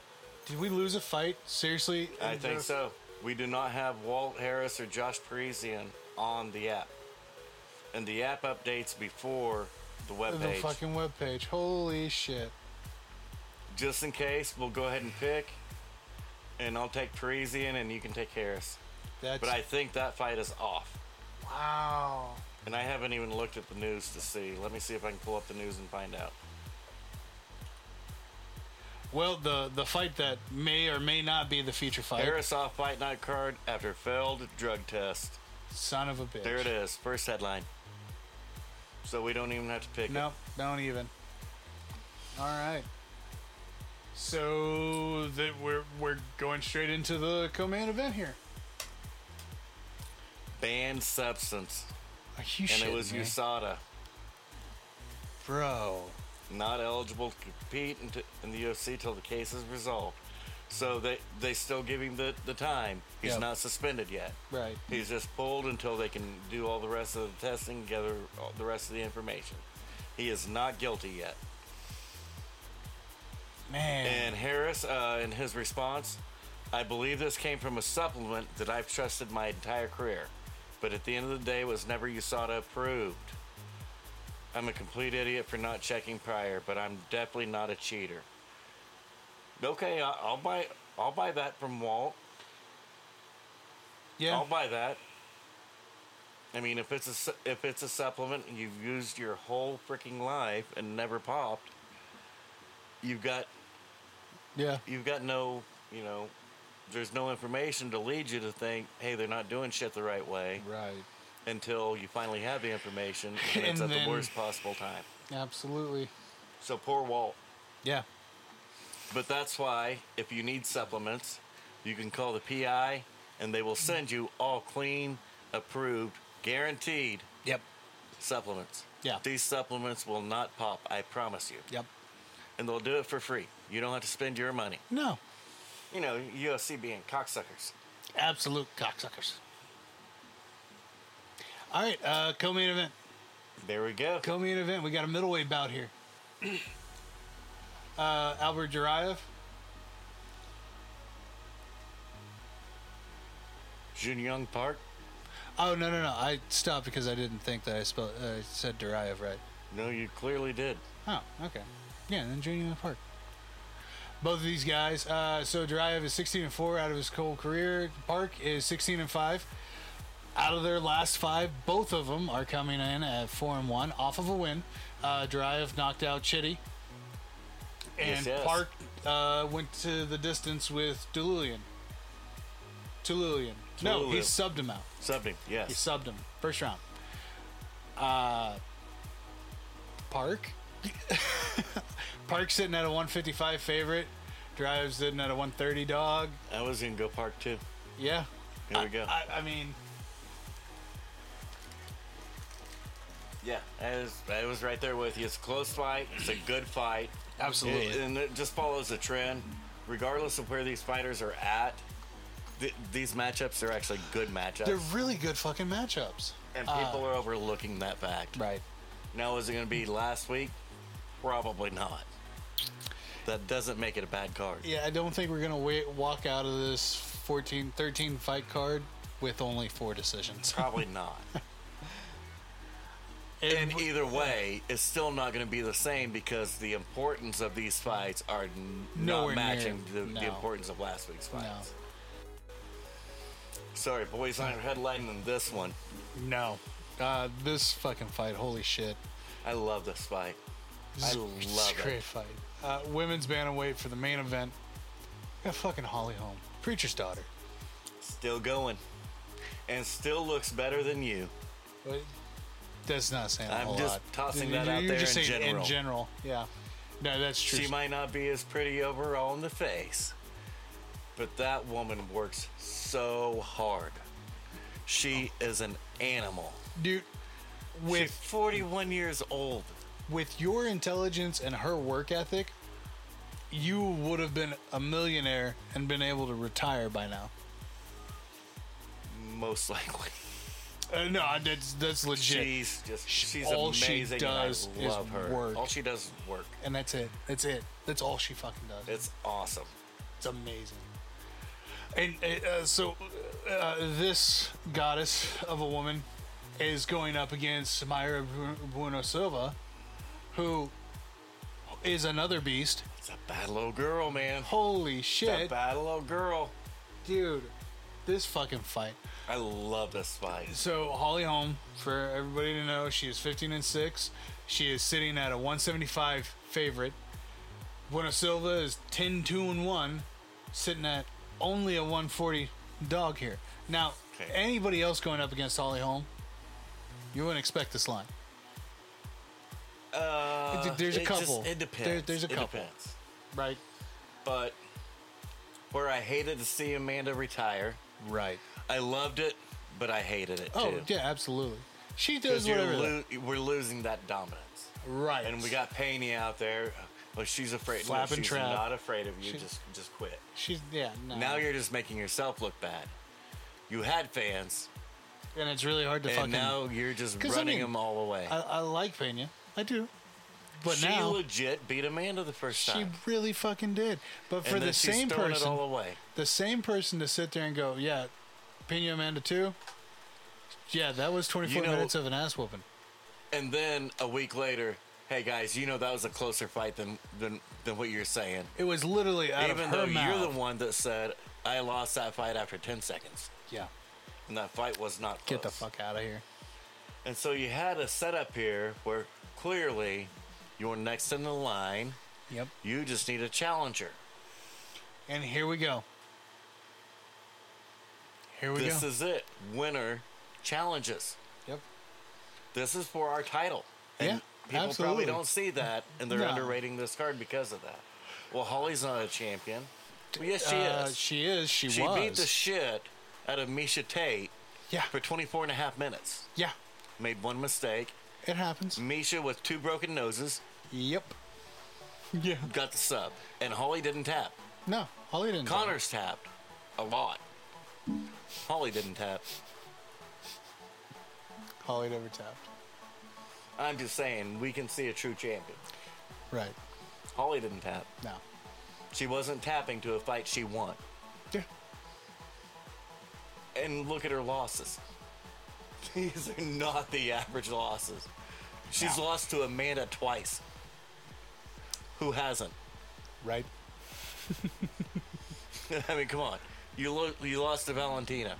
S2: Did we lose a fight? Seriously?
S3: I
S2: in
S3: think
S2: the-
S3: so. We do not have Walt Harris or Josh Parisian on the app. And the app updates before the
S2: The
S3: web page.
S2: fucking webpage. Holy shit.
S3: Just in case, we'll go ahead and pick. And I'll take Parisian and you can take Harris.
S2: That's
S3: But I think that fight is off.
S2: wow.
S3: And I haven't even looked at the news to see. Let me see if I can pull up the news and find out.
S2: Well, the the fight that may or may not be the feature fight.
S3: Harris off fight night card after failed drug test.
S2: Son of a bitch.
S3: There it is. First headline. So we don't even have to pick.
S2: Nope, don't even. All right. So that we're we're going straight into the co-main event here.
S3: Banned substance.
S2: Are you
S3: and it was
S2: me?
S3: USADA.
S2: bro?
S3: not eligible to compete in, t- in the UFC till the case is resolved. So they they still give him the, the time. He's
S2: Yep.
S3: not suspended yet.
S2: Right.
S3: He's just pulled until they can do all the rest of the testing, gather all the rest of the information. He is not guilty yet.
S2: Man.
S3: And Harris, uh, in his response, I believe this came from a supplement that I've trusted my entire career, but at the end of the day, was never USADA approved. I'm a complete idiot for not checking prior, but I'm definitely not a cheater. Okay, I- I'll buy. I'll buy that from Walt.
S2: yeah.
S3: I'll buy that. I mean, if it's a su- if it's a supplement and you've used your whole freaking life and never popped, you've got
S2: yeah.
S3: you've got no, you know, there's no information to lead you to think, hey, they're not doing shit the right way
S2: Right.
S3: until you finally have the information and it's
S2: And
S3: at
S2: then-
S3: the worst possible time.
S2: Absolutely.
S3: So poor Walt.
S2: Yeah.
S3: But that's why if you need supplements, you can call the PI and they will send you all clean, approved, guaranteed
S2: Yep.
S3: supplements.
S2: Yeah.
S3: These supplements will not pop, I promise you.
S2: Yep.
S3: And they'll do it for free. You don't have to spend your money.
S2: No.
S3: You know, UFC being cocksuckers.
S2: Absolute cocksuckers. All right. Uh, co-main event.
S3: There we go.
S2: Co-main event. We got a middleweight bout here. uh, Albert Juraev.
S3: Junyoung Park.
S2: Oh no no no! I stopped because I didn't think that I spelled uh, said Juraev right.
S3: No, you clearly did.
S2: Oh, okay. Yeah, and then Junior in the Park. Both of these guys. Uh, so Drive is 16 and four out of his whole career. Park is 16 and five. Out of their last five, both of them are coming in at four and one, off of a win. Uh, Drive knocked out Chitty, and
S3: Yes, yes.
S2: Park uh, went to the distance with Delulian. Tululian. No, he
S3: Tululian.
S2: subbed him out.
S3: Subbing,
S2: He
S3: yes.
S2: subbed him first round. Uh, Park. Park sitting at a 155 favorite. Drive sitting at a 130 dog.
S3: I was gonna go Park too.
S2: Yeah.
S3: Here we go.
S2: I, I mean,
S3: yeah, I was, I was right there with you. It's a close fight. It's a good fight.
S2: Absolutely.
S3: It- and it just follows a trend, regardless of where these fighters are at. Th- these matchups are actually good matchups,
S2: they're really good fucking matchups.
S3: and people are overlooking that fact.
S2: Right.
S3: Now, is it going to be last week? Probably not. That doesn't make it a bad card.
S2: Yeah, I don't think we're going to wait, walk out of this 14, 13 fight card with only four decisions.
S3: Probably not.
S2: And
S3: And either way, it's still not going to be the same because the importance of these fights are n-
S2: Nowhere
S3: not matching
S2: near.
S3: the,
S2: No.
S3: the importance of last week's
S2: No.
S3: fights. Sorry, boys, I'm headlining in this one.
S2: no. Uh, this fucking fight, holy shit.
S3: I love this fight. I love
S2: great
S3: it.
S2: fight. Uh, women's bantamweight for the main event. We got fucking Holly Holm, preacher's daughter.
S3: Still going, and still looks better than you.
S2: But That's not saying a
S3: I'm
S2: whole
S3: just
S2: lot.
S3: tossing
S2: You're-
S3: that out
S2: you're
S3: there
S2: just
S3: in
S2: saying
S3: general.
S2: yeah. No, that's true.
S3: She might not be as pretty overall in the face, but that woman works so hard. She is an animal.
S2: Dude,
S3: She's
S2: with
S3: 41 years old.
S2: with your intelligence and her work ethic, you would have been a millionaire and been able to retire by now.
S3: Most likely.
S2: Uh, no, that's that's legit.
S3: She's just
S2: Sh-
S3: she's
S2: all she
S3: amazing.
S2: does
S3: and I
S2: is
S3: love her.
S2: work.
S3: All she does is work.
S2: and that's it. That's it. That's all she fucking does.
S3: It's awesome.
S2: It's amazing. And uh, so, uh, this goddess of a woman is going up against Myra Bu- Bueno Silva, who is another beast.
S3: It's a bad little girl, man.
S2: Holy
S3: It's a
S2: shit,
S3: bad little girl.
S2: dude! This fucking fight.
S3: I love this fight.
S2: So Holly Holm, for everybody to know, she is 15 and six. She is sitting at a 175 favorite. Buena Silva is 10 2 and 1, sitting at only a 140 dog here. Now,
S3: Okay.
S2: anybody else going up against Holly Holm, you wouldn't expect this line.
S3: Uh,
S2: It- there's a
S3: it just-
S2: couple.
S3: it depends.
S2: There- there's a
S3: It
S2: couple.
S3: depends.
S2: Right.
S3: But where I hated to see Amanda retire,
S2: Right.
S3: I loved it, but I hated it
S2: Oh,
S3: too.
S2: yeah, absolutely. She does
S3: Because you're
S2: whatever. the-
S3: lo- we're losing that dominance.
S2: Right.
S3: And we got Paney out there. Well, she's afraid. No,
S2: Flapping
S3: she's
S2: trap.
S3: not afraid of you.
S2: She-
S3: just just quit.
S2: She's yeah. No.
S3: Now you're just making yourself look bad. You had fans,
S2: and it's really hard to
S3: and
S2: fucking.
S3: now you're just
S2: 'Cause, I
S3: running
S2: mean,
S3: them all away.
S2: I, I like Pena. I do. But
S3: she
S2: now
S3: legit beat Amanda the first
S2: she
S3: time.
S2: really fucking did. But for
S3: and
S2: the
S3: then she's
S2: same
S3: throwing
S2: person,
S3: it all away.
S2: the same person to sit there and go, yeah, Pena Amanda too. Yeah, that was 24
S3: You know-
S2: minutes of an ass whooping.
S3: And then a week later, hey guys, you know that was a closer fight than than, than what you're saying.
S2: It was literally out
S3: Even
S2: of her
S3: though
S2: mouth.
S3: you're the one that said I lost that fight after 10 seconds,
S2: yeah,
S3: and that fight was not. Close.
S2: get the fuck out of here.
S3: And so you had a setup here where clearly you're next in the line.
S2: Yep.
S3: You just need a challenger.
S2: And here we go. Here we
S3: This
S2: go.
S3: is it. Winner challenges.
S2: yep.
S3: This is for our title. And
S2: Yeah,
S3: people
S2: absolutely.
S3: probably don't see that, and they're
S2: No.
S3: underrating this card because of that. Well, Holly's not a champion. Well, yes, she
S2: Uh,
S3: is.
S2: She is. She,
S3: She
S2: was.
S3: beat the shit out of Misha Tate
S2: yeah.
S3: for 24 and a half minutes.
S2: Yeah.
S3: Made one mistake.
S2: It happens.
S3: Misha with two broken noses
S2: Yep. Yeah.
S3: got the sub, and Holly didn't tap.
S2: No, Holly didn't.
S3: Connor's tapped a lot. Holly didn't tap.
S2: tap. Holly never tapped.
S3: I'm just saying, we can see a true champion.
S2: Right.
S3: Holly didn't tap.
S2: No.
S3: She wasn't tapping to a fight she won.
S2: Yeah.
S3: And look at her losses. These are not the average losses. She's
S2: No.
S3: lost to Amanda twice. Who hasn't?
S2: Right.
S3: I mean, come on. You lo- you lost to Valentina.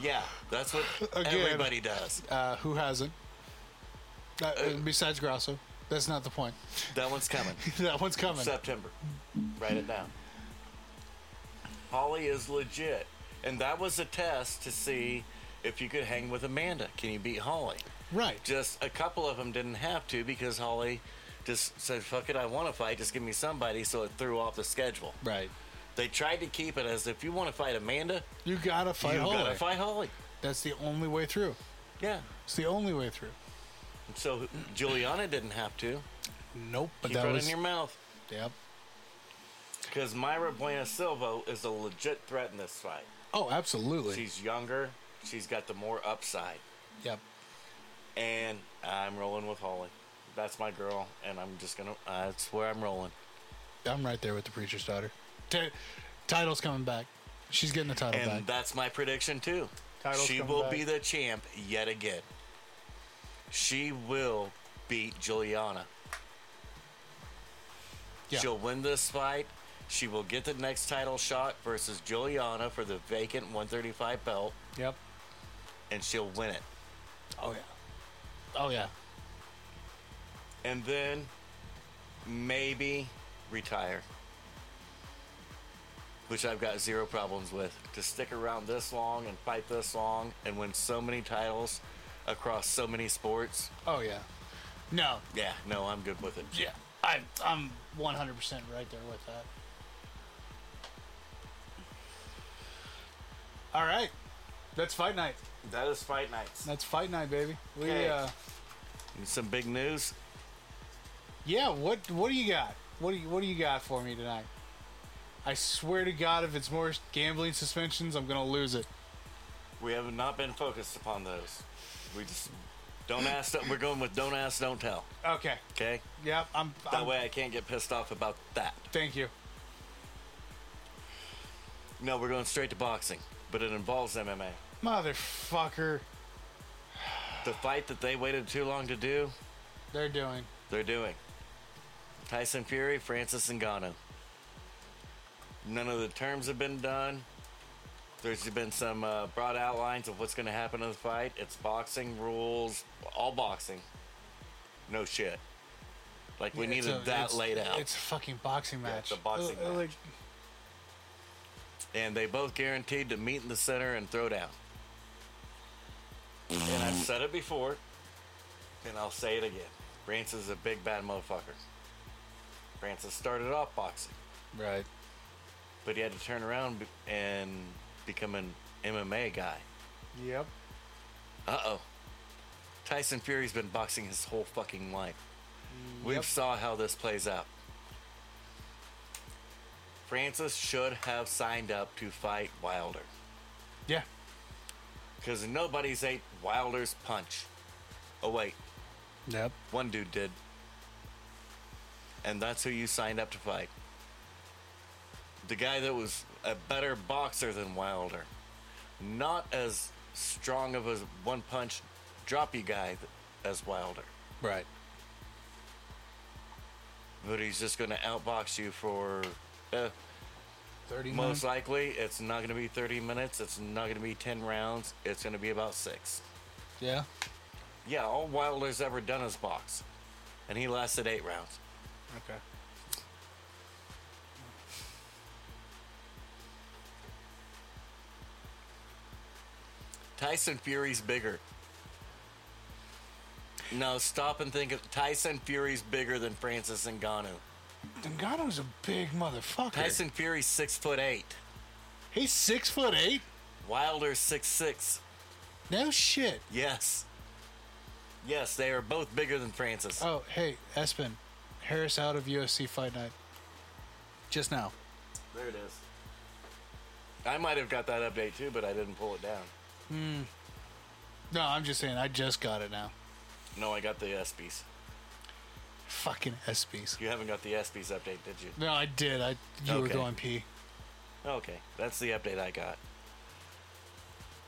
S3: Yeah, that's what
S2: Again.
S3: everybody does.
S2: Uh, who hasn't? Uh, besides Grasso, that's not the point.
S3: That one's coming.
S2: that one's coming.
S3: September. Write it down. Holly is legit. And that was a test to see if you could hang with Amanda. Can you beat Holly?
S2: Right.
S3: Just a couple of them didn't have to because Holly just said, fuck it, I want to fight. Just give me somebody. So it threw off the schedule.
S2: Right.
S3: They tried to keep it as if you want to fight Amanda,
S2: You gotta fight
S3: you
S2: Holly.
S3: got to fight Holly.
S2: That's the only way through.
S3: Yeah.
S2: It's the only way through.
S3: So Juliana didn't have to.
S2: Nope. But
S3: Keep
S2: that
S3: it
S2: was.
S3: in your mouth.
S2: yep.
S3: Because Myra Buena Silva is a legit threat in this fight.
S2: Oh, absolutely.
S3: She's younger. She's got the more upside.
S2: yep.
S3: And I'm rolling with Holly. That's my girl, and I'm just gonna. Uh, that's where I'm rolling.
S2: I'm right there with the preacher's daughter. T- title's coming back. She's getting the title
S3: And
S2: back.
S3: that's my prediction too.
S2: Title's
S3: she
S2: coming
S3: will
S2: back.
S3: be the champ yet again. She will beat Juliana.
S2: Yeah.
S3: She'll win this fight. She will get the next title shot versus Juliana for the vacant 135 belt,
S2: yep.
S3: and she'll win it.
S2: Oh yeah. Oh yeah.
S3: And then maybe retire. Which I've got zero problems with. To stick around this long and fight this long and win so many titles across so many sports.
S2: Oh yeah. No.
S3: Yeah, no, I'm good with it.
S2: Yeah. I I'm 100% right there with that. All right. That's fight night.
S3: That is fight nights.
S2: That's fight night, baby. We
S3: Okay.
S2: uh
S3: Some big news.
S2: Yeah, what what do you got? What do you what do you got for me tonight? I swear to God, if it's more gambling suspensions, I'm gonna lose it.
S3: We have not been focused upon those. We just don't ask. We're going with don't ask, don't tell.
S2: Okay.
S3: Okay.
S2: Yeah, I'm.
S3: That
S2: I'm-
S3: way I can't get pissed off about that.
S2: Thank you.
S3: No, we're going straight to boxing, but it involves MMA.
S2: Motherfucker,
S3: The fight that they waited too long to do,
S2: they're doing.
S3: they're doing. Tyson Fury, Francis Ngannou. None of the terms have been done. There's been some uh, broad outlines of what's going to happen in the fight. It's boxing rules, all boxing. No shit. Like we
S2: It's
S3: needed
S2: a-
S3: that
S2: it's-
S3: laid out,
S2: It's a fucking boxing match.
S3: it's a boxing
S2: Uh, uh,
S3: match. and they both guaranteed to meet in the center and throw down. And I've said it before, and I'll say it again. Francis is a big bad motherfucker. Francis started off boxing.
S2: like- right.
S3: but he had to turn around be- and become an MMA guy.
S2: Yep.
S3: Uh oh. Tyson Fury's been boxing his whole fucking life. We
S2: Yep.
S3: saw how this plays out. Francis should have signed up to fight Wilder
S2: Yeah.
S3: because nobody's ate Wilder's punch. Oh wait,
S2: Yep.
S3: one dude did, and that's who you signed up to fight. The guy that was a better boxer than Wilder, not as strong of a one-punch droppy guy th- as Wilder.
S2: Right.
S3: but he's just going to outbox you for uh,
S2: 30
S3: most likely it's not going to be 30 minutes it's not going to be 10 rounds it's going to be about six
S2: Yeah.
S3: yeah all wilder's ever done is box and he lasted eight rounds
S2: Okay.
S3: tyson fury's bigger no stop and think of tyson fury's bigger than francis Ngannou.
S2: Ngannou's a big motherfucker.
S3: tyson fury's six foot eight
S2: He's six foot eight.
S3: wilder's six six
S2: No shit.
S3: yes yes they are both bigger than francis
S2: Oh, hey, Espen, Harris out of UFC Fight Night. Just now.
S3: There it is. I might have got that update too, but I didn't pull it down.
S2: No, I'm just saying, I just got it now.
S3: No, I got the ESPYs.
S2: Fucking SBs.
S3: You haven't got the ESPYs update, did you?
S2: No, I did. I you were
S3: Okay.
S2: going pee.
S3: Okay, that's the update I got.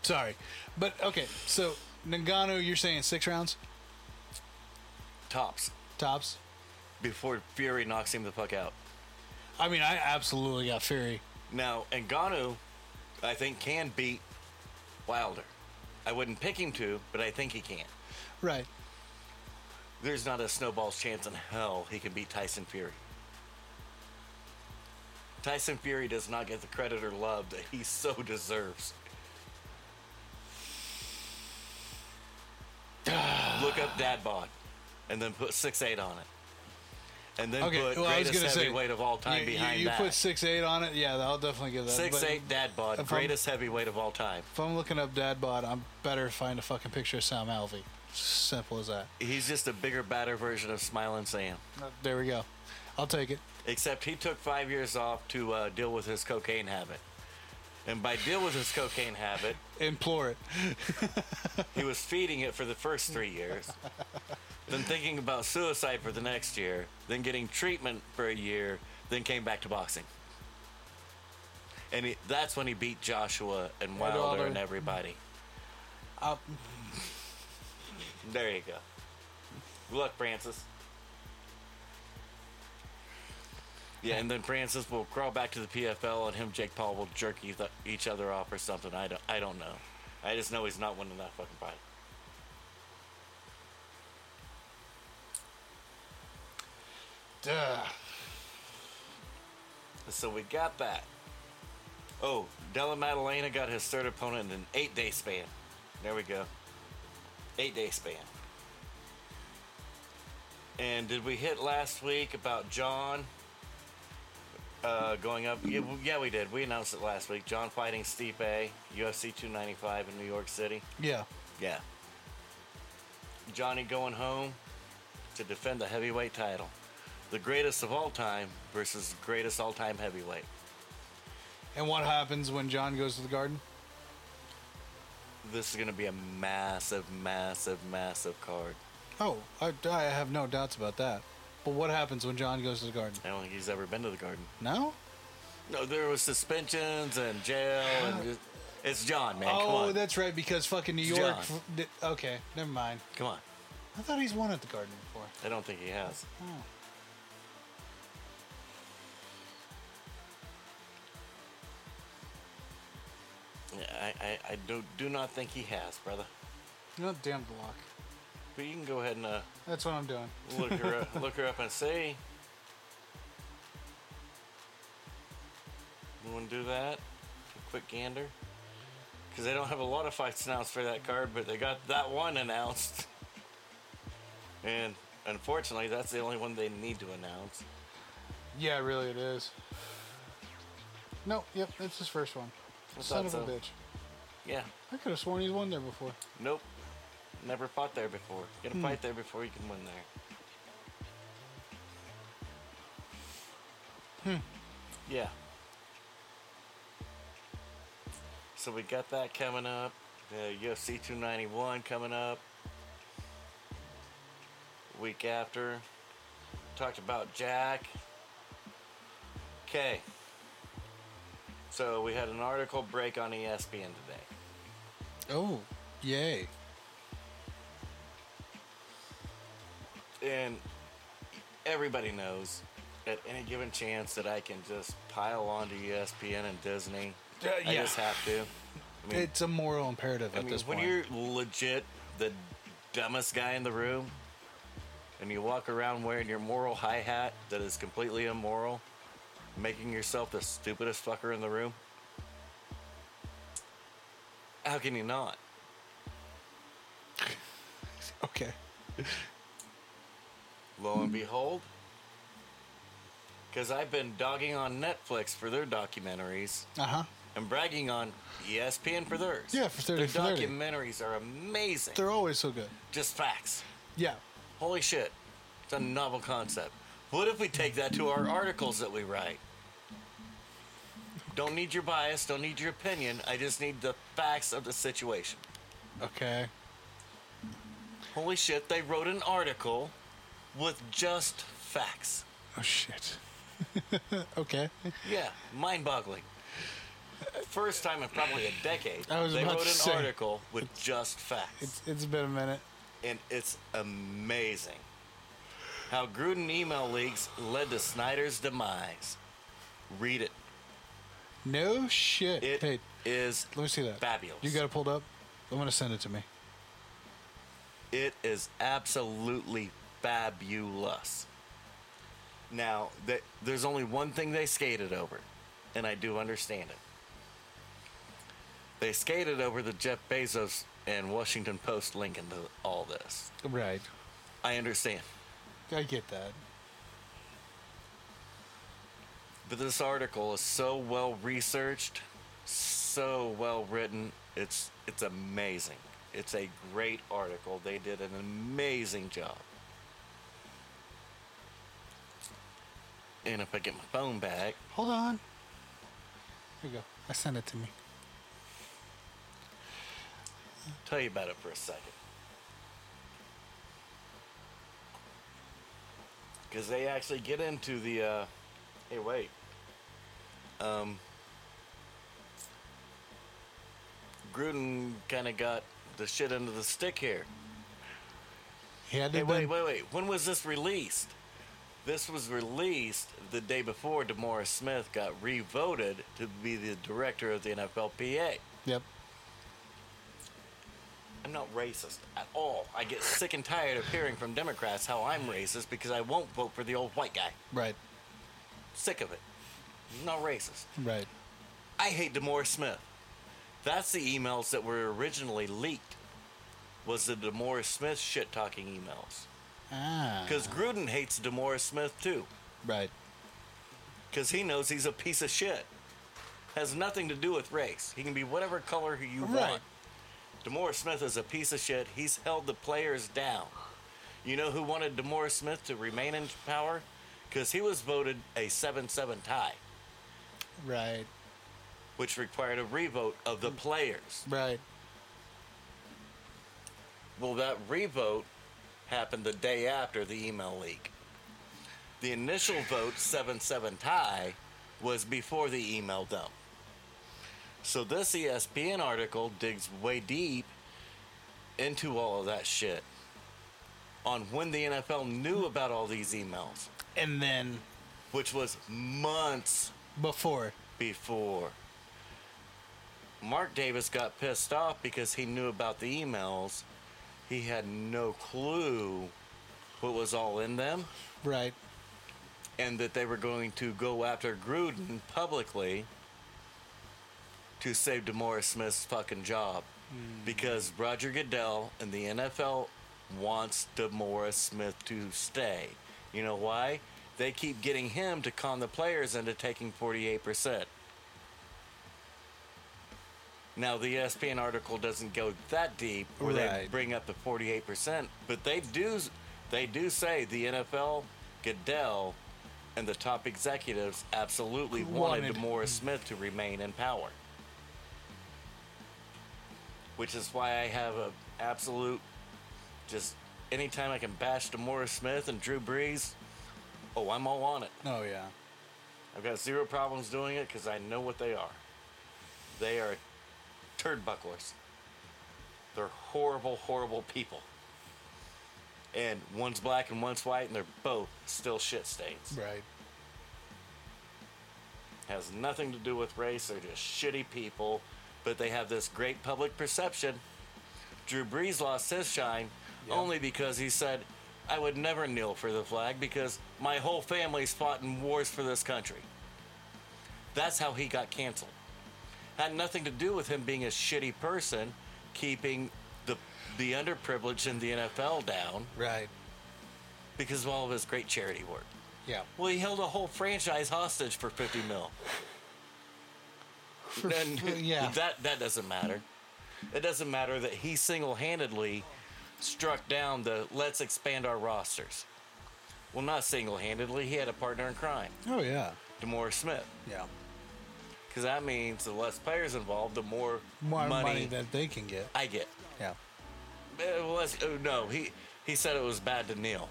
S2: Sorry, but okay. So Nagano, you're saying six rounds
S3: Tops
S2: tops.
S3: before Fury knocks him the fuck out.
S2: I mean, I absolutely got Fury.
S3: Now Ngannou, I think can beat Wilder. I wouldn't pick him to, but I think he can.
S2: Right.
S3: There's not a snowball's chance in hell he can beat Tyson Fury. Tyson Fury does not get the credit or love that he so deserves. Look up Dad Bod and then put six eight on it. And then
S2: Okay.
S3: put
S2: well, I was
S3: greatest
S2: gonna say
S3: heavyweight of all time
S2: you,
S3: behind
S2: you, you
S3: that.
S2: put six eight on it. Yeah, I'll definitely give that.
S3: six
S2: but
S3: eight Dad Bod,
S2: if I'm-
S3: greatest heavyweight of all time.
S2: If I'm looking up dad bod, I'm better find a fucking picture of Sam Alvey. Simple as that.
S3: He's just a bigger, badder version of Smiling Sam.
S2: There we go. I'll take it.
S3: except he took five years off to uh, deal with his cocaine habit. And by deal with his cocaine habit,
S2: Implore it.
S3: he was feeding it for the first three years, then thinking about suicide for the next year, then getting treatment for a year, then came back to boxing. And he, that's when he beat Joshua and Wilder,
S2: Wilder.
S3: and everybody.
S2: Up.
S3: There you go. Good luck, Francis. Yeah, and then Francis will crawl back to the PFL, and him, Jake Paul, will jerk eith- each other off or something. I don't, I don't know. I just know he's not winning that fucking fight.
S2: Duh.
S3: So we got that. Oh, Della Maddalena got his third opponent in an eight-day span. There we go. Eight-day span. And did we hit last week about John uh, going up? Yeah, w- yeah, we did. We announced it last week. John fighting Stipe, UFC 295 in New York City.
S2: Yeah.
S3: Yeah. Johnny going home to defend the heavyweight title. The greatest of all time versus the greatest all time heavyweight.
S2: And what happens when John goes to the garden?
S3: This is going to be a massive, massive, massive card.
S2: Oh, I, I have no doubts about that. But what happens when John goes to the garden?
S3: I don't think he's ever been to the garden.
S2: No?
S3: No, there was suspensions and jail and just, it's John, man. Come
S2: Oh,
S3: on.
S2: that's right, because fucking New
S3: It's
S2: York. f-
S3: John.
S2: di- okay, never mind.
S3: Come on.
S2: I thought he's won at the garden before.
S3: I don't think he has.
S2: Oh.
S3: Yeah, I, I, I do, do not think he has, brother.
S2: You know, damn the lock.
S3: But you can go ahead and uh,
S2: That's what I'm doing.
S3: look her up, look her up and see. You want to do that? A quick gander. Because they don't have a lot of fights announced for that card, but they got that one announced. and unfortunately, that's the only one they need to announce.
S2: Yeah, really, it is. No, yep, that's his first one.
S3: I
S2: Son of
S3: thought
S2: a
S3: so.
S2: bitch.
S3: Yeah.
S2: I could have sworn he's won there before.
S3: Nope. Never fought there before. You gotta fight there before you can win there. Yeah. So we got that coming up. The UFC 291 coming up. Week after. Talked about Jack. Okay. So we had an article break on E ESPN today.
S2: Oh, yay.
S3: And everybody knows at any given chance that I can just pile E onto ESPN and Disney.
S2: Uh,
S3: I
S2: yeah.
S3: just have to. I mean,
S2: It's a moral imperative
S3: I
S2: at
S3: mean,
S2: this
S3: when
S2: point.
S3: you're legit the dumbest guy in the room, and you walk around wearing your moral high hat that is completely immoral, making yourself the stupidest fucker in the room, how can you not?
S2: okay.
S3: Lo and behold, because I've been dogging on Netflix for their documentaries
S2: Uh huh.
S3: and bragging on E ESPN for theirs.
S2: Yeah, for 30
S3: Their
S2: for 30.
S3: documentaries are amazing.
S2: They're always so good.
S3: Just facts.
S2: Yeah.
S3: Holy shit. It's a novel concept. What if we take that to our articles that we write? Don't need your bias, don't need your opinion. I just need the facts of the situation.
S2: Okay.
S3: Holy shit, they wrote an article with just facts.
S2: Oh, shit. okay.
S3: Yeah, mind boggling. First time in probably a decade,
S2: I was
S3: they
S2: about
S3: wrote
S2: to
S3: an
S2: say.
S3: article with just facts.
S2: It's, it's been a minute.
S3: and it's amazing how Gruden email leaks led to Snyder's demise. Read it.
S2: No shit.
S3: It is
S2: hey, let me see that.
S3: fabulous.
S2: You got it pulled up? I'm going to send it to me.
S3: it is absolutely fabulous. Now, th- there's only one thing they skated over, and I do understand it. They skated over the Jeff Bezos and Washington Post link into all this.
S2: Right.
S3: I understand.
S2: I get that.
S3: But this article is so well researched, so well written. It's it's amazing. It's a great article. They did an amazing job. And if I get my phone back,
S2: Hold on. Here you go. I sent it to me.
S3: tell you about it for a second. Because they actually get into the. Uh, hey, wait. Um, Gruden kind of got the shit under the stick here.
S2: He had to
S3: Hey,
S2: have
S3: wait,
S2: been-
S3: wait, wait. When was this released? This was released the day before Demora Smith got re-voted to be the director of the NFLPA.
S2: Yep.
S3: I'm not racist at all. I get sick and tired of hearing from Democrats how I'm racist because I won't vote for the old white guy.
S2: Right.
S3: Sick of it. He's not racist.
S2: Right.
S3: I hate Demore Smith. That's the emails that were originally leaked. Was the Demore Smith shit talking emails?
S2: Ah.
S3: Because Gruden hates Demore Smith too.
S2: Right.
S3: Because he knows he's a piece of shit. Has nothing to do with race. He can be whatever color you
S2: Right.
S3: want. Demora Smith is a piece of shit. He's held the players down. You know who wanted Demora Smith to remain in power? Because he was voted a 7 7 tie,
S2: Right.
S3: which required a revote of the players.
S2: Right.
S3: Well, that revote happened the day after the email leak. The initial vote, 7 7 tie, was before the email dump. So this E ESPN article digs way deep into all of that shit on when the NFL knew about all these emails,
S2: And then
S3: which was months
S2: before.
S3: before. Mark Davis got pissed off because he knew about the emails. He had no clue what was all in them
S2: Right.
S3: and that they were going to go after Gruden publicly to save Demora Smith's fucking job because Roger Goodell and the NFL wants Demora Smith to stay. You know why? They keep getting him to con the players into taking 48%. Now, the E ESPN article doesn't go that deep where they
S2: Right.
S3: bring up the 48%, but they do, they do say the NFL, Goodell, and the top executives absolutely
S2: Wanted.
S3: wanted Morris Smith to remain in power. Which is why I have a absolute just anytime I can bash Morris Smith and Drew Brees, oh, I'm all on it.
S2: Oh yeah.
S3: I've got zero problems doing it because I know what they are. They are turd bucklers. They're horrible, horrible people. And one's black and one's white, and they're both still shit stains.
S2: Right.
S3: Has nothing to do with race. They're just shitty people, but they have this great public perception. Drew Brees lost his shine
S2: Yeah.
S3: only because he said, "I would never kneel for the flag because my whole family's fought in wars for this country." That's how he got canceled. Had nothing to do with him being a shitty person, keeping the the underprivileged in the NFL down
S2: Right.
S3: because of all of his great charity work.
S2: Yeah.
S3: Well, he held a whole franchise hostage for 50 mil. Then-
S2: yeah.
S3: That, that doesn't matter. It doesn't matter that he single handedly struck down the let's expand our rosters. Well, not single handedly, he had a partner in crime,
S2: Oh yeah.
S3: Demore Smith.
S2: Yeah.
S3: Because that means the less players involved, the more,
S2: More money,
S3: money,
S2: that they can get.
S3: I get.
S2: Yeah.
S3: Eh, well, that's- oh, no, he, he said it was bad to kneel.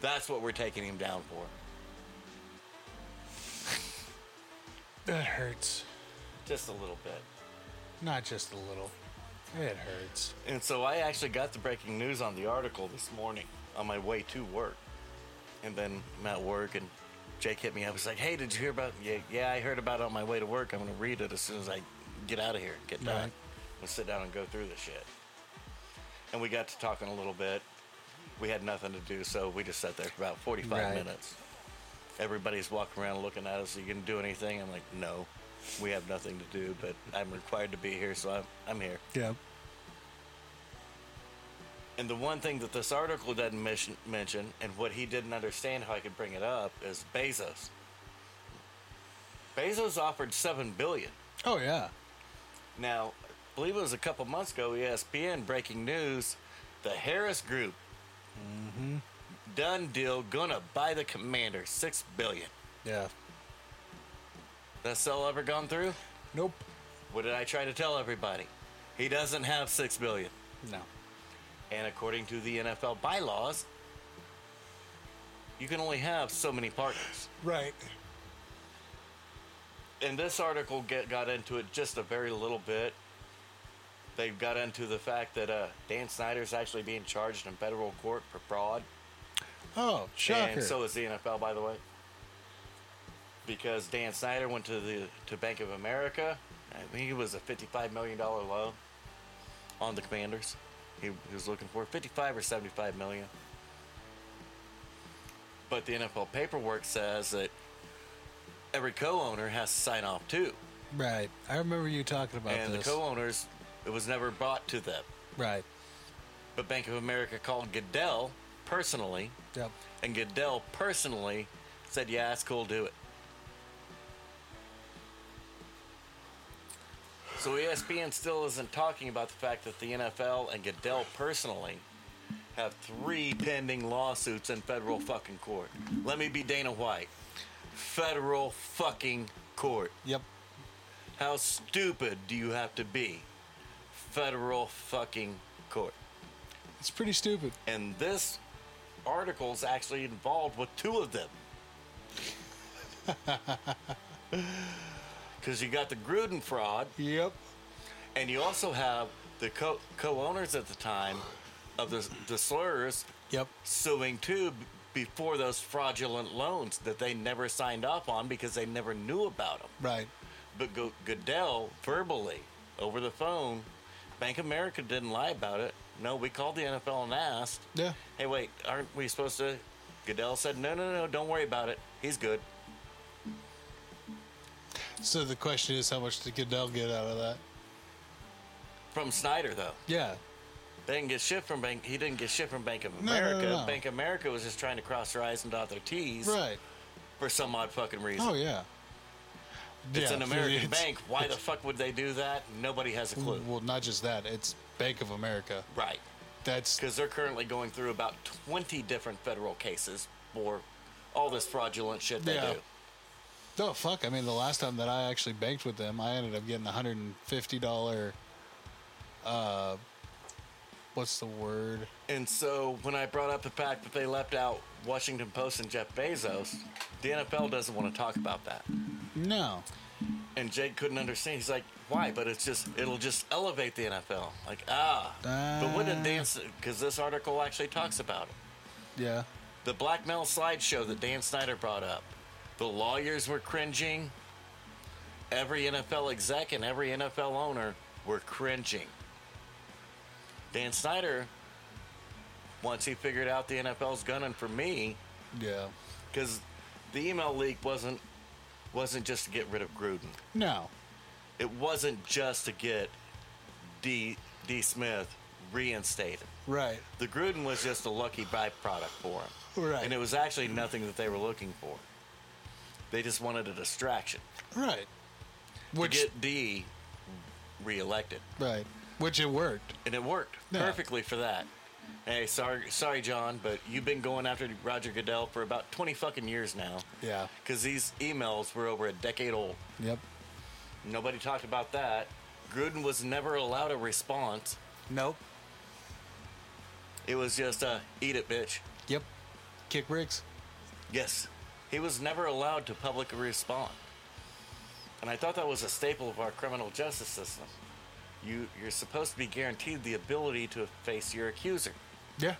S3: That's what we're taking him down for.
S2: That hurts.
S3: Just a little bit.
S2: Not just a little. It hurts.
S3: And so I actually got the breaking news on the article this morning on my way to work. And then I'm at work and Jake hit me up. He's like, hey, did you hear about Yeah, yeah, I heard about it on my way to work. I'm going to read it as soon as I get out of here, get done.
S2: Right.
S3: We'll sit down and go through this shit. And we got to talking a little bit. We had nothing to do, so we just sat there for about 45
S2: Right.
S3: minutes. Everybody's walking around looking at us. Are you going to do anything? I'm like, no, we have nothing to do, but I'm required to be here, so I'm, I'm here.
S2: Yeah.
S3: And the one thing that this article doesn't mention, mention, and what he didn't understand how I could bring it up, is Bezos. Bezos offered seven billion.
S2: Oh yeah.
S3: Now, I believe it was a couple months ago, E ESPN breaking news: the Harris Group done deal, gonna buy the Commander, six billion.
S2: Yeah.
S3: That sell ever gone through?
S2: Nope.
S3: What did I try to tell everybody? He doesn't have six billion.
S2: No.
S3: And according to the NFL bylaws, you can only have so many partners.
S2: Right.
S3: And this article get, got into it just a very little bit. They got into the fact that uh, Dan Snyder's actually being charged in federal court for fraud.
S2: Oh, shocker.
S3: And so is the NFL, by the way. Because Dan Snyder went to the to Bank of America. I think it was a $55 million loan on the Commanders. He, he was looking for 55 or 75 million. But the NFL paperwork says that every co-owner has to sign off too,
S2: right. I remember you talking about
S3: and
S2: this.
S3: the co-owners it was never brought to them.
S2: right.
S3: But Bank of America called Goodell personally
S2: Yep.
S3: and Goodell personally said, "Yeah, that's cool. Do it." So E ESPN still isn't talking about the fact that the NFL and Goodell personally have three pending lawsuits in federal fucking court. Let me be Dana White. Federal fucking court.
S2: Yep.
S3: How stupid do you have to be? Federal fucking court.
S2: It's pretty stupid.
S3: And this article's actually involved with two of them. Because you got the Gruden fraud,
S2: Yep.
S3: and you also have the co- co-owners at the time of the, the slurs
S2: Yep.
S3: suing too b- before those fraudulent loans that they never signed off on because they never knew about them.
S2: Right.
S3: But Go- Goodell verbally over the phone, Bank of America didn't lie about it. No, we called the NFL and asked.
S2: Yeah.
S3: Hey, wait, aren't we supposed to? Goodell said, no, no, no, don't worry about it. He's good.
S2: So the question is, how much did Goodell get out of that?
S3: From Snyder, though.
S2: Yeah.
S3: They didn't get shit from Bank. He didn't get shit from Bank of
S2: no,
S3: America.
S2: no.
S3: Bank of America was just trying to cross their I's and dot their T's
S2: Right.
S3: for some odd fucking reason.
S2: Oh yeah.
S3: It's
S2: Yeah,
S3: an American
S2: it's- Mm.
S3: bank. Why the fuck would they do that? Nobody has a clue.
S2: Well, not just that. It's Bank of America.
S3: Right.
S2: That's
S3: Because they're currently going through about 20 different federal cases for all this fraudulent shit they
S2: Yeah.
S3: do.
S2: Oh fuck! I mean, the last time that I actually banked with them, I ended up getting a hundred and fifty dollar. Uh, what's the word?
S3: And so when I brought up the fact that they left out Washington Post and Jeff Bezos, the NFL doesn't want to talk about that.
S2: No.
S3: And Jake couldn't understand. He's like, "Why?" But it's just it'll just elevate the NFL. Like ah, but what
S2: Ah.
S3: did Dan? Because this article actually talks about it.
S2: Yeah.
S3: The blackmail slideshow that Dan Snyder brought up. The lawyers were cringing. Every NFL exec and every NFL owner were cringing. Dan Snyder, once he figured out the NFL's gunning for me,
S2: Yeah.
S3: because the email leak wasn't wasn't just to get rid of Gruden.
S2: No.
S3: It wasn't just to get D D Smith reinstated.
S2: Right.
S3: The Gruden was just a lucky byproduct for him.
S2: Right.
S3: And it was actually nothing that they were looking for. They just wanted a distraction
S2: Right. Which
S3: to get D reelected.
S2: right. Which it worked.
S3: And it worked
S2: Yeah.
S3: perfectly for that. Hey, sorry, sorry, John, but you've been going after Roger Goodell for about 20 fucking years now.
S2: Yeah.
S3: Because these emails were over a decade old.
S2: Yep.
S3: Nobody talked about that. Gruden was never allowed a response.
S2: Nope.
S3: It was just a eat it, bitch.
S2: Yep. Kick bricks.
S3: Yes. He was never allowed to publicly respond. And I thought that was a staple of our criminal justice system. You, you're supposed to be guaranteed the ability to face your accuser.
S2: Yeah.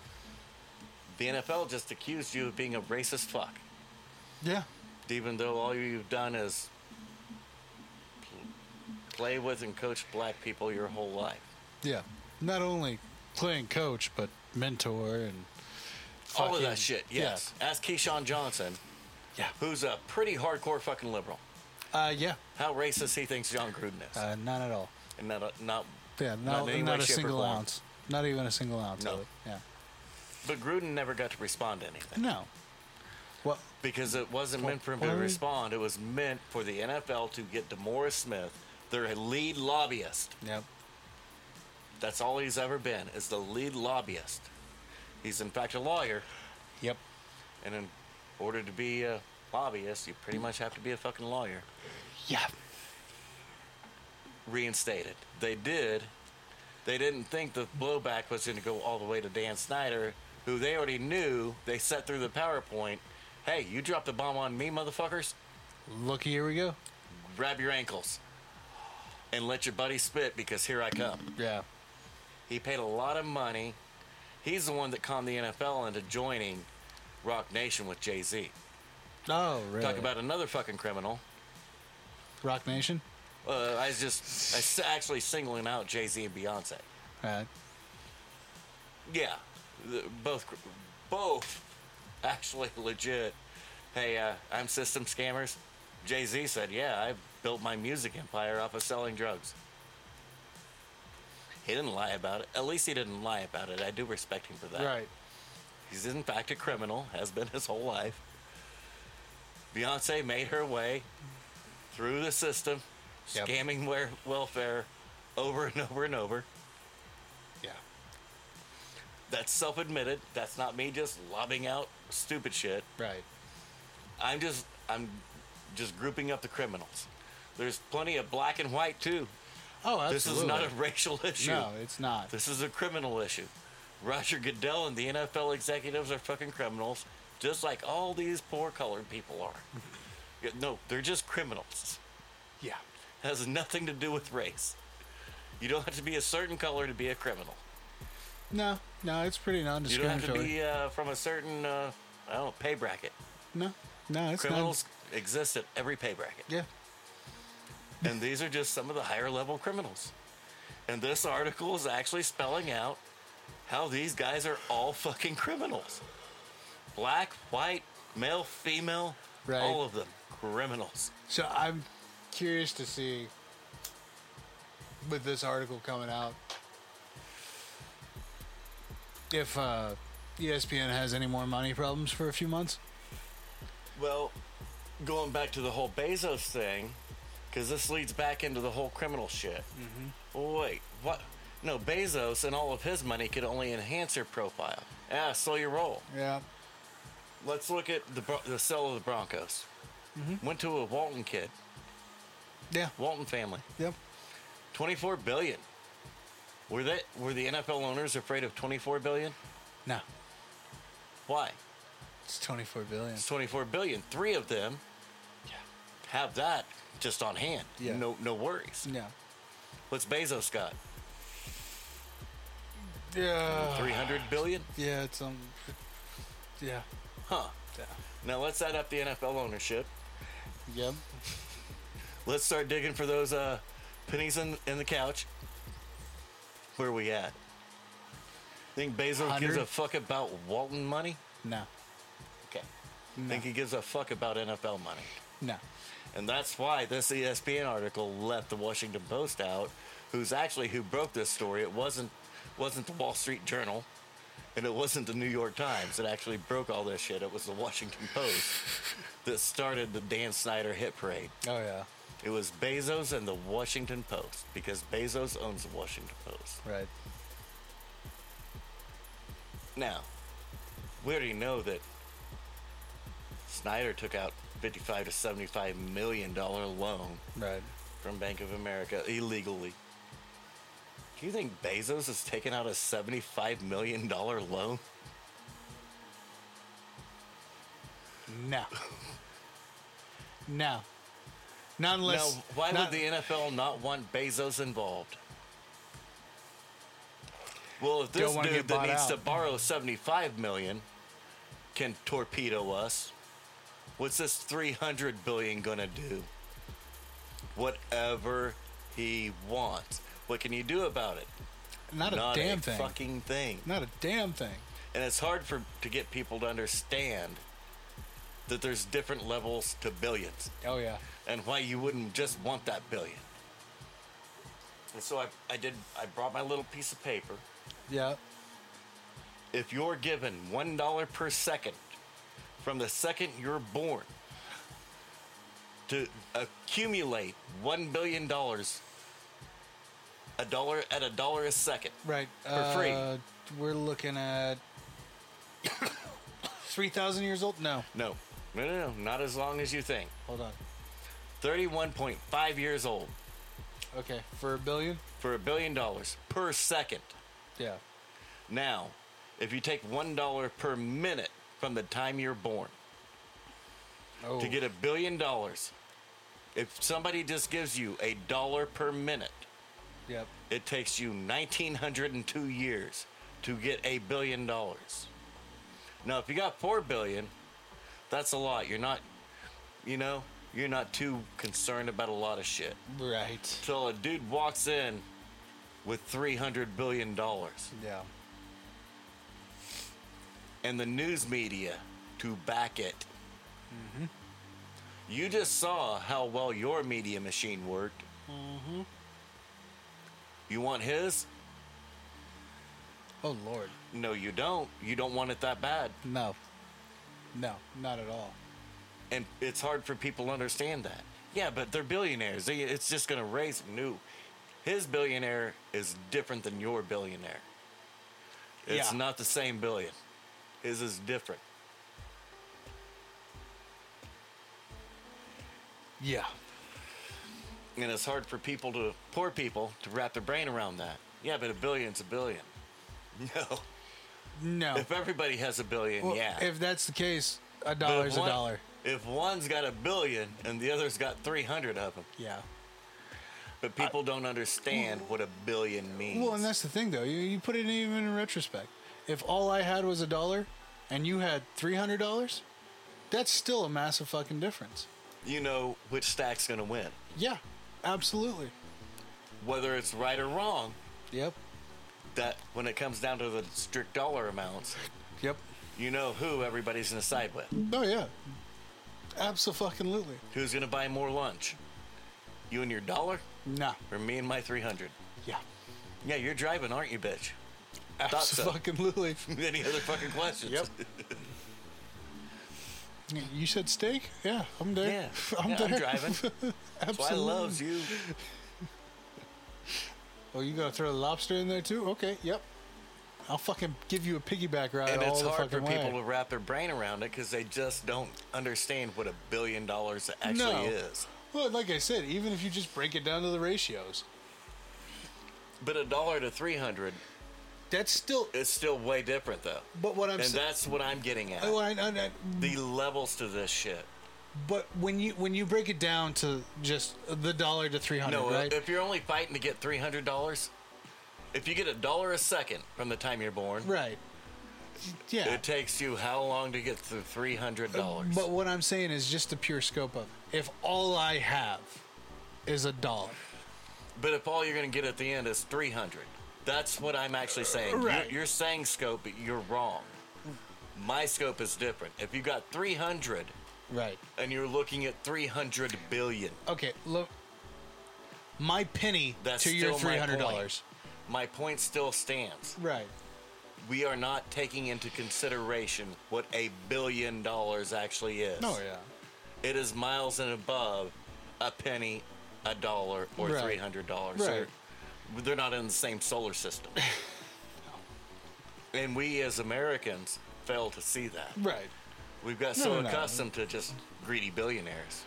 S3: The NFL just accused you of being a racist fuck,
S2: Yeah.
S3: even though all you've done is play with and coach black people your whole life.
S2: Yeah. Not only playing coach, but mentor and
S3: all of
S2: fucking-
S3: that shit, yes. Ask Keyshawn Johnson,
S2: Yeah.
S3: who's a pretty hardcore fucking liberal,
S2: Uh, yeah.
S3: how racist he thinks John Gruden is.
S2: Uh, not at all.
S3: and not, a, not
S2: Yeah.
S3: Not
S2: Not,
S3: in any
S2: not,
S3: way,
S2: a
S3: shape, or
S2: single
S3: form.
S2: ounce. Not even a single ounce.
S3: No.
S2: Of it. Yeah.
S3: But Gruden never got to respond to anything
S2: No. What?
S3: because it wasn't meant for him to
S2: Why?
S3: respond. It was meant for the NFL to get Demora Smith, their lead lobbyist.
S2: Yep.
S3: That's all he's ever been is the lead lobbyist. He's in fact a lawyer,
S2: Yep.
S3: and in order to be a lobbyist, you pretty much have to be a fucking lawyer.
S2: Yeah.
S3: Reinstated. They did. They didn't think the blowback was going to go all the way to Dan Snyder, who they already knew. They set through the PowerPoint. Hey, you dropped the bomb on me, motherfuckers.
S2: Looky, here we go.
S3: grab your ankles and let your buddy spit because here I come.
S2: Yeah.
S3: He paid a lot of money. He's the one that conned the NFL into joining Rock Nation with Jay Z.
S2: Oh, really?
S3: Talk about another fucking criminal.
S2: Rock Nation.
S3: Uh, I was just I s- actually singling out Jay Z and Beyonce.
S2: Right.
S3: Yeah, the- both cr- both actually legit. Hey, uh, I'm system scammers. Jay Z said, "Yeah, I built my music empire off of selling drugs." He didn't lie about it. At least he didn't lie about it. I do respect him for that.
S2: Right.
S3: He's in fact a criminal, has been his whole life. Beyonce made her way through the system,
S2: Yep.
S3: scamming where, welfare over and over and over.
S2: Yeah.
S3: That's self admitted. That's not me just lobbing out stupid shit.
S2: Right.
S3: I'm just I'm just grouping up the criminals. There's plenty of black and white too.
S2: Oh, absolutely.
S3: This is not a racial issue.
S2: No, it's not.
S3: This is a criminal issue. Roger Goodell and the NFL executives are fucking criminals, just like all these poor colored people are. Yeah, no, they're just criminals.
S2: yeah.
S3: has nothing to do with race. You don't have to be a certain color to be a criminal.
S2: No, no, it's pretty
S3: You don't have to
S2: non-discriminatory.
S3: be uh, from a certain uh, I don't know pay bracket.
S2: no, no, it's
S3: Criminals exist at every pay bracket.
S2: not. Yeah.
S3: and these are just some of the higher level criminals. And this article is actually spelling out how these guys are all fucking criminals. Black, white, male, female,
S2: Right.
S3: all of them criminals.
S2: So I'm curious to see with this article coming out if uh, ESPN has any more money problems for a few months.
S3: Well, going back to the whole Bezos thing, because this leads back into the whole criminal shit. Well, wait, what? No, Bezos and all of his money could only enhance your profile. Ah, slow your roll.
S2: Yeah.
S3: let's look at the Bro- the sell of the Broncos. Went to a Walton kid,
S1: Mm-hmm. Yeah.
S3: Walton family.
S1: Yep.
S3: 24 billion. Were they were the NFL owners afraid of 24 billion?
S1: No.
S3: Why?
S1: It's 24 billion.
S3: It's 24 billion. 3 of them
S1: Yeah.
S3: have that just on hand.
S1: Yeah.
S3: No no worries.
S1: No.
S3: What's Bezos got?
S1: Yeah.
S3: 300 billion?
S1: Yeah, it's um Yeah.
S3: Huh.
S1: Yeah.
S3: Now let's add up the NFL ownership.
S1: Yep.
S3: Let's start digging for those uh, pennies in, in the couch. Where we at? Think Bezos gives
S1: 100?
S3: a fuck about Walton money?
S1: No.
S3: Okay.
S1: No.
S3: Think he gives a fuck about NFL money?
S1: No.
S3: And that's why this E ESPN article left the Washington Post out, who's actually who broke this story. It wasn't wasn't the Wall Street Journal, and it wasn't the New York Times that actually broke all this shit. It was the Washington Post that started the Dan Snyder hit parade.
S1: Oh yeah.
S3: It was Bezos and the Washington Post because Bezos owns the Washington Post.
S1: Right.
S3: Now, we already know that Snyder took out 55 to 75 million dollar loan
S1: Right.
S3: from Bank of America illegally. Do you think Bezos has taken out a $75 million loan?
S1: No. no. Not unless
S3: now, why
S1: not,
S3: would the NFL not want Bezos involved? Well, if this
S1: Don't wanna
S3: dude
S1: get
S3: that
S1: bought
S3: needs
S1: out.
S3: to borrow 75 million can torpedo us, what's this 300 billion gonna do? Whatever he wants. What can you do about it?
S1: not a
S3: not
S1: damn
S3: a
S1: thing.
S3: fucking thing.
S1: Not a damn thing.
S3: and it's hard for to get people to understand that there's different levels to billions
S1: Oh yeah.
S3: and why you wouldn't just want that billion and so I, I did i brought my little piece of paper
S1: Yeah.
S3: if you're given one dollar per second from the second you're born to accumulate one billion dollars a dollar at a dollar a second
S1: Right.
S3: For free.
S1: Uh, We're looking at three thousand years old. No.
S3: no no no no not as long as you think
S1: Hold on.
S3: 31.5 years old
S1: Okay. For a billion.
S3: for a billion dollars per second.
S1: Yeah.
S3: Now, if you take one dollar per minute from the time you're born
S1: Oh.
S3: to get a billion dollars, if somebody just gives you a dollar per minute,
S1: Yep.
S3: it takes you 1902 years to get a billion dollars. Now, if you got four billion, that's a lot. You're not, you know, you're not too concerned about a lot of shit.
S1: Right.
S3: So a dude walks in with 300 billion dollars.
S1: Yeah.
S3: and the news media to back it. You just saw how well your media machine worked. You want his?
S1: Oh Lord.
S3: No, you don't. You don't want it that bad.
S1: No. No. Not at all.
S3: And it's hard for people to understand that. Yeah, but they're billionaires. They, it's just going to raise new. His billionaire is different than your billionaire. It's
S1: Yeah.
S3: not the same billion. His is different.
S1: Yeah.
S3: and it's hard for people to poor people to wrap their brain around that. Yeah, but a billion's a billion. No,
S1: No.
S3: if everybody has a billion,
S1: Well,
S3: yeah.
S1: If that's the case, a
S3: But if
S1: dollar's a
S3: one-
S1: dollar.
S3: If one's got a billion and the other's got three hundred of them,
S1: Yeah.
S3: but people don't understand what a billion means.
S1: Well, and that's the thing, though. You, you put it even in retrospect. If all I had was a dollar, and you had three hundred dollars, that's still a massive fucking difference.
S3: you know which stack's gonna win,
S1: Yeah. Absolutely.
S3: whether it's right or wrong.
S1: Yep.
S3: That when it comes down to the strict dollar amounts,
S1: Yep.
S3: you know who everybody's gonna side with.
S1: Oh yeah. Absolutely.
S3: Who's gonna buy more lunch? You and your dollar,
S1: Nah.
S3: or me and my three hundred?
S1: Yeah.
S3: Yeah, you're driving, aren't you, bitch? Thought so.
S1: Absolutely.
S3: Any other fucking questions?
S1: Yep. you said steak? Yeah, I'm there.
S3: Yeah.
S1: I'm
S3: Yeah,
S1: there.
S3: I'm driving. That's why I loves you.
S1: Oh, you gonna throw the lobster in there too? Okay. Yep. I'll fucking give you a piggyback ride
S3: and
S1: all
S3: it's
S1: the
S3: hard for
S1: fucking
S3: people
S1: way.
S3: to wrap their brain around it because they just don't understand what a billion dollars actually
S1: No.
S3: is.
S1: Well, like I said, even if you just break it down to the ratios,
S3: But a dollar to three hundred
S1: that's still.
S3: is still way different, though.
S1: But what I'm
S3: and
S1: sa-
S3: that's what I'm getting at.
S1: Oh, I- I- I-
S3: the levels to this shit.
S1: but when you when you break it down to just the dollar to three hundred,
S3: No,
S1: right?
S3: if you're only fighting to get three hundred dollars, if you get a dollar a second from the time you're born,
S1: right. Yeah.
S3: it takes you how long to get to three hundred dollars?
S1: But what I'm saying is just the pure scope of it. If all I have is a dollar,
S3: But if all you're going to get at the end is 300, that's what I'm actually saying. You're-
S1: Uh, Right.
S3: You're, saying scope, but you're wrong. My scope is different. If you got 300
S1: right?
S3: and you're looking at 300 billion,
S1: Okay, look. My penny
S3: That's
S1: to your
S3: still my
S1: three hundred dollars.
S3: my point still stands.
S1: Right.
S3: We are not taking into consideration what a billion dollars actually is.
S1: No, yeah.
S3: It is miles and above a penny, a dollar, or
S1: Right.
S3: $300.
S1: Right.
S3: They're, they're not in the same solar system. And we as Americans fail to see that.
S1: Right.
S3: We've got
S1: No,
S3: so
S1: no, no.
S3: accustomed to just greedy billionaires.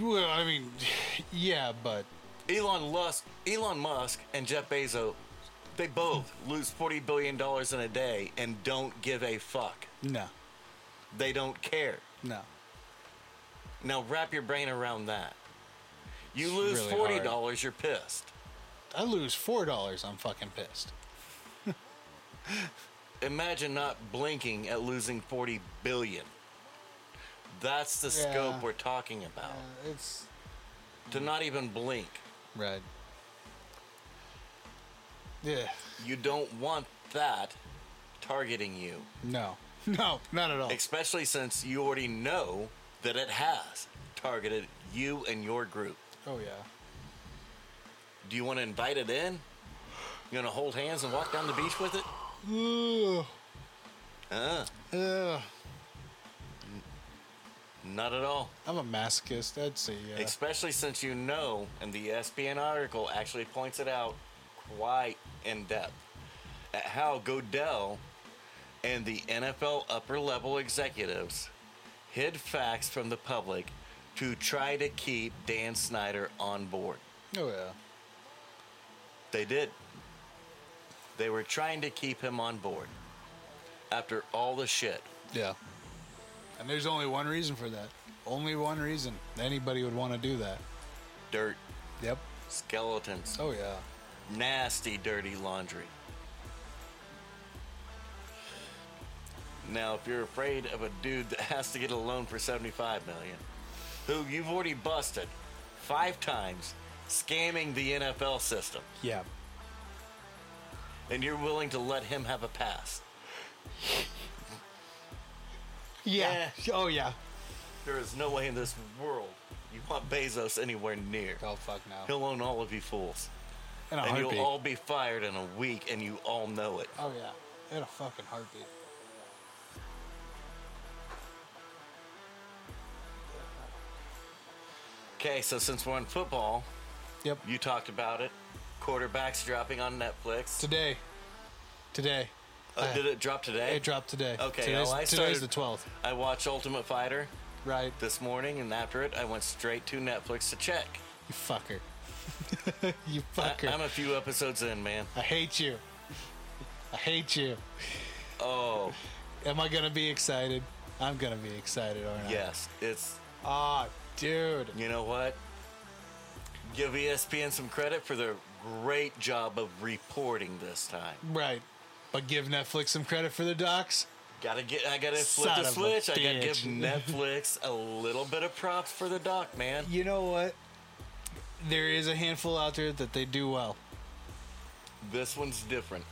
S1: Well, I mean, yeah, but
S3: Elon Musk, Elon Musk and Jeff Bezos, they both lose 40 billion dollars in a day and don't give a fuck.
S1: no,
S3: They don't care.
S1: no.
S3: Now wrap your brain around that. You lose
S1: really
S3: forty
S1: hard.
S3: dollars, you're pissed.
S1: I lose four dollars. I'm fucking pissed.
S3: Imagine not blinking at losing 40 billion. That's the
S1: Yeah.
S3: scope we're talking about.
S1: It's
S3: To not even blink.
S1: right. Yeah.
S3: You don't want that targeting you.
S1: No. No. Not at all.
S3: especially since you already know that it has targeted you and your group.
S1: Oh yeah.
S3: Do you want to invite it in? You want to hold hands and walk down the beach with it?
S1: Ugh.
S3: Uh,
S1: Ugh.
S3: not at all.
S1: I'm a masochist. I'd say yeah.
S3: Especially since you know, and the E ESPN article actually points it out quite in depth, at how Godell and the NFL upper level executives hid facts from the public to try to keep Dan Snyder on board.
S1: oh yeah.
S3: They did. They were trying to keep him on board after all the shit.
S1: Yeah. And there's only one reason for that. Only one reason anybody would want to do that.
S3: Dirt,
S1: Yep.
S3: skeletons,
S1: Oh yeah.
S3: nasty, dirty laundry. Now, if you're afraid of a dude that has to get a loan for 75 million, who you've already busted five times scamming the NFL system,
S1: Yeah.
S3: and you're willing to let him have a pass,
S1: Yeah. Oh yeah.
S3: there is no way in this world you want Bezos anywhere near.
S1: Oh fuck no.
S3: He'll own all of you fools.
S1: In a
S3: and
S1: heartbeat.
S3: you'll all be fired in a week, and you all know it.
S1: oh yeah. In a fucking heartbeat.
S3: Okay, so since we're on football,
S1: Yep.
S3: you talked about it. Quarterbacks dropping on Netflix.
S1: Today. Today.
S3: Uh, did it drop today?
S1: It dropped today.
S3: Okay,
S1: Today's,
S3: well, I
S1: today's
S3: started-
S1: the twelfth.
S3: I watched Ultimate Fighter
S1: Right.
S3: this morning, and after it, I went straight to Netflix to check.
S1: You fucker. you
S3: I,
S1: fucker.
S3: I'm a few episodes in, man.
S1: I hate you. I hate you.
S3: Oh,
S1: Am I gonna be excited? I'm gonna be excited, aren't I?
S3: yes. It's,
S1: Ah, dude.
S3: you know what? Give E ESPN some credit for their great job of reporting this time.
S1: Right. But give Netflix some credit for the docs.
S3: Gotta get. I gotta flip
S1: Son
S3: the
S1: of a
S3: switch. I gotta give
S1: bitch.
S3: Netflix a little bit of props for the doc, man.
S1: You know what? There is a handful out there that they do well.
S3: This one's different.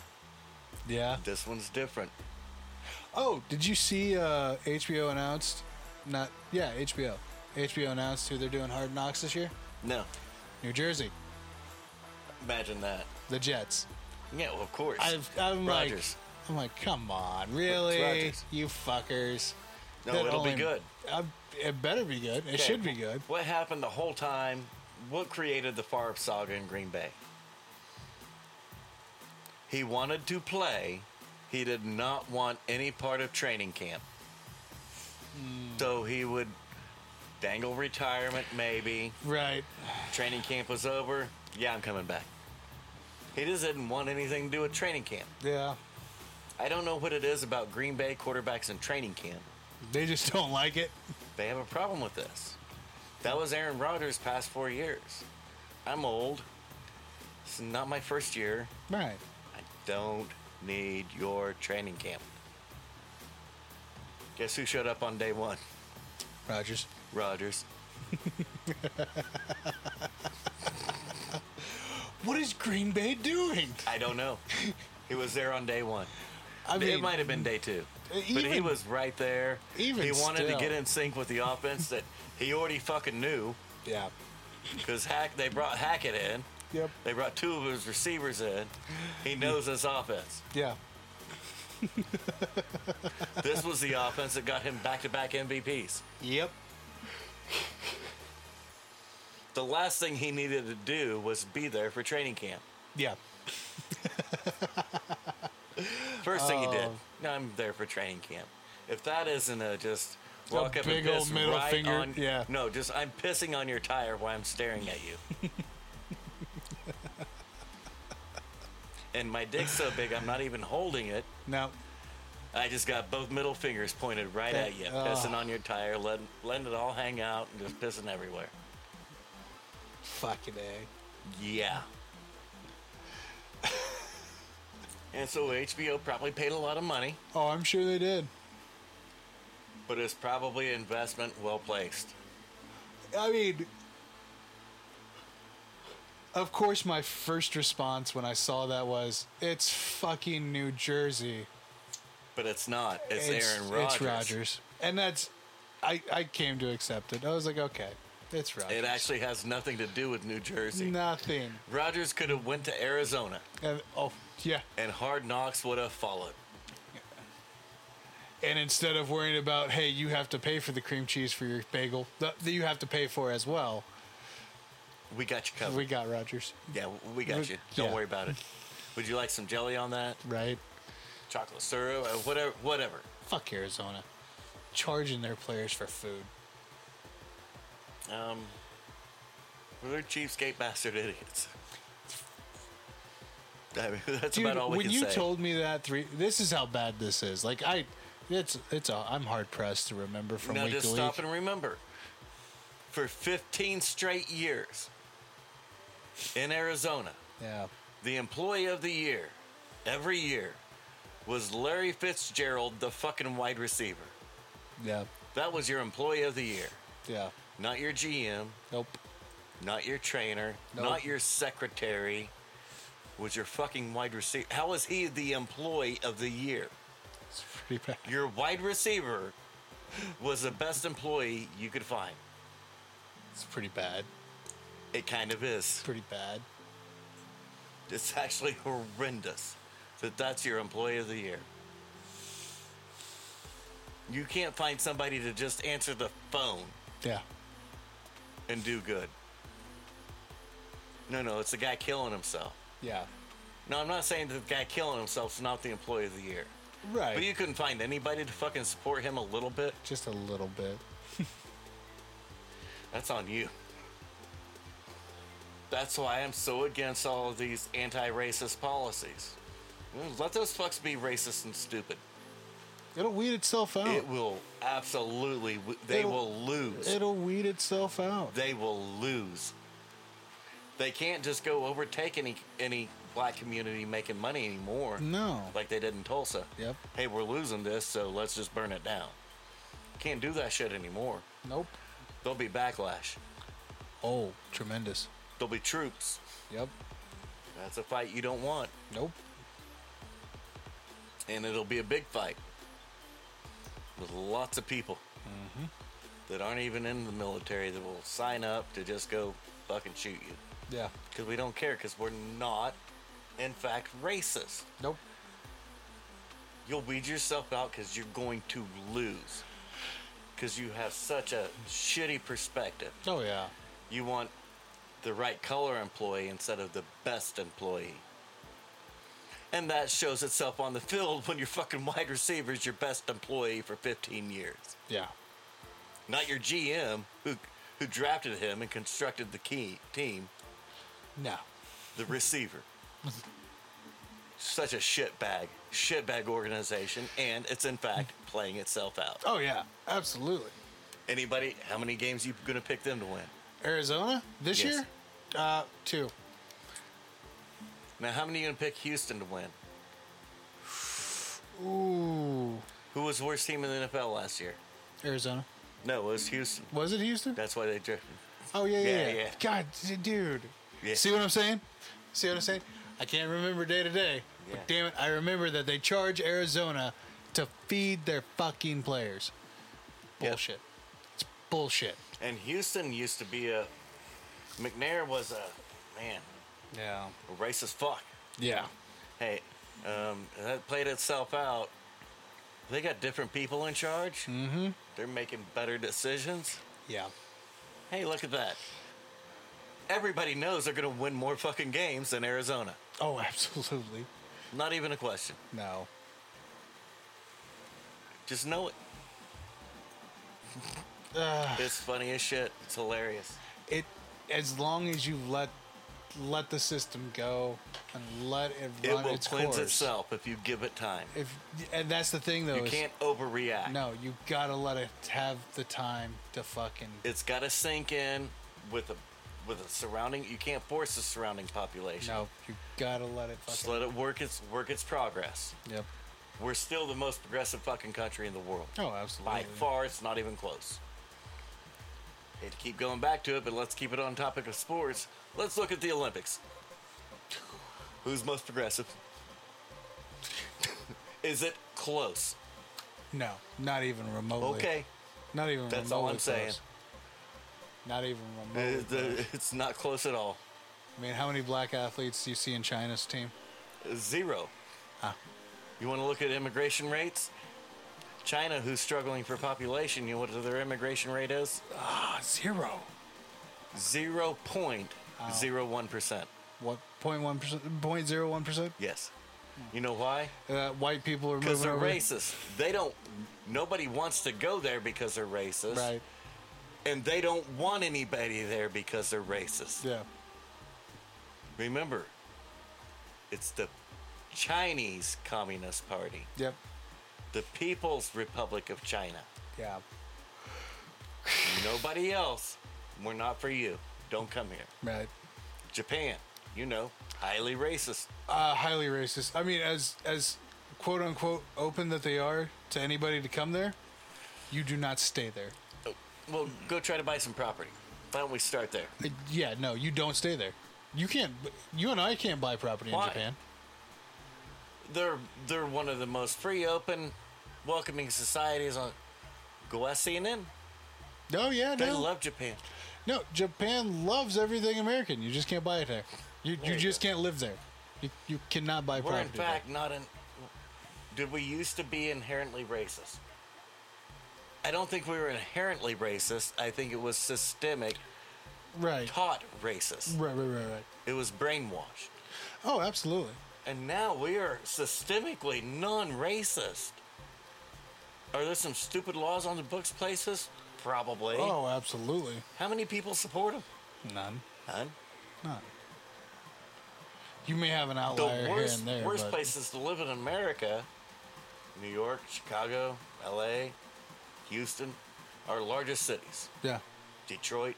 S1: Yeah.
S3: This one's different.
S1: Oh, did you see uh, HBO announced? Not yeah, HBO. HBO announced who they're doing Hard Knocks this year.
S3: No,
S1: New Jersey,
S3: imagine that.
S1: the Jets.
S3: Yeah, well, of course.
S1: I've, I'm
S3: Rodgers.
S1: like, I'm like, come on, really,
S3: Rodgers.
S1: you fuckers.
S3: No,
S1: That
S3: it'll be
S1: only-
S3: good.
S1: I'm- it better be good. It
S3: Okay,
S1: should be good.
S3: What happened the whole time? What created the Favre saga in Green Bay? He wanted to play. He did not want any part of training camp.
S1: Hmm.
S3: So he would dangle retirement, maybe.
S1: Right.
S3: Training camp was over. Yeah, I'm coming back. He just didn't want anything to do with training camp.
S1: Yeah.
S3: I don't know what it is about Green Bay quarterbacks in training camp.
S1: They just don't like it.
S3: They have a problem with this. That was Aaron Rodgers' past four years. I'm old. It's not my first year.
S1: Right.
S3: I don't need your training camp. Guess who showed up on day one?
S1: Rogers.
S3: Rodgers.
S1: What is Green Bay doing?
S3: I don't know. he was there on day one.
S1: I mean,
S3: it might have been day two, but he
S1: even-
S3: was right there.
S1: even
S3: he wanted
S1: still.
S3: to get in sync with the offense that he already fucking knew
S1: Yeah.
S3: because Hack they brought Hackett in.
S1: Yep.
S3: They brought two of his receivers in. He knows this offense.
S1: Yeah.
S3: This was the offense that got him back-to-back MVPs.
S1: Yep.
S3: The last thing he needed to do was be there for training camp.
S1: Yeah.
S3: First thing he
S1: Oh.
S3: did, no, I'm there for training camp. If that isn't a just
S1: A
S3: walk up
S1: big
S3: and
S1: old
S3: piss
S1: middle
S3: right
S1: finger,
S3: on,
S1: yeah.
S3: no, just I'm pissing on your tire while I'm staring at you. and my dick's so big, I'm not even holding it.
S1: No.
S3: I just got both middle fingers pointed right
S1: That-
S3: at you,
S1: oh.
S3: pissing on your tire, letting, letting it all hang out, and just pissing everywhere.
S1: Fucking A.
S3: Yeah. and so HBO probably paid a lot of money.
S1: Oh, I'm sure they did.
S3: but it's probably an investment well placed.
S1: I mean, of course, my first response when I saw that was, "It's fucking New Jersey."
S3: But it's not. It's, Aaron Rodgers.
S1: It's Rodgers, and that's I I came to accept it. I was like, okay, it's Rodgers.
S3: It actually has nothing to do with New Jersey.
S1: Nothing.
S3: Rodgers could have went to Arizona,
S1: And, oh yeah.
S3: and Hard Knocks would have followed.
S1: And instead of worrying about, hey, you have to pay for the cream cheese for your bagel that that you have to pay for as well,
S3: We got you covered.
S1: we got Rodgers,
S3: yeah, we got
S1: we-
S3: you. Don't
S1: yeah.
S3: worry about it. Would you like some jelly on that?
S1: right?
S3: Chocolate syrup? Uh, whatever. Whatever.
S1: Fuck Arizona, charging their players for food.
S3: Um, well, they're cheapskate bastard idiots. I mean, that's
S1: Dude,
S3: about all we
S1: when
S3: can
S1: you
S3: say.
S1: told me that three, this is how bad this is. Like I, it's it's a, I'm hard pressed to remember from
S3: now
S1: week
S3: just
S1: to
S3: stop
S1: week.
S3: and remember for 15 straight years in arizona
S1: Yeah,
S3: the employee of the year every year was larry fitzgerald the fucking wide receiver
S1: yeah,
S3: that was your employee of the year
S1: yeah.
S3: not your gm
S1: Nope.
S3: not your trainer
S1: Nope.
S3: not your secretary was your fucking wide receiver how was he the employee of the year
S1: It's pretty bad.
S3: your wide receiver was the best employee you could find
S1: It's pretty bad.
S3: it kind of is
S1: Pretty bad.
S3: It's actually horrendous that that's your employee of the year. You can't find somebody to just answer the phone
S1: Yeah.
S3: and do good. No, no, it's the guy killing himself.
S1: Yeah.
S3: No, I'm not saying that the guy killing himself's not the employee of the year.
S1: Right.
S3: But you couldn't find anybody to fucking support him a little bit.
S1: Just a little bit.
S3: That's on you. That's why I'm so against all of these anti racist policies. Mm, Let those fucks be racist and stupid.
S1: It'll weed itself out.
S3: It will absolutely. w- They
S1: It'll-
S3: will lose.
S1: It'll weed itself out.
S3: They will lose. They can't just go overtake any any black community making money anymore.
S1: No.
S3: like they did in Tulsa.
S1: Yep.
S3: Hey, we're losing this, so let's just burn it down. Can't do that shit anymore.
S1: Nope.
S3: There'll be backlash.
S1: Oh, tremendous.
S3: There'll be troops.
S1: Yep.
S3: That's a fight you don't want,
S1: Nope.
S3: and it'll be a big fight with lots of people that aren't even in the military that will sign up to just go fucking shoot you.
S1: Yeah.
S3: Because we don't care, because we're not, in fact, racist.
S1: Nope.
S3: You'll weed yourself out because you're going to lose. Because you have such a shitty perspective.
S1: Oh yeah.
S3: You want the right color employee instead of the best employee. And that shows itself on the field when your fucking wide receiver is your best employee for 15 years.
S1: Yeah.
S3: Not your GM who, who drafted him and constructed the key team,
S1: No.
S3: the receiver. Such a shitbag, shitbag organization, and it's in fact playing itself out.
S1: Oh yeah, absolutely.
S3: Anybody, how many games you gonna pick them to win?
S1: Arizona this
S3: Yes.
S1: year, uh, two.
S3: Now, how many you gonna pick Houston to win?
S1: Ooh,
S3: Who was the worst team in the NFL last year?
S1: Arizona.
S3: No, it was Houston.
S1: Was it Houston?
S3: That's why they drifted.
S1: Oh yeah, yeah,
S3: Yeah,
S1: yeah.
S3: yeah.
S1: God, d- dude.
S3: Yeah.
S1: See what I'm saying? See what I'm saying? I can't remember day to day,
S3: Yeah.
S1: but damn it, I remember that they charge Arizona to feed their fucking players.
S3: Yep.
S1: Bullshit. It's bullshit.
S3: And Houston used to be a. McNair was a man,
S1: Yeah.
S3: a racist fuck.
S1: Yeah.
S3: Hey, um, that played itself out. They got different people in charge. Mm-hmm. They're making better decisions.
S1: Yeah.
S3: Hey, look at that. Everybody knows they're gonna win more fucking games than Arizona.
S1: Oh, absolutely.
S3: Not even a question.
S1: No.
S3: Just know it.
S1: Uh,
S3: It's funny as shit. It's hilarious.
S1: it as long as you let let the system go and let it
S3: It
S1: run
S3: will
S1: its
S3: cleanse
S1: course.
S3: itself if you give it time.
S1: If and that's the thing though.
S3: You
S1: is-
S3: can't overreact.
S1: No, you gotta let it have the time to fucking.
S3: It's got to sink in with a with a surrounding. You can't force the surrounding population.
S1: No, you gotta let it
S3: Just
S1: fucking.
S3: let it work its work its progress.
S1: Yep.
S3: We're still the most progressive fucking country in the world.
S1: Oh, absolutely.
S3: By far, it's not even close. Hate to keep going back to it, but let's keep it on topic of sports. Let's look at the Olympics. Who's most progressive? Is it close?
S1: No, not even remotely.
S3: Okay,
S1: Not even.
S3: that's
S1: remotely
S3: all I'm
S1: close.
S3: saying.
S1: Not even
S3: Uh,
S1: remotely. close.
S3: the- It's not close at all.
S1: I mean, how many black athletes do you see in China's team?
S3: Zero.
S1: Ah.
S3: You want to look at immigration rates? China, who's struggling for population, you know what their immigration rate is?
S1: Ah, zero. Oh.
S3: 0.01%.
S1: What? Point one percent. Point zero one percent.
S3: Yes.
S1: Hmm.
S3: You know why?
S1: Uh, white people are
S3: Because
S1: moving
S3: they're
S1: over.
S3: racist. They don't, nobody wants to go there because they're racist.
S1: Right.
S3: And they don't want anybody there because they're racist.
S1: Yeah.
S3: Remember, it's the Chinese Communist Party,
S1: Yep.
S3: the People's Republic of China.
S1: Yeah.
S3: Nobody else. We're not for you. Don't come here.
S1: Right.
S3: Japan, you know, highly racist.
S1: Uh, highly racist. I mean, as as quote unquote open that they are to anybody to come there, you do not stay there.
S3: Oh, Well, go try to buy some property. Why don't we start there?
S1: Uh, yeah, no, you don't stay there. You can't. You and I can't buy property
S3: Why?
S1: in Japan.
S3: They're they're one of the most free, open, welcoming societies on. Go ask CNN.
S1: No, yeah,
S3: They
S1: no,
S3: love Japan.
S1: no. Japan loves everything American. You just can't buy it there. You
S3: There
S1: you
S3: you
S1: just
S3: go.
S1: can't live there. You, you cannot buy
S3: We're in
S1: property. there.
S3: fact not in. Did we used to be inherently racist? I don't think we were inherently racist. I think it was systemic,
S1: Right.
S3: taught racist.
S1: Right. Right. Right. Right.
S3: It was brainwashed.
S1: Oh, absolutely.
S3: And now we are systemically non racist. Are there some stupid laws on the books places? Probably.
S1: Oh, absolutely.
S3: How many people support them?
S1: None.
S3: None.
S1: None. You may have an
S3: The
S1: outlier
S3: worst,
S1: here and there.
S3: worst
S1: but-
S3: places to live in America New York, Chicago, LA, Houston, our largest cities,
S1: Yeah.
S3: Detroit,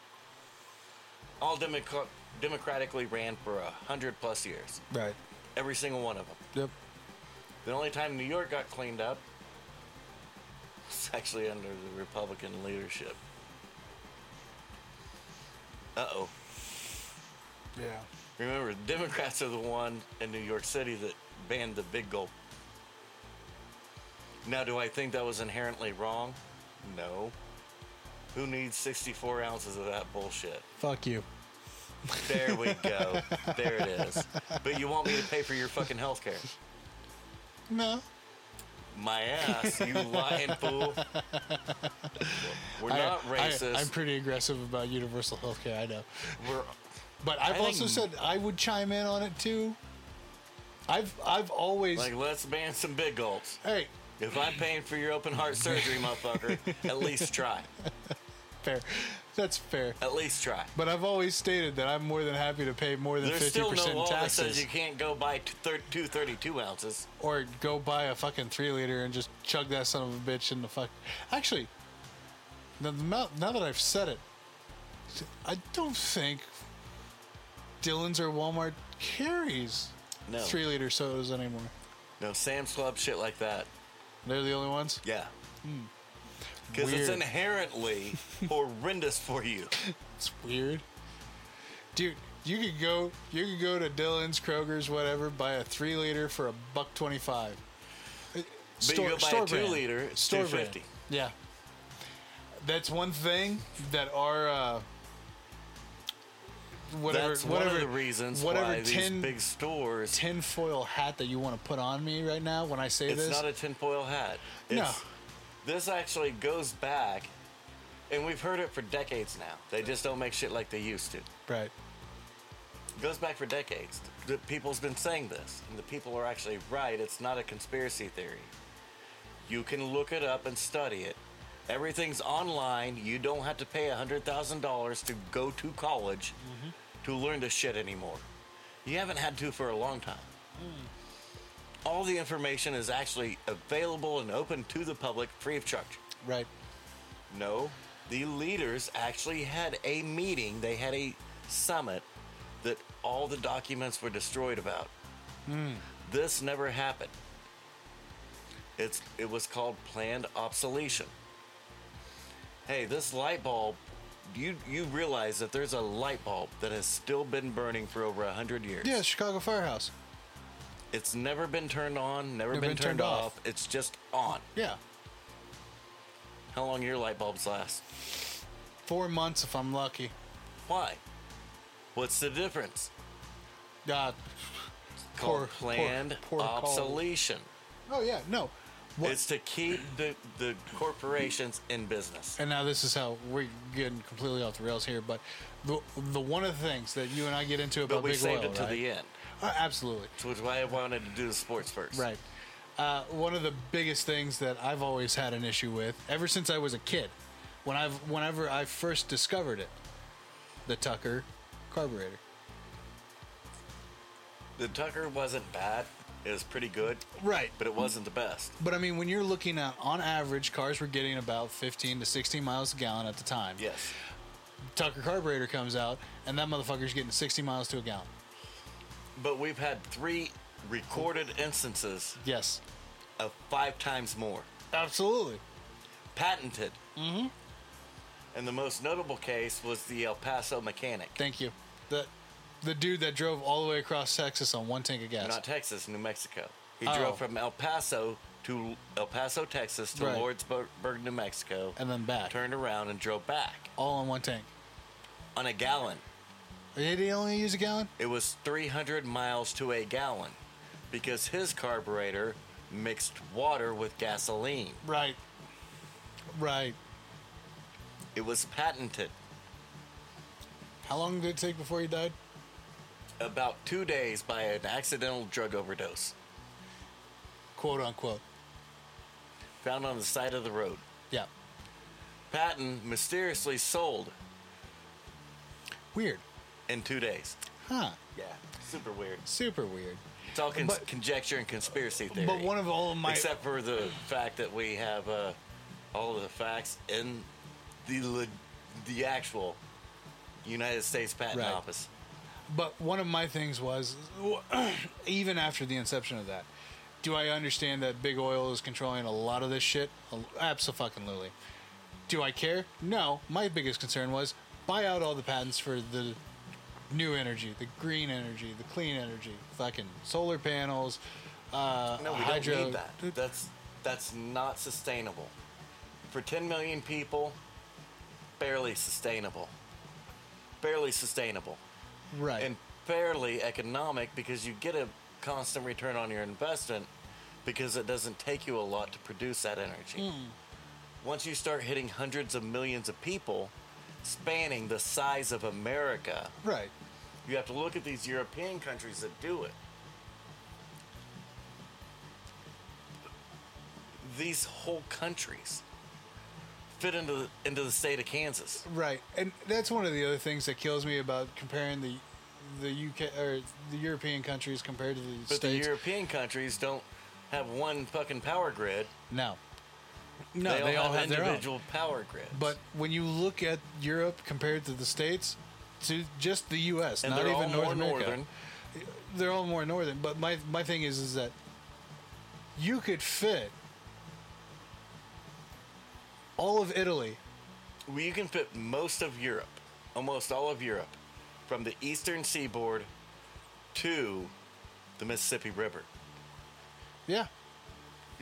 S3: all democ- democratically ran for a hundred plus years.
S1: Right.
S3: Every single one of them.
S1: Yep.
S3: The only time New York got cleaned up was actually under the Republican leadership. Uh oh.
S1: Yeah.
S3: Remember, the Democrats are the one in New York City that banned the big gulp. Now, do I think that was inherently wrong? No. Who needs 64 ounces of that bullshit?
S1: Fuck you.
S3: There we go. there it is. But you want me to pay for your fucking health care?
S1: No.
S3: My ass, you lying fool. We're not racist.
S1: I, am pretty aggressive about universal health care, I know.
S3: We're
S1: But I've
S3: I
S1: also
S3: think-
S1: said I would chime in on it too. I've I've always
S3: Like, let's ban some big gulps.
S1: hey
S3: If I'm paying for your open heart surgery, motherfucker, at least try.
S1: fair, that's fair.
S3: At least try.
S1: But I've always stated that I'm more than happy to pay more than
S3: There's
S1: fifty
S3: still no
S1: percent in
S3: law that says
S1: taxes,
S3: you can't go buy t- thir- two 32 ounces.
S1: or go buy a fucking three liter and just chug that son of a bitch in the fuck. Actually, now, now- now that I've said it, I don't think Dylan's or Walmart carries
S3: No.
S1: three liter sodas anymore.
S3: No Sam's Club shit like that.
S1: They're the only ones.
S3: Yeah. Because it's
S1: Hmm. Weird.
S3: inherently horrendous for you.
S1: It's weird, dude. You could go, you could go to Dylan's, Kroger's, whatever, buy a three liter for a buck twenty-five.
S3: But you go buy a two liter, it's
S1: Store
S3: two
S1: brand.
S3: fifty.
S1: Yeah, that's one thing that our uh, whatever,
S3: That's
S1: whatever
S3: one of the reasons
S1: whatever
S3: why
S1: tin
S3: these big stores.
S1: tinfoil hat that you want to put on me right now when I say
S3: it's
S1: this.
S3: not a tinfoil hat.
S1: No.
S3: It's, This actually goes back, and we've heard it for decades now. They just don't make shit like they used to.
S1: right.
S3: goes back for decades. The people's been saying this, and the people are actually right. It's not a conspiracy theory. You can look it up and study it. Everything's online. You don't have to pay $100,000 to go to college to learn this shit anymore. You haven't had to for a long time. All the information is actually available and open to the public free of charge.
S1: Right.
S3: No, the leaders actually had a meeting. They had a summit that all the documents were destroyed about. Hmm. This never happened. It's it was called planned obsolescence. Hey, this light bulb, you you realize that there's a light bulb that has still been burning for over a hundred years.
S1: Yeah, Chicago Firehouse.
S3: It's never been turned on, never, been, turned, off. It's just on.
S1: Yeah,
S3: How long your light bulbs last?
S1: four months if I'm lucky.
S3: Why? What's the difference?
S1: Uh, Poor-
S3: called
S1: poor-
S3: planned
S1: poor call.
S3: obsolescence.
S1: oh yeah, no. What?
S3: It's to keep the, the corporations in business.
S1: and now this is how we're getting completely off the rails here, but the the one of the things that you and I get into about
S3: But we
S1: big
S3: saved
S1: oil,
S3: it to
S1: right?
S3: the end,
S1: Uh, absolutely,
S3: which is why I wanted to do the sports first.
S1: right. Uh, one of the biggest things that I've always had an issue with, ever since I was a kid, when I've whenever I first discovered it, the Tucker carburetor.
S3: The Tucker wasn't bad. It was pretty good,
S1: Right,
S3: but it wasn't the best.
S1: But I mean, when you're looking at, on average, cars were getting about 15 to 16 miles a gallon at the time.
S3: Yes.
S1: Tucker carburetor comes out, and that motherfucker's getting 60 miles to a gallon.
S3: But we've had three recorded instances
S1: Yes,
S3: of five times more.
S1: absolutely.
S3: Patented. Mm-hmm. And the most notable case was the El Paso mechanic.
S1: Thank you. The the dude that drove all the way across Texas on one tank of gas.
S3: Not Texas, New Mexico. He
S1: Oh.
S3: drove from El Paso to El Paso, Texas to
S1: Right.
S3: Lordsburg, New Mexico,
S1: and then back.
S3: turned around and drove back
S1: All on one tank.
S3: on a gallon.
S1: Did he only use a gallon?
S3: It was 300 miles to a gallon because his carburetor mixed water with gasoline.
S1: Right. Right.
S3: It was patented.
S1: How long did it take before he died?
S3: About two days by an accidental drug overdose
S1: Quote unquote.
S3: found on the side of the road.
S1: Yeah.
S3: Patton mysteriously sold
S1: Weird.
S3: in two days.
S1: Huh.
S3: Yeah, super weird.
S1: Super weird.
S3: It's all cons-
S1: But-
S3: conjecture and conspiracy theory.
S1: But one of all of my
S3: except for the fact that we have uh, all the facts in the le- the actual United States Patent
S1: Right.
S3: Office.
S1: But one of my things was, even after the inception of that, do I understand that big oil is controlling a lot of this shit? Absolutely. Do I care? No. My biggest concern was buy out all the patents for the new energy, the green energy, the clean energy, fucking solar panels. Uh,
S3: No, we
S1: hydro.
S3: don't need that. That's that's not sustainable for 10 million people. Barely sustainable. Barely sustainable,
S1: Right.
S3: and barely economic because you get a constant return on your investment because it doesn't take you a lot to produce that energy. once you start hitting hundreds of millions of people spanning the size of America,
S1: right.
S3: you have to look at these European countries that do it. these whole countries fit into the, into the state of Kansas.
S1: Right, and that's one of the other things that kills me about comparing the the UK or the European countries compared to the
S3: But
S1: states.
S3: the European countries don't have one fucking power grid.
S1: no, no,
S3: they, all have,
S1: their own.
S3: individual power grids.
S1: But when you look at Europe compared to the states, to just the U.S.,
S3: and
S1: not
S3: they're
S1: even
S3: all
S1: North
S3: more
S1: America,
S3: northern.
S1: they're all more northern. But my my thing is is that you could fit all of Italy.
S3: Well, You can fit most of Europe, almost all of Europe, from the eastern seaboard to the Mississippi River.
S1: Yeah,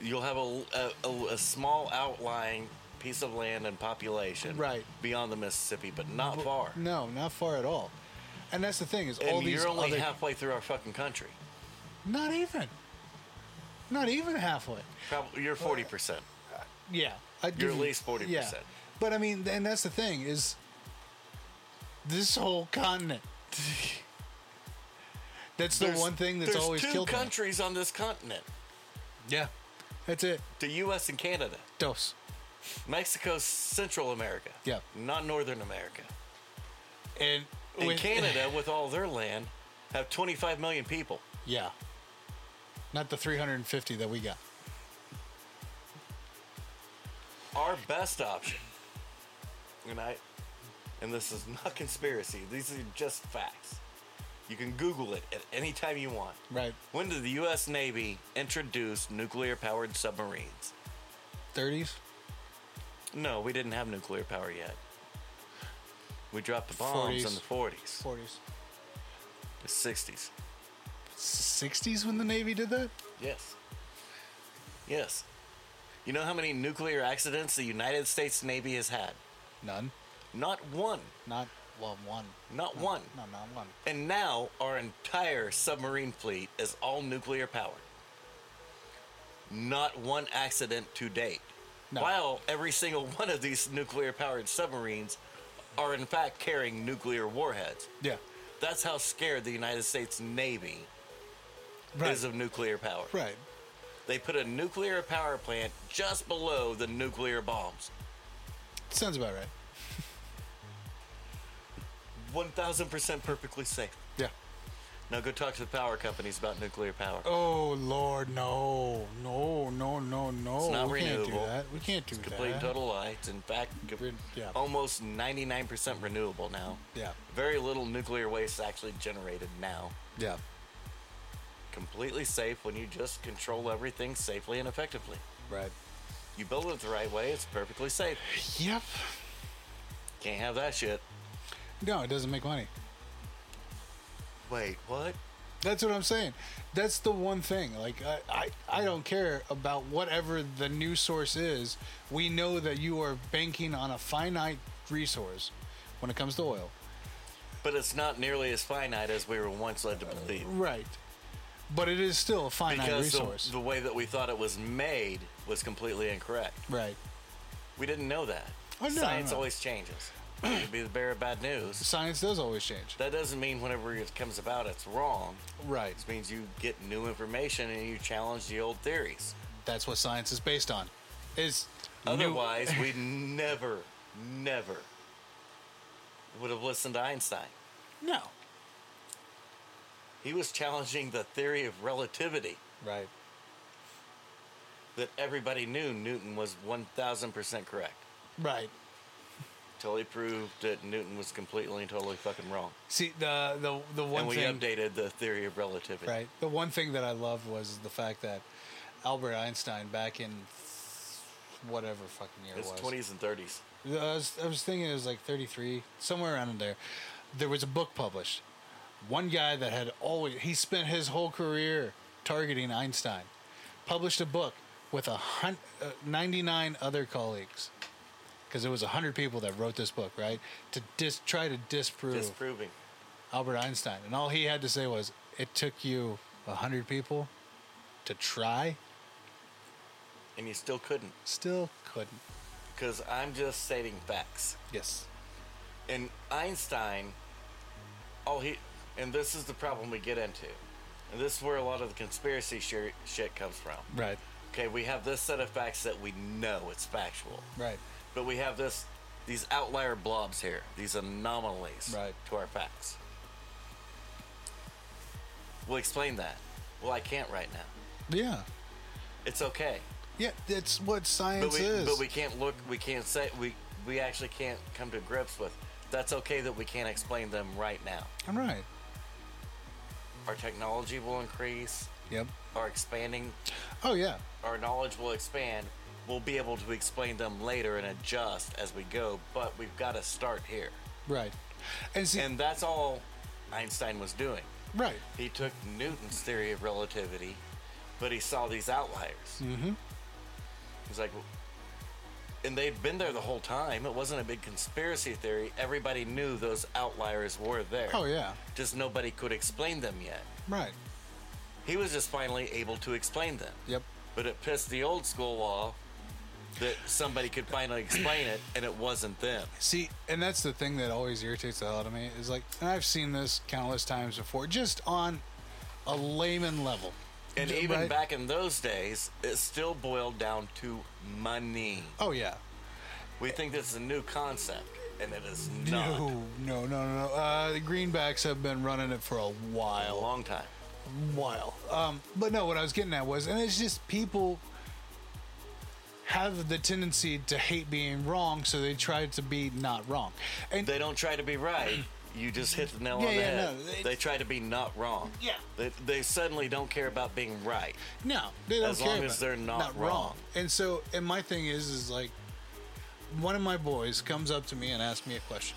S3: You'll have a, a, a- a small outlying piece of land and population
S1: Right.
S3: beyond the Mississippi, but not far.
S1: no, not far at all. And that's the thing is all
S3: And
S1: these
S3: you're only
S1: other
S3: halfway through our fucking country.
S1: not even, not even halfway.
S3: Probably you're forty percent.
S1: Yeah, I'd
S3: You're
S1: give you-
S3: at least 40%.
S1: yeah. But I mean, and that's the thing is, this whole continent. that's the one thing that's
S3: there's
S1: always
S3: two
S1: killed me.
S3: countries on this continent:
S1: Yeah, that's it.
S3: the U.S. and Canada.
S1: Dos.
S3: Mexico's Central America.
S1: Yeah.
S3: Not Northern America.
S1: And,
S3: And
S1: with-
S3: Canada, with all their land, have 25 million people.
S1: Yeah. Not the 350 that we got.
S3: Our best option, and I, and this is not conspiracy. These are just facts. You can Google it at any time you want.
S1: Right.
S3: When did the U.S. Navy introduce nuclear-powered submarines?
S1: 30s,
S3: No, we didn't have nuclear power yet. We dropped the bombs
S1: 40s.
S3: in the 40s,
S1: 40s,
S3: the 60s.
S1: 60s when the Navy did that.
S3: Yes. Yes. You know how many nuclear accidents the United States Navy has had?
S1: None.
S3: Not one.
S1: Not well, one.
S3: Not one.
S1: No, not one.
S3: And now our entire submarine fleet is all nuclear powered. Not one accident to date.
S1: No.
S3: While every single one of these nuclear powered submarines are in fact carrying nuclear warheads.
S1: Yeah.
S3: That's how scared the United States Navy
S1: Right.
S3: is of nuclear power.
S1: right.
S3: They put a nuclear power plant just below the nuclear bombs.
S1: Sounds about right.
S3: 1000% perfectly safe.
S1: Yeah.
S3: Now go talk to the power companies about nuclear power.
S1: Oh Lord, no, no, no, no, no!
S3: not
S1: we can't
S3: renewable.
S1: do that. We can't do that.
S3: Complete and total lie. It's in fact co-
S1: Re- yeah.
S3: almost 99% renewable now.
S1: Yeah,
S3: Very little nuclear waste actually generated now.
S1: yeah,
S3: Completely safe when you just control everything safely and effectively.
S1: right.
S3: You build it the right way, it's perfectly safe.
S1: Yep.
S3: Can't have that shit.
S1: No, it doesn't make money.
S3: Wait, what?
S1: That's what I'm saying. That's the one thing. Like I, I, I don't care about whatever the news source is. We know that you are banking on a finite resource when it comes to oil.
S3: But it's not nearly as finite as we were once led to believe.
S1: Right. But it is still a finite
S3: Because the,
S1: resource.
S3: the way that we thought it was made was completely incorrect.
S1: right.
S3: We didn't know that.
S1: Oh, no,
S3: Science
S1: no.
S3: always changes. It'd be the bearer of bad news.
S1: Science does always change.
S3: That doesn't mean whenever it comes about it's wrong.
S1: Right.
S3: It means you get new information and you challenge the old theories.
S1: That's what science is based on. Is new-
S3: Otherwise, we never, never would have listened to Einstein.
S1: no.
S3: He was challenging the theory of relativity
S1: Right.
S3: that everybody knew Newton was 1000% correct.
S1: Right.
S3: Till he proved that Newton was completely and totally fucking wrong.
S1: See the the the one
S3: and we
S1: thing
S3: updated the theory of relativity.
S1: right. The one thing that I loved was the fact that Albert Einstein back in whatever fucking year it
S3: It's
S1: was.
S3: twenties and thirties.
S1: I was, I was thinking it was like 33, somewhere around in there. There was a book published. One guy that had always, he spent his whole career targeting Einstein, published a book with a hun- uh, 99 other colleagues. Because it was 100 people that wrote this book, right? To dis- try to disprove
S3: Disproving.
S1: Albert Einstein. And all he had to say was, it took you 100 people to try,
S3: And you still couldn't.
S1: still couldn't.
S3: Because I'm just stating facts.
S1: Yes.
S3: And Einstein all he and this is the problem we get into. And this is where a lot of the conspiracy shir- shit comes from.
S1: Right.
S3: Okay, we have this set of facts that we know it's factual.
S1: Right.
S3: But we have this these outlier blobs here, these anomalies
S1: Right.
S3: to our facts. We'll explain that. Well, I can't right now.
S1: Yeah.
S3: It's okay.
S1: Yeah, that's what
S3: But
S1: science
S3: we,
S1: is.
S3: but we can't look, we can't say, we, we actually can't come to grips with. That's okay that we can't explain them right now.
S1: I'm right.
S3: Our technology will increase,
S1: Yep.
S3: our expanding,
S1: Oh yeah.
S3: our knowledge will expand. We'll be able to explain them later and adjust as we go, but we've got to start here.
S1: Right. And see.
S3: And that's all Einstein was doing.
S1: right.
S3: He took Newton's theory of relativity, but he saw these outliers. Mm-hmm. He's like, and they'd been there the whole time. It wasn't a big conspiracy theory. Everybody knew those outliers were there.
S1: Oh yeah.
S3: Just nobody could explain them yet.
S1: Right.
S3: He was just finally able to explain them.
S1: Yep.
S3: But it pissed the old school off that somebody could finally explain it, and it wasn't them.
S1: See, and that's the thing that always irritates the hell out of me is like, and I've seen this countless times before, just on a layman level.
S3: And
S1: J-
S3: even
S1: right?
S3: back in those days, it still boiled down to money.
S1: Oh yeah.
S3: We think this is a new concept, and it is not.
S1: No, no, no, no. no. Uh, the greenbacks have been running it for a
S3: A
S1: while.
S3: long time.
S1: while. Um, but no, what I was getting at was, and it's just people have the tendency to hate being wrong, so they try to be not wrong. And
S3: They don't try to be right. You just hit the nail
S1: Yeah,
S3: on the
S1: yeah,
S3: head.
S1: no, it's-
S3: they try to be not wrong.
S1: Yeah.
S3: They, they suddenly don't care about being right.
S1: no, they don't
S3: As
S1: care
S3: long
S1: about
S3: as
S1: it.
S3: they're not wrong.
S1: And so, and my thing is, is like, one of my boys comes up to me and asks me a question.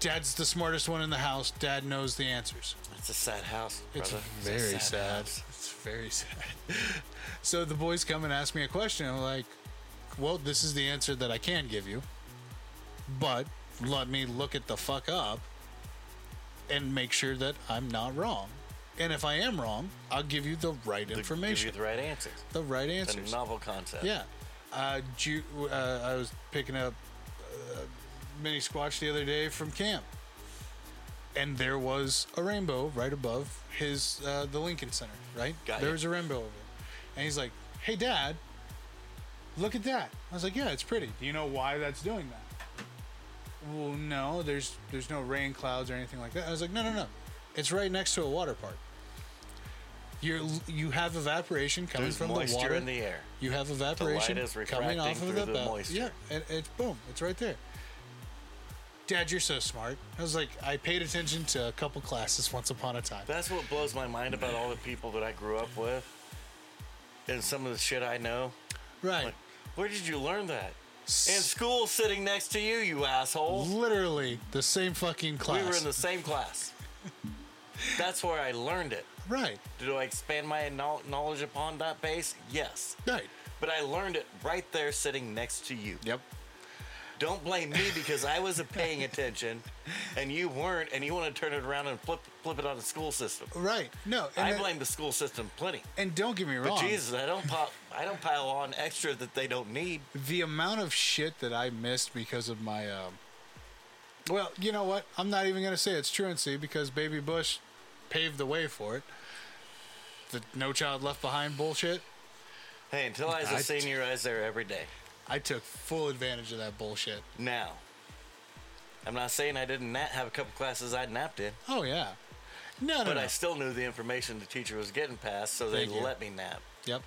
S1: Dad's the smartest one in the house. Dad knows the answers.
S3: It's a sad house,
S1: It's
S3: brother. a
S1: very sad.
S3: house.
S1: It's very sad. so the boys come and ask me a question. I'm like, well, this is the answer that I can give you, but let me look it the fuck up and make sure that I'm not wrong. And if I am wrong, I'll give you the right
S3: To
S1: information,
S3: Give you the right answers.
S1: the, right
S3: It's a
S1: answers.
S3: novel concept.
S1: Yeah. Uh, Ju- uh, I was picking up uh, mini squash the other day from camp, and there was a rainbow right above his uh, the Lincoln Center. Right
S3: Got
S1: there
S3: you.
S1: was a rainbow over, it. and he's like, "Hey, Dad, look at that." I was like, "Yeah, it's pretty." Do you know why that's doing that? Well, no. There's there's no rain clouds or anything like that. I was like, "No, no, no. It's right next to a water park." You're, you have evaporation coming
S3: There's
S1: from
S3: moisture
S1: the water.
S3: in the air.
S1: You have evaporation
S3: The light is
S1: coming off
S3: refracting
S1: of
S3: through
S1: the,
S3: the
S1: belt.
S3: moisture.
S1: Yeah, and it's boom, it's right there. Dad, you're so smart. I was like, I paid attention to a couple classes once upon a time.
S3: That's what blows my mind about all the people that I grew up with and some of the shit I know.
S1: right.
S3: Like, where did you learn that? In school, sitting next to you, you asshole.
S1: Literally the same fucking class.
S3: We were in the same class. That's where I learned it.
S1: right,
S3: Did I expand my know- knowledge upon that base? Yes.
S1: right.
S3: But I learned it right there sitting next to you.
S1: Yep.
S3: Don't blame me because I wasn't paying attention and you weren't, and you want to turn it around and flip, flip it on the school system.
S1: Right. No. And,
S3: I
S1: that-
S3: blame the school system plenty.
S1: and don't get me wrong.
S3: But Jesus, I don't pop, I don't pile on extra that they don't need.
S1: the amount of shit that I missed because of my. Um, well, you know what? I'm not even going to say it's truancy because Baby Bush paved the way for it. The No Child Left Behind bullshit.
S3: Hey, until I was a
S1: I-
S3: senior, I was there every day.
S1: I took full advantage of that bullshit.
S3: Now, I'm not saying I didn't na have a couple classes I napped in,
S1: Oh yeah. No, no,
S3: but
S1: no.
S3: I still knew the information the teacher was getting past, so they
S1: Uh-huh. Thank you.
S3: let me nap.
S1: yep.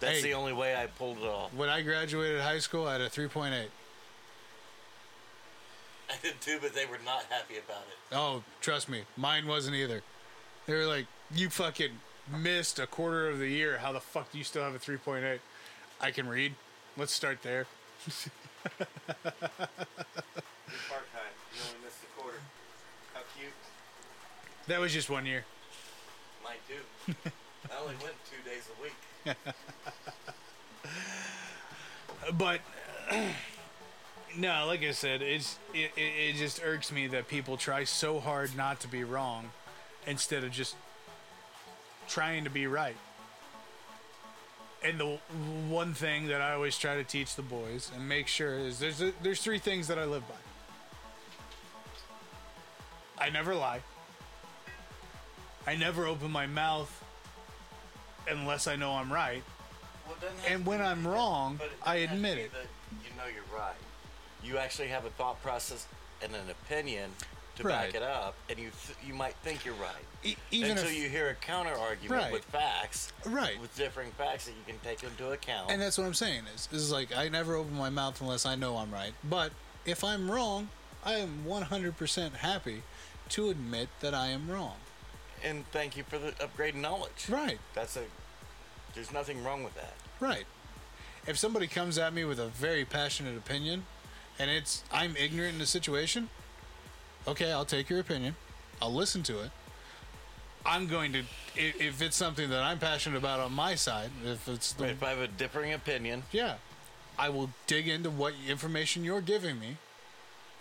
S3: That's
S1: Hey.
S3: the only way I pulled it off.
S1: When I graduated high school, I had a 3.8.
S3: I did too, but they were not happy about it.
S1: Oh, trust me, mine wasn't either. They were like, "You fucking missed a quarter of the year. How the fuck do you still have a 3.8?" I can read. Let's start there.
S3: Part time, you only missed a quarter. How cute.
S1: That was just one year.
S3: Might do. I only went two days a week.
S1: But no, like I said, it's it, it, it just irks me that people try so hard not to be wrong instead of just trying to be right. And the w- one thing that I always try to teach the boys and make sure is there's a, there's three things that I live by. I never lie. I never open my mouth unless I know I'm right
S3: Well, it doesn't have
S1: And
S3: to
S1: when
S3: be
S1: I'm
S3: that-
S1: wrong,
S3: but it
S1: I
S3: doesn't have to
S1: admit
S3: be
S1: it.
S3: that You know you're right. You actually have a thought process and an opinion to
S1: Right.
S3: back it up, and you th- you might think you're right.
S1: E- even
S3: Until
S1: if-
S3: you hear a counter argument
S1: Right.
S3: with facts,
S1: Right.
S3: With differing facts that you can take into account.
S1: And that's what I'm saying is, is like I never open my mouth unless I know I'm right. But if I'm wrong, I am 100% happy to admit that I am wrong.
S3: and thank you for the upgrade in knowledge.
S1: Right,
S3: That's a. There's nothing wrong with that.
S1: right. If somebody comes at me with a very passionate opinion, and it's I'm ignorant in the situation, okay, I'll take your opinion. I'll listen to it. I'm going to if, if it's something that I'm passionate about on my side, if it's the
S3: If I have a differing opinion,
S1: Yeah. I will dig into what information you're giving me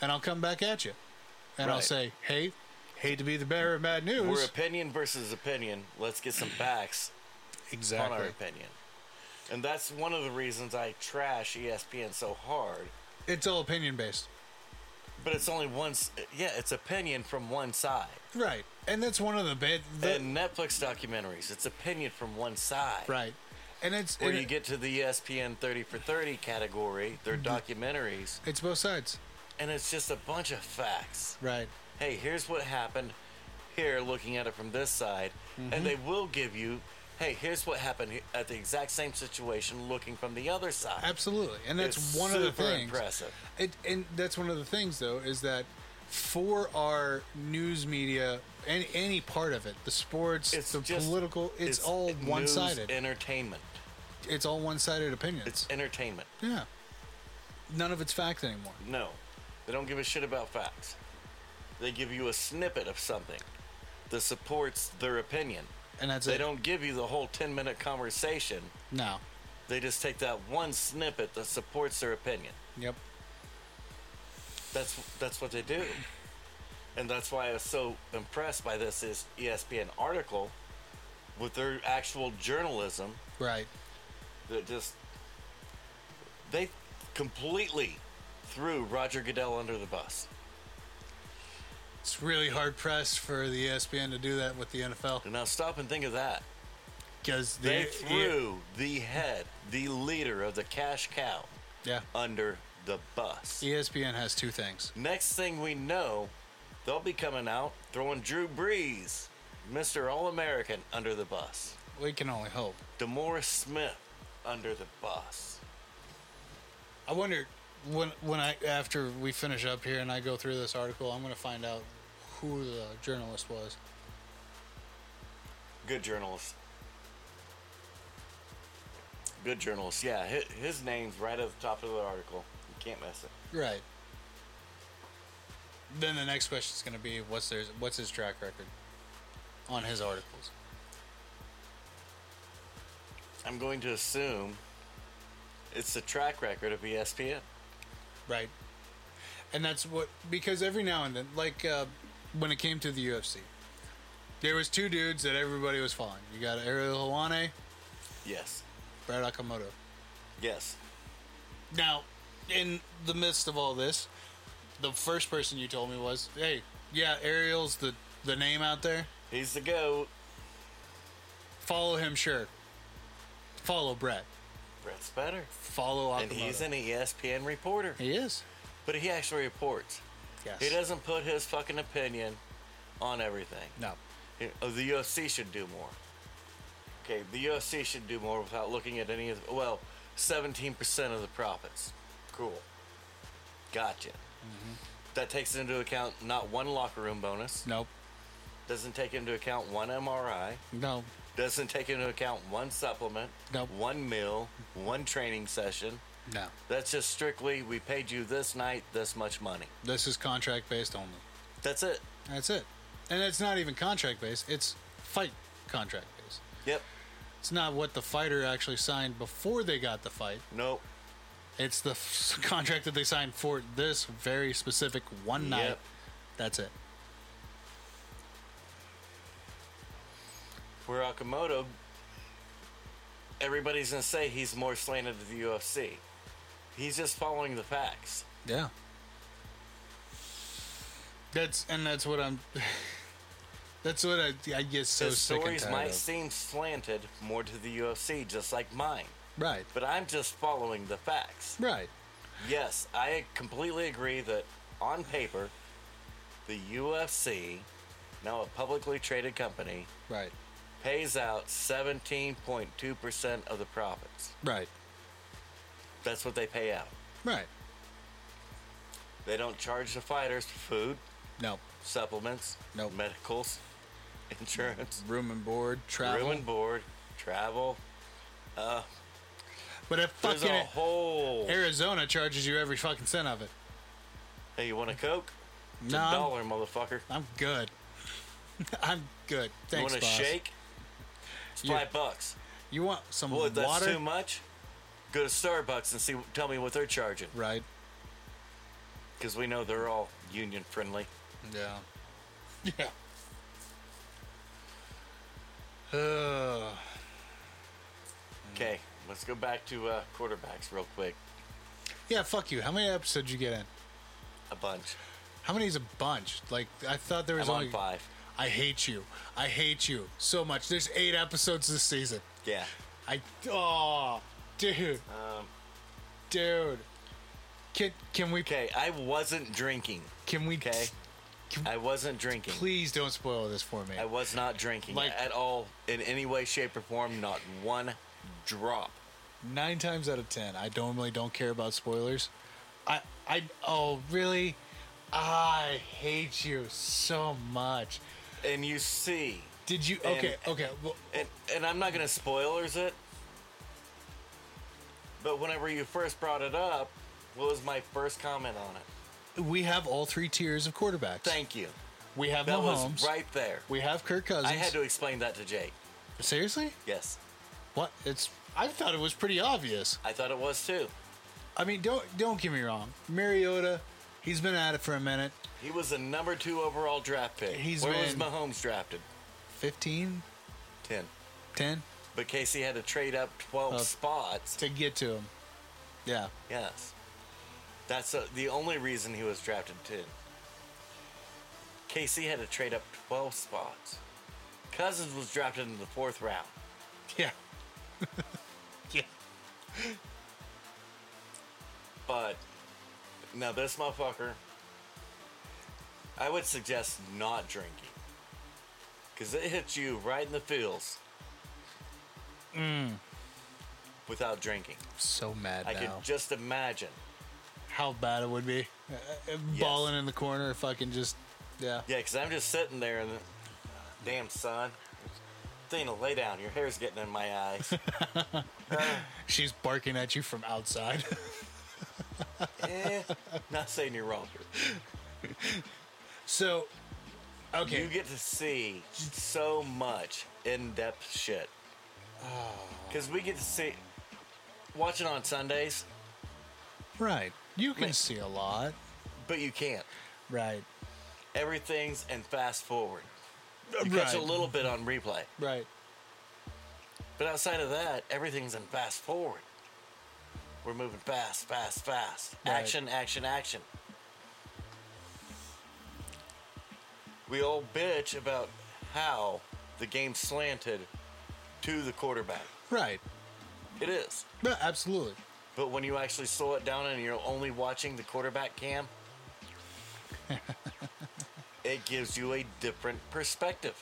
S1: and I'll come back at you. And I'll
S3: Right.
S1: say, hey, hate to be the bearer of bad news.
S3: we're opinion versus opinion. Let's get some facts on our
S1: exactly.
S3: opinion. And that's one of the reasons I trash E ESPN so hard.
S1: It's all opinion based.
S3: But it's only one. s- Yeah, it's opinion from one side.
S1: Right. And that's one of the bad. The,
S3: And Netflix documentaries, it's opinion from one side.
S1: right. And it's
S3: Where
S1: and
S3: you
S1: it-
S3: get to the E ESPN 30 for 30 category, they're
S1: Mm-hmm.
S3: documentaries,
S1: it's both sides.
S3: and it's just a bunch of facts.
S1: Right.
S3: hey, here's what happened here, looking at it from this side.
S1: Mm-hmm.
S3: And they will give you, hey, here's what happened he- at the exact same situation, looking from the other side.
S1: Absolutely. And that's
S3: It's
S1: one of the
S3: super
S1: things.
S3: impressive.
S1: It, and that's one of the things, though, is that for our news media, any, any part of it, the sports, the
S3: just-
S1: political, it's, all
S3: news
S1: one sided.
S3: Entertainment.
S1: it's all one sided opinions.
S3: It's entertainment.
S1: Yeah. None of it's fact anymore.
S3: No, they don't give a shit about facts. They give you a snippet of something that supports their opinion.
S1: And that's
S3: They
S1: it.
S3: don't give you the whole 10 minute conversation.
S1: No.
S3: They just take that one snippet that supports their opinion.
S1: Yep.
S3: that's that's what they do and that's why i was so impressed by this is E espn article with their actual journalism
S1: Right.
S3: that just they completely threw roger goodell under the bus
S1: It's really hard pressed for the E ESPN to do that with the NFL
S3: and now stop and think of that
S1: because
S3: they threw the head the leader of the cash cow
S1: Yeah. E
S3: under the bus
S1: ESPN has two things.
S3: next thing we know they'll be coming out throwing drew brees mr all-american under the bus
S1: We can only hope.
S3: Demora Smith under the bus.
S1: I wonder when when I after we finish up here and I go through this article, I'm gonna find out who the journalist was.
S3: Good journalist. Good journalist. Yeah, his, his name's right at the top of the article. You can't miss it.
S1: Right. Then the next question is gonna be what's their what's his track record on his articles.
S3: I'm going to assume it's the track record of E ESPN.
S1: Right. And that's what because every now and then, like uh, when it came to the UFC, there was two dudes that everybody was following. You got Ariel Helwani,
S3: Yes.
S1: Brad Akamoto.
S3: Yes.
S1: Now, in the midst of all this, the first person you told me was, "Hey, yeah, Ariel's the the name out there.
S3: He's the GOAT.
S1: Follow him, sure. Follow Brett.
S3: Brett's better.
S1: Follow Akamoto.
S3: And he's an E ESPN reporter.
S1: he is.
S3: But he actually reports.
S1: Yes.
S3: He doesn't put his fucking opinion on everything.
S1: No.
S3: Yeah, oh, the UFC should do more. Okay, the UFC should do more without looking at any of the, well, 17% of the profits. Cool. Gotcha. That takes into account not one locker room bonus,
S1: Nope.
S3: doesn't take into account one MRI,
S1: No.
S3: doesn't take into account one supplement,
S1: Nope.
S3: one meal, one training session.
S1: No.
S3: That's just strictly we paid you this night this much money.
S1: This is contract based only."
S3: That's it.
S1: That's it. And it's not even contract based, it's fight contract based.
S3: Yep.
S1: It's not what the fighter actually signed before they got the fight.
S3: Nope.
S1: It's the f- contract that they signed for this very specific one night.
S3: Yep.
S1: That's it.
S3: Where Okamoto, everybody's gonna say he's more slanted to the UFC. He's just following the facts.
S1: Yeah. That's and that's what I'm. that's what I, I get so
S3: His
S1: sick and
S3: stories
S1: tired
S3: might
S1: of.
S3: seem slanted more to the UFC, just like mine.
S1: Right.
S3: But I'm just following the facts.
S1: Right.
S3: Yes, I completely agree that on paper, the UFC, now a publicly traded company,
S1: Right.
S3: pays out 17.2% of the profits.
S1: Right.
S3: That's what they pay out.
S1: Right.
S3: They don't charge the fighters for food,
S1: No.
S3: supplements,
S1: Nope.
S3: medicals, insurance,
S1: Room and board, travel.
S3: room and board, travel.
S1: but if
S3: There's
S1: fucking
S3: a whole.
S1: Arizona charges you every fucking cent of it.
S3: Hey, you want a Coke? It's
S1: No.
S3: a dollar, motherfucker.
S1: I'm good. I'm good.
S3: You
S1: Thanks,
S3: want a
S1: boss.
S3: shake? It's
S1: Yeah.
S3: five bucks.
S1: You want some
S3: Well, that's
S1: water?
S3: too much. Go to Starbucks and see. Tell me what they're charging,
S1: Right.
S3: because we know they're all union friendly.
S1: Yeah. Yeah. Uh,
S3: Okay, let's go back to uh, quarterbacks real quick.
S1: yeah, fuck you. How many episodes you get in?
S3: A bunch.
S1: How many is a bunch? Like I thought there was
S3: I'm on
S1: only
S3: five.
S1: I hate you. I hate you so much. There's eight episodes this season.
S3: Yeah.
S1: I oh, dude,
S3: Um,
S1: dude. Can can we
S3: okay, I wasn't drinking.
S1: can we
S3: Okay,
S1: Can-
S3: I wasn't drinking.
S1: please don't spoil this for me?
S3: I was not drinking
S1: Like-
S3: at all in any way, shape, or form. Not one drop.
S1: Nine times out of ten, I normally don't care about spoilers. I I oh really? I hate you so much.
S3: And you see,
S1: Did you
S3: And-
S1: okay okay? Well,
S3: and, and I'm not gonna spoilers it. But whenever you first brought it up, what was my first comment on it?
S1: we have all three tiers of quarterbacks.
S3: Thank you.
S1: we have
S3: That
S1: Mahomes.
S3: was right there.
S1: We have Kirk Cousins.
S3: I had to explain that to Jake.
S1: seriously.
S3: Yes,
S1: What? It's I thought it was pretty obvious.
S3: I thought it was too.
S1: I mean, don't don't get me wrong. Mariota, he's been at it for a minute.
S3: He was the number two overall draft pick.
S1: He's
S3: Where
S1: been-
S3: was Mahomes drafted?
S1: 15,
S3: Ten.
S1: 10
S3: But Casey had to trade up twelve
S1: Up.
S3: spots.
S1: to get to him. Yeah.
S3: Yes, that's uh the only reason he was drafted ten. Casey had to trade up twelve spots. Cousins was drafted in the fourth round.
S1: Yeah. yeah.
S3: But now this motherfucker, I would suggest not drinking. Because it hits you right in the feels. Without drinking.
S1: So mad
S3: I
S1: now.
S3: could just imagine.
S1: How bad it would be. Uh, uh, Balling in the corner, fucking just. Yeah.
S3: Yeah, because I'm just sitting there and the damn sun. Dana, lay down. Your hair's getting in my eyes.
S1: She's barking at you from outside.
S3: eh, not saying you're wrong.
S1: so, okay.
S3: You get to see so much in-depth shit.
S1: Oh.
S3: Because we get to see, watching on Sundays,
S1: right. You can
S3: Man.
S1: see a lot.
S3: but you can't.
S1: Right.
S3: Everything's in fast forward. You catch a
S1: Right.
S3: little bit on replay,
S1: Right.
S3: but outside of that, everything's in fast forward. We're moving fast, fast, fast.
S1: Right.
S3: Action, action, action. We all bitch about how the game slanted to the quarterback.
S1: Right.
S3: It is.
S1: Yeah, absolutely.
S3: But when you actually slow it down and you're only watching the quarterback cam, it gives you a different perspective.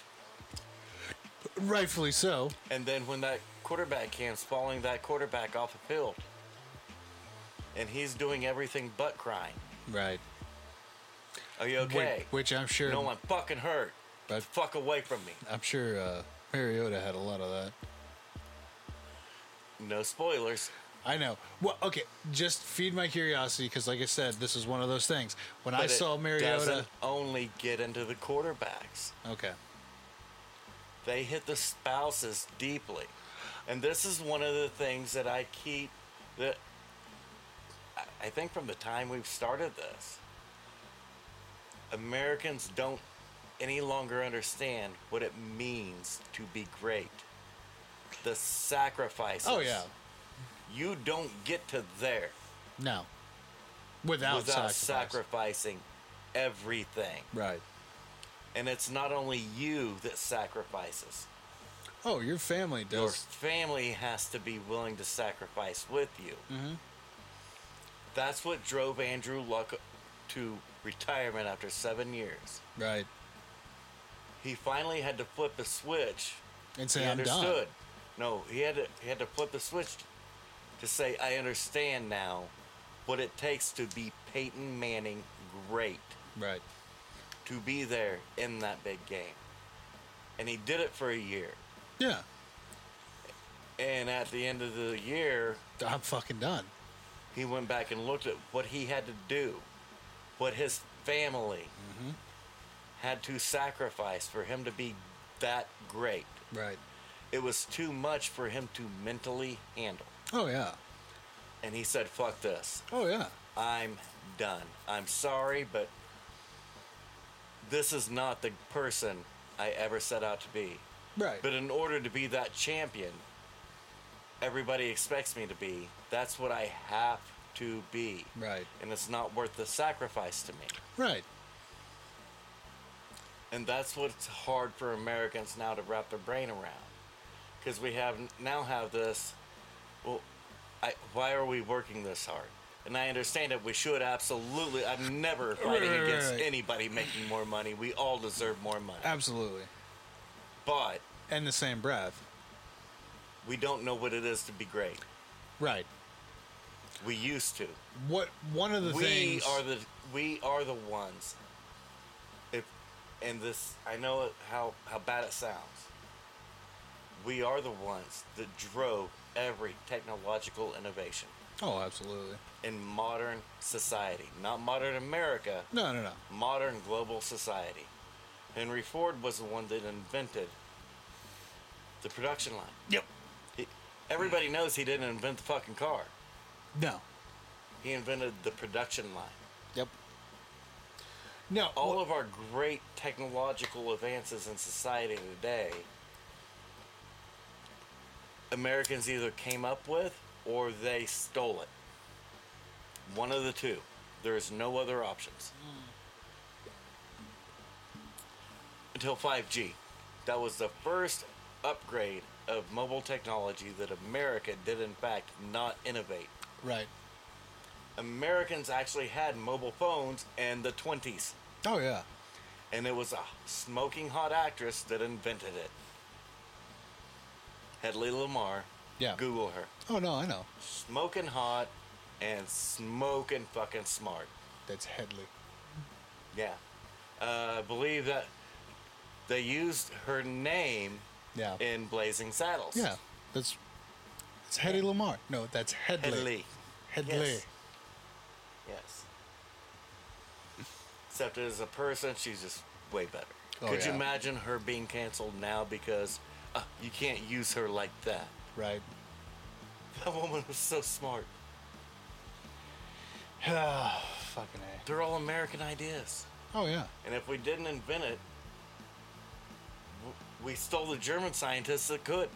S1: Rightfully so.
S3: And then when that quarterback cam's following that quarterback off the field, and he's doing everything but crying.
S1: Right.
S3: Are you
S1: Wh-
S3: okay?
S1: Which, I'm sure.
S3: No, I'm fucking hurt.
S1: But-
S3: Fuck away from me.
S1: I'm sure uh, Mariota had a lot of that.
S3: No spoilers.
S1: I know. Well, okay, just feed my curiosity because, like I said, this is one of those things. When I
S3: But it
S1: saw Mariota,
S3: doesn't only get into the quarterbacks.
S1: okay,
S3: they hit the spouses deeply and this is one of the things that i keep that I- i think from the time we've started this americans don't any longer understand what it means to be great the sacrifices
S1: oh yeah,
S3: you don't get to there
S1: no, without,
S3: without
S1: sacrifice.
S3: sacrificing everything
S1: right?
S3: and it's not only you that sacrifices
S2: Oh, your family does.
S3: Your family has to be willing to sacrifice with you. Mm-hmm. That's what drove Andrew Luck to retirement after seven years.
S2: Right.
S3: He finally had to flip a switch.
S2: And say,
S3: he
S2: I'm done."
S3: understood. No, he had to he had to flip the switch to say, I understand now what it takes to be Peyton Manning great,
S2: Right.
S3: to be there in that big game. And he did it for a year.
S2: Yeah.
S3: And at the end of the year,
S2: I'm fucking done.
S3: he went back and looked at what he had to do, what his family
S2: Mm-hmm.
S3: had to sacrifice for him to be that great.
S2: Right.
S3: It was too much for him to mentally handle.
S2: Oh, yeah.
S3: And he said, fuck this.
S2: Oh, yeah.
S3: I'm done. I'm sorry, but this is not the person I ever set out to be.
S2: Right.
S3: But in order to be that champion, everybody expects me to be. That's what I have to be.
S2: Right.
S3: And it's not worth the sacrifice to me.
S2: Right.
S3: And that's what's hard for Americans now to wrap their brain around. Because we have now have this, well, I, why are we working this hard? And I understand that we should absolutely. I'm never fighting
S2: right,
S3: against
S2: right.
S3: anybody making more money. We all deserve more money.
S2: Absolutely.
S3: But
S2: And the same breath.
S3: we don't know what it is to be great.
S2: Right.
S3: We used to.
S2: What one of the
S3: we
S2: things
S3: are the we are the ones. If and this, I know it- how how bad it sounds. We are the ones that drove every technological innovation
S2: Oh, absolutely.
S3: in modern society, not modern America,
S2: No, no, no.
S3: modern global society. Henry Ford was the one that invented the production line.
S2: Yep.
S3: He, everybody
S2: Hmm.
S3: knows he didn't invent the fucking car.
S2: No.
S3: He invented the production line.
S2: Yep. No.
S3: all
S2: well,
S3: of our great technological advances in society today, Americans either came up with or they stole it. One of the two. There is no other options. Until 5G. That was the first upgrade of mobile technology that America did, in fact, not innovate.
S2: right.
S3: Americans actually had mobile phones in the 20s
S2: Oh yeah.
S3: and it was a smoking hot actress that invented it. Hedley Lamar.
S2: Yeah.
S3: Google her.
S2: Oh no, I know.
S3: Smoking hot and smoking fucking smart.
S2: That's Headley.
S3: Yeah. Uh, I believe that they used her name
S2: Yeah.
S3: in Blazing Saddles.
S2: yeah. That's it's Hedy Lamar. No, that's Headley.
S3: Hedley.
S2: Headley.
S3: Yes. Yes. Except as a person, she's just way better.
S2: Oh,
S3: Could you
S2: yeah.
S3: imagine her being canceled now because uh, you can't use her like that?
S2: Right.
S3: That woman was so smart.
S2: Fucking A.
S3: They're all American ideas.
S2: Oh yeah.
S3: And if we didn't invent it, w- we stole the German scientists that could.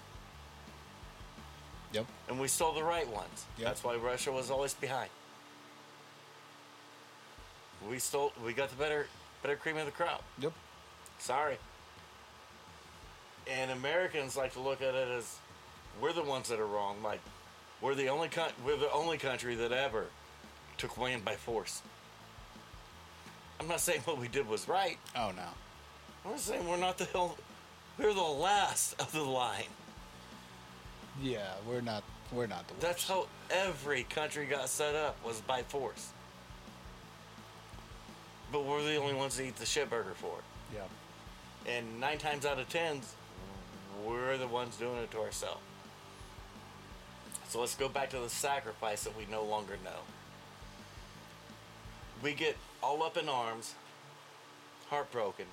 S2: Yep.
S3: And we stole the right ones.
S2: Yep.
S3: That's why Russia was always behind. We stole we got the better better cream of the crop.
S2: Yep.
S3: Sorry. And Americans like to look at it as we're the ones that are wrong. Like we're the only coun we're the only country that ever took land by force. I'm not saying what we did was right.
S2: Oh no.
S3: I'm just saying we're not the hill. We're the last of the line.
S2: Yeah, we're not. We're not the.
S3: That's how every country got set up was by force. But we're the only ones that eat the shit burger for it.
S2: Yep.
S3: And nine times out of ten, we're the ones doing it to ourselves. So let's go back to the sacrifice that we no longer know. We get all up in arms, heartbroken,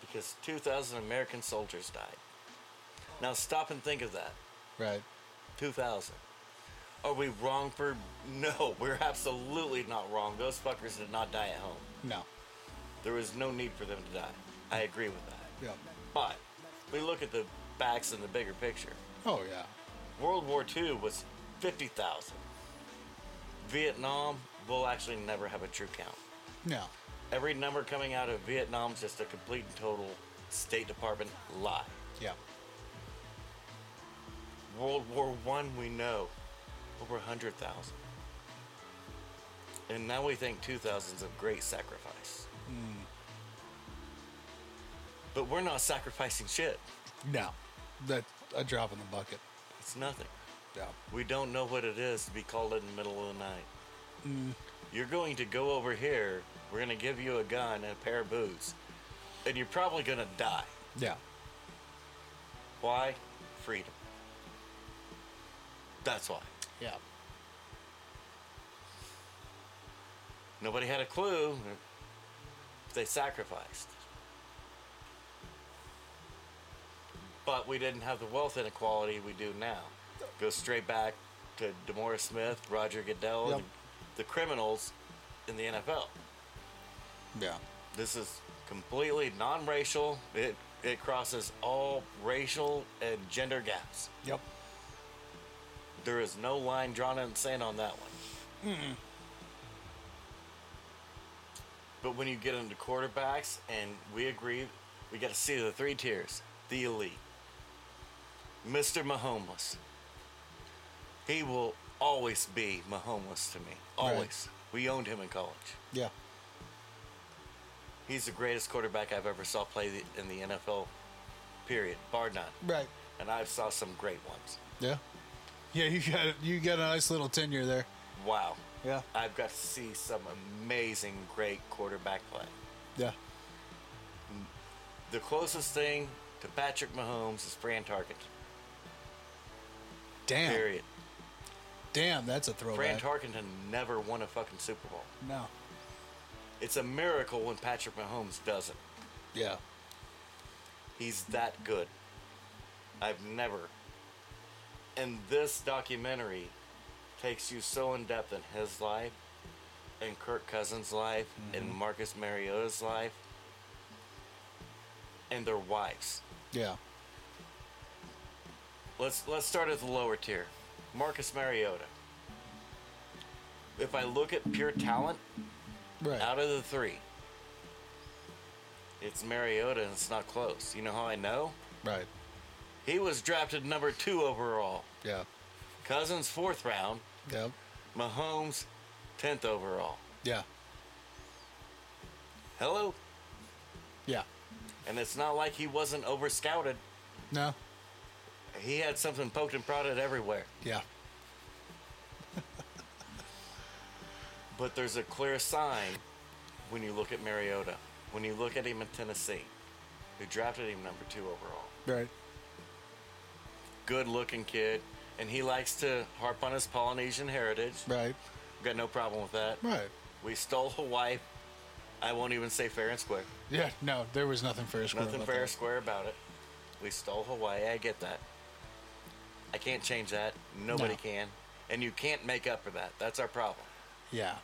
S3: because 2,000 American soldiers died. Now stop and think of that.
S2: Right.
S3: 2000. Are we wrong for. No, we're absolutely not wrong. Those fuckers did not die at home.
S2: No.
S3: There was no need for them to die. I agree with that.
S2: Yep.
S3: But we look at the facts in the bigger picture.
S2: Oh yeah.
S3: World War II was 50,000. Vietnam will actually never have a true count.
S2: No.
S3: Every number coming out of Vietnam is just a complete and total State Department lie.
S2: Yep.
S3: World War One, we know over a hundred thousand, and now we think two thousand's a great sacrifice. But we're not sacrificing shit.
S2: No, that a drop in the bucket.
S3: It's nothing.
S2: Yeah.
S3: We don't know what it is to be called in the middle of the night. You're going to go over here. We're going to give you a gun and a pair of boots, and you're probably going to die.
S2: Yeah.
S3: Why? Freedom. That's why.
S2: Yeah.
S3: Nobody had a clue. They sacrificed. But we didn't have the wealth inequality we do now. Go straight back to Demora Smith, Roger Goodell,
S2: Yep.
S3: and the criminals in the NFL.
S2: Yeah.
S3: This is completely non racial. It, it crosses all racial and gender gaps.
S2: Yep.
S3: There is no line drawn in the sand on that one. But when you get into quarterbacks, and we agree, we got to see the three tiers the elite, Mr. Mahomes. He will always be Mahomes to me. Always. We owned him in college.
S2: Yeah.
S3: He's the greatest quarterback I've ever saw play the, in the NFL, period, bar none.
S2: Right.
S3: And I've saw some great ones.
S2: Yeah. Yeah, you got you got a nice little tenure there.
S3: Wow.
S2: Yeah.
S3: I've got to see some amazing, great quarterback play.
S2: Yeah.
S3: The closest thing to Patrick Mahomes is Fran Tarkenton.
S2: Damn.
S3: Period.
S2: Damn, that's a
S3: Fran
S2: throwback.
S3: Tarkenton never won a fucking Super Bowl.
S2: no.
S3: It's a miracle when Patrick Mahomes doesn't.
S2: Yeah.
S3: He's that good. I've never. And this documentary takes you so in depth in his life, in Kirk Cousins' life, in Marcus Mariota's life, and their wives.
S2: Yeah.
S3: Let's let's start at the lower tier. Marcus Mariota. If I look at pure talent
S2: Right.
S3: out of the three, it's Mariota and it's not close. You know how I know?
S2: Right.
S3: He was drafted number two overall.
S2: Yeah.
S3: Cousins fourth round.
S2: Yep.
S3: Mahomes tenth overall.
S2: Yeah.
S3: Hello?
S2: Yeah.
S3: And it's not like he wasn't over scouted.
S2: No.
S3: He had something poked and prodded everywhere.
S2: Yeah.
S3: But there's a clear sign when you look at Mariota, when you look at him in Tennessee, who drafted him number two overall.
S2: Right.
S3: Good looking kid, and he likes to harp on his Polynesian heritage.
S2: Right.
S3: Got no problem with that.
S2: Right.
S3: We stole Hawaii. I won't even say fair and square.
S2: Yeah. No, there was nothing fair and square.
S3: Nothing
S2: about
S3: fair and
S2: that.
S3: square about it. We stole Hawaii. I get that. I can't change that. Nobody
S2: No.
S3: can. And you can't make up for that. That's our problem.
S2: Yeah.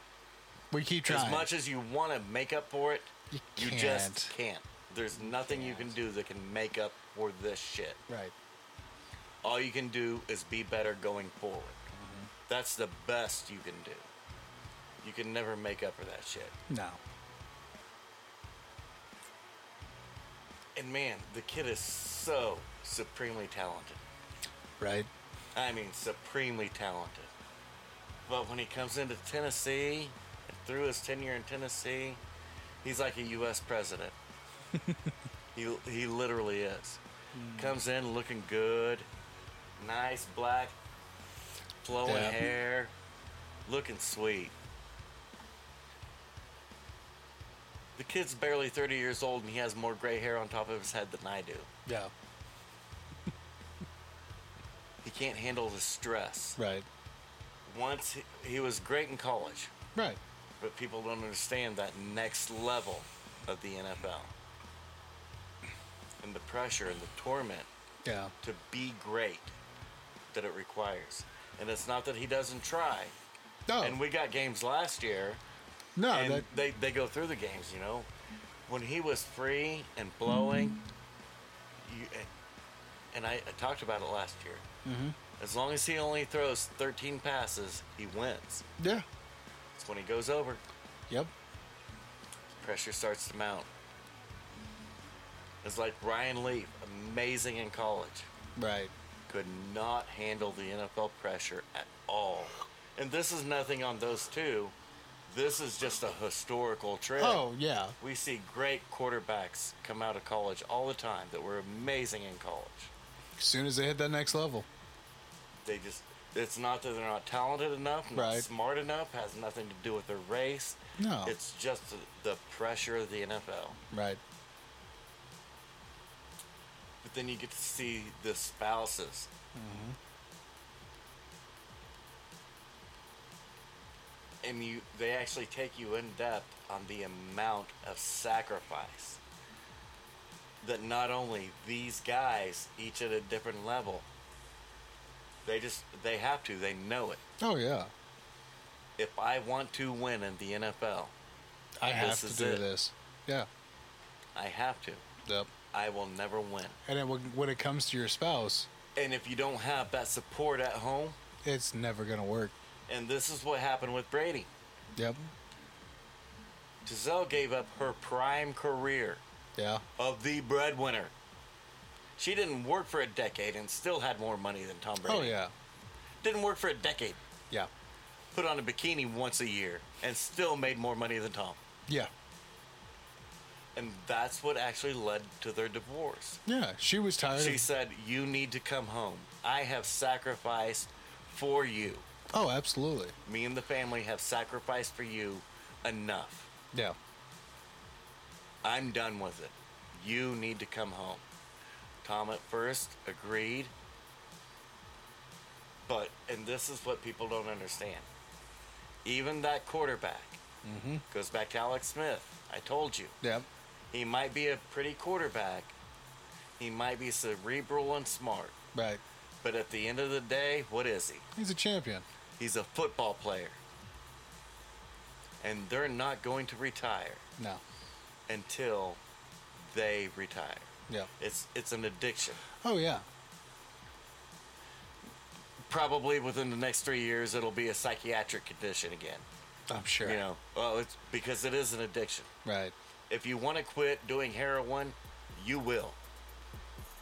S2: We keep trying.
S3: As much as you want to make up for it,
S2: You
S3: you,
S2: can't.
S3: just can't. There's nothing you can do that can make up for this shit.
S2: Right.
S3: All you can do is be better going forward.
S2: Mm-hmm.
S3: That's the best you can do. You can never make up for that shit.
S2: No.
S3: And man, the kid is so supremely talented.
S2: Right.
S3: I mean, supremely talented. But when he comes into Tennessee, and through his tenure in Tennessee, he's like a U.S. president. he, he literally is. Comes in looking good, nice black, flowing
S2: Yeah.
S3: hair, looking sweet. The kid's barely 30 years old and he has more gray hair on top of his head than I do.
S2: Yeah.
S3: He can't handle the stress.
S2: Right.
S3: once he, he was great in college,
S2: Right.
S3: but people don't understand that next level of the NFL and the pressure and the torment
S2: Yeah.
S3: to be great that it requires. And it's not that he doesn't try.
S2: No.
S3: And we got games last year,
S2: Oh. no.
S3: and
S2: that,
S3: they, they go through the games, you know. When he was free and blowing, you, and I, I talked about it last year. Mm-hmm. As long as he only throws 13 passes, he wins.
S2: yeah.
S3: It's when he goes over,
S2: Yep.
S3: pressure starts to mount. It's like Ryan Leaf, amazing in college,
S2: Right.
S3: could not handle the NFL pressure at all. And this is nothing on those two. This is just a historical trend.
S1: Oh yeah,
S3: We see great quarterbacks come out of college all the time that were amazing in college.
S1: as soon as they hit that next level,
S3: They just it's not that they're not talented enough, not
S1: Right.
S3: smart enough, has nothing to do with their race.
S1: No.
S3: It's just the pressure of the NFL.
S1: right?
S3: But then you get to see the spouses.
S1: Mm-hmm.
S3: And you, they actually take you in depth on the amount of sacrifice that not only these guys, each at a different level, they just they have to. They know it.
S1: Oh yeah,
S3: If I want to win in the NFL,
S1: I have
S3: This
S1: to
S3: is
S1: do
S3: it.
S1: this. Yeah.
S3: I have to.
S1: Yep.
S3: I will never win.
S1: And then when when it comes to your spouse,
S3: And if you don't have that support at home,
S1: it's never gonna work.
S3: and this is what happened with Brady.
S1: Yep.
S3: Giselle gave up her prime career
S1: Yeah.
S3: of the breadwinner. She didn't work for a decade and still had more money than Tom Brady.
S1: Oh yeah.
S3: Didn't work for a decade.
S1: Yeah.
S3: Put on a bikini once a year and still made more money than Tom.
S1: Yeah.
S3: And that's what actually led to their divorce.
S1: Yeah. She was tired.
S3: She
S1: of,
S3: said, You need to come home. I have sacrificed for you.
S1: oh, absolutely.
S3: Me and the family have sacrificed for you enough.
S1: Yeah.
S3: I'm done with it. You need to come home. Tom at first agreed. But, and this is what people don't understand. Even that quarterback goes back to Alex Smith. I told you.
S1: Yep.
S3: He might be a pretty quarterback, he might be cerebral and smart.
S1: Right.
S3: But at the end of the day, what is he?
S1: He's a champion.
S3: He's a football player. And they're not going to retire
S1: No.
S3: until they retire.
S1: Yeah.
S3: It's it's an addiction.
S1: Oh yeah.
S3: Probably within the next three years, it'll be a psychiatric condition again.
S1: I'm sure.
S3: You know, well, it's because it is an addiction.
S1: Right.
S3: If you want to quit doing heroin, you will.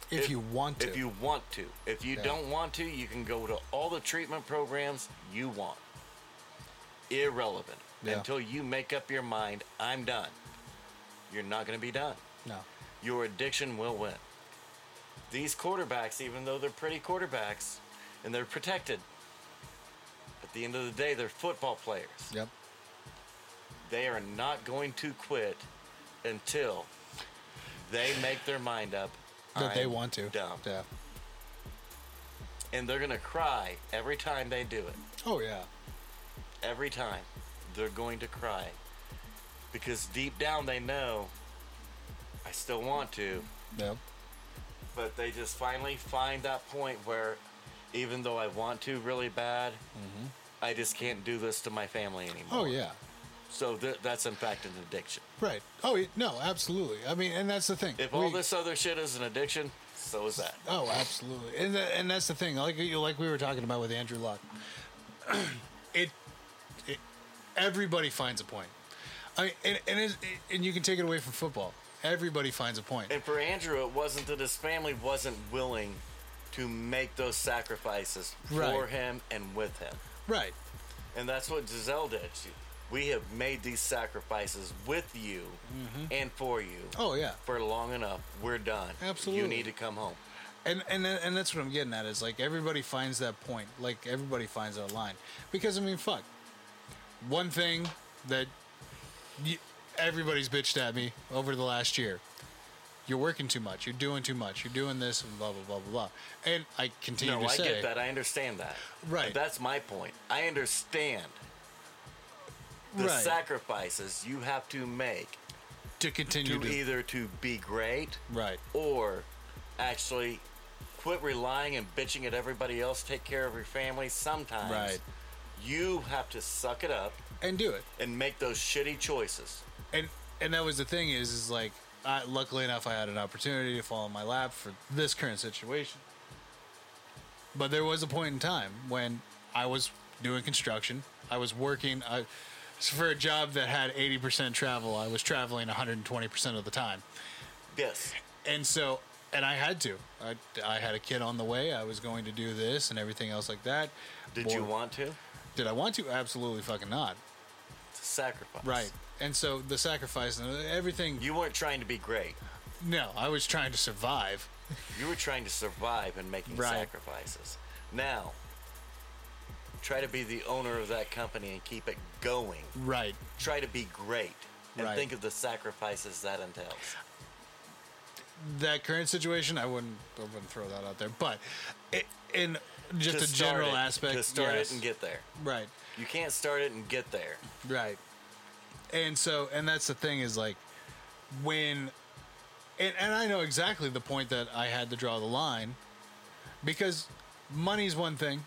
S1: If, you want to.
S3: If you want to. If you
S1: Yeah.
S3: don't want to, you can go to all the treatment programs you want. Irrelevant.
S1: Yeah.
S3: Until you make up your mind, I'm done. You're not going to be done.
S1: no.
S3: your addiction will win. These quarterbacks, even though they're pretty quarterbacks and they're protected, at the end of the day, they're football players.
S1: Yep.
S3: They are not going to quit until they make their mind up
S1: That they
S3: "I'm
S1: want to.
S3: done."
S1: Yeah.
S3: And they're going to cry every time they do it.
S1: Oh yeah.
S3: Every time they're going to cry. Because deep down they know, I still want to,
S1: Yep.
S3: but they just finally find that point where even though I want to really bad, I just can't do this to my family anymore.
S1: Oh yeah.
S3: So th- that's in fact an addiction.
S1: Right. Oh yeah. no, absolutely. I mean, and that's the thing.
S3: If
S1: We-
S3: all this other shit is an addiction, so is that.
S1: Oh, absolutely, and tha- and that's the thing. Like you- like we were talking about with Andrew Luck, it, it everybody finds a point. I mean, and and, it, and you can take it away from football. Everybody finds a point.
S3: And for Andrew, it wasn't that his family wasn't willing to make those sacrifices for
S1: Right.
S3: him and with him.
S1: Right.
S3: And that's what Giselle did. She, we have made these sacrifices with you and for you
S1: Mm-hmm. Oh yeah.
S3: for long enough. We're done. You
S1: Absolutely.
S3: need to come home.
S1: And and tha- and that's what I'm getting at is like everybody finds that point. Like everybody finds that line because I mean, fuck. One thing that y everybody's bitched at me over the last year you're working too much. You're doing too much. You're doing this and blah blah blah blah blah. And I continue
S3: No,
S1: to
S3: I
S1: say,
S3: get that. I understand that.
S1: Right.
S3: And that's my point. I understand the
S1: Right.
S3: sacrifices you have to make
S1: to continue
S3: to
S1: to
S3: either to be great
S1: right,
S3: or actually quit relying and bitching at everybody else, take care of your family. Sometimes
S1: Right.
S3: you have to suck it up
S1: and do it.
S3: and make those shitty choices.
S1: And and that was the thing is is like I, luckily enough I had an opportunity to fall in my lap for this current situation. But there was a point in time when I was doing construction. I was working I, for a job that had 80% travel. I was traveling 120% of the time.
S3: Yes.
S1: And so and I had to. I, I had a kid on the way. I was going to do this and everything else like that.
S3: Did
S1: Boy,
S3: you want to? It's
S1: Did I want to? Absolutely fucking not.
S3: a sacrifice.
S1: Right. And so the sacrifice and everything.
S3: You weren't trying to be great.
S1: no, I was trying to survive.
S3: You were trying to survive and making
S1: Right.
S3: sacrifices. Now, try to be the owner of that company and keep it going.
S1: Right.
S3: Try to be great and
S1: Right.
S3: think of the sacrifices that entails.
S1: That current situation, I wouldn't. I wouldn't throw that out there. But it, in just
S3: To
S1: a
S3: start
S1: general
S3: it-
S1: aspect,
S3: To start
S1: yes.
S3: it and get there.
S1: right.
S3: You can't start it and get there.
S1: Right. And so, and that's the thing is like when, and, and I know exactly the point that I had to draw the line because money's one thing,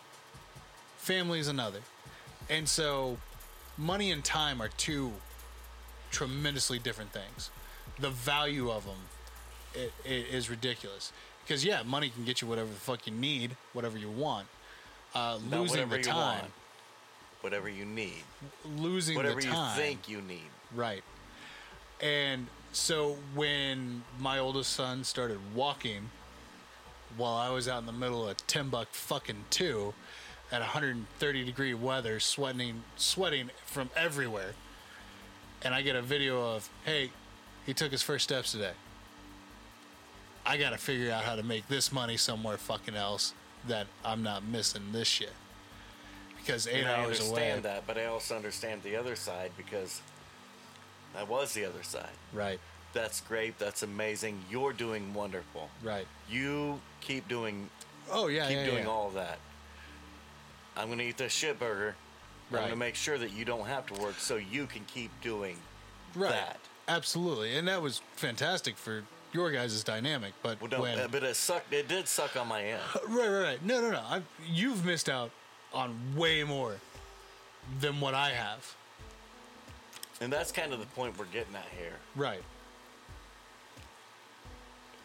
S1: family's another. And so, money and time are two tremendously different things. The value of them it, it is ridiculous. Because, yeah, money can get you whatever the fuck you need, whatever you want. Uh, losing
S3: Not whatever
S1: the
S3: you
S1: time,
S3: want, whatever you need,
S1: losing
S3: whatever
S1: the
S3: you
S1: time.
S3: think you need.
S1: Right. And so when my oldest son started walking while I was out in the middle of Timbuk fucking two at 130 degree weather, sweating sweating from everywhere. And I get a video of, hey, he took his first steps today. I gotta figure out how to make this money somewhere fucking else that I'm not missing this shit. Because eight
S3: And I
S1: hours away.
S3: understand that, but I also understand the other side because I was the other side.
S1: Right,
S3: That's great. That's amazing. You're doing wonderful.
S1: right.
S3: You keep doing
S1: Oh yeah.
S3: keep
S1: yeah,
S3: doing
S1: yeah.
S3: all that. I'm gonna eat this shit burger. I'm gonna
S1: Right.
S3: make sure that you don't have to work so you can keep doing that.
S1: Absolutely, and that was fantastic for your guys' dynamic. But
S3: Well, no,
S1: when,
S3: uh, but it sucked. It did suck on my end.
S1: right, right, right. No, no, no. I, you've missed out on way more than what I have.
S3: And that's kind of the point we're getting at here.
S1: Right.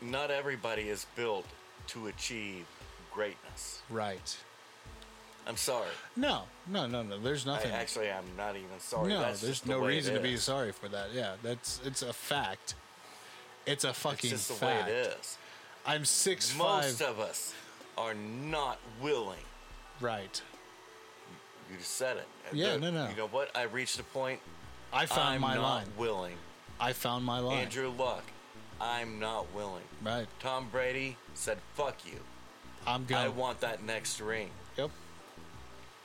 S3: Not everybody is built to achieve greatness.
S1: Right.
S3: I'm sorry.
S1: No, no, no, no. There's
S3: I,
S1: nothing.
S3: actually, I'm not even sorry.
S1: no,
S3: That's
S1: there's
S3: just the
S1: no
S3: way it
S1: reason to be
S3: is.
S1: sorry for that. Yeah, that's it's a fact. It's a
S3: It's
S1: fucking
S3: just the
S1: fact.
S3: way it is.
S1: I'm six
S3: Most
S1: five.
S3: of us are not willing.
S1: right.
S3: You just said it.
S1: Yeah, no,
S3: The-
S1: no.
S3: You know what? I reached a point.
S1: I found
S3: I'm
S1: my
S3: not
S1: line.
S3: willing.
S1: I found my line.
S3: Andrew Luck, I'm not willing.
S1: Right.
S3: Tom Brady said, "Fuck you.
S1: I'm going.
S3: I want that next ring."
S1: Yep.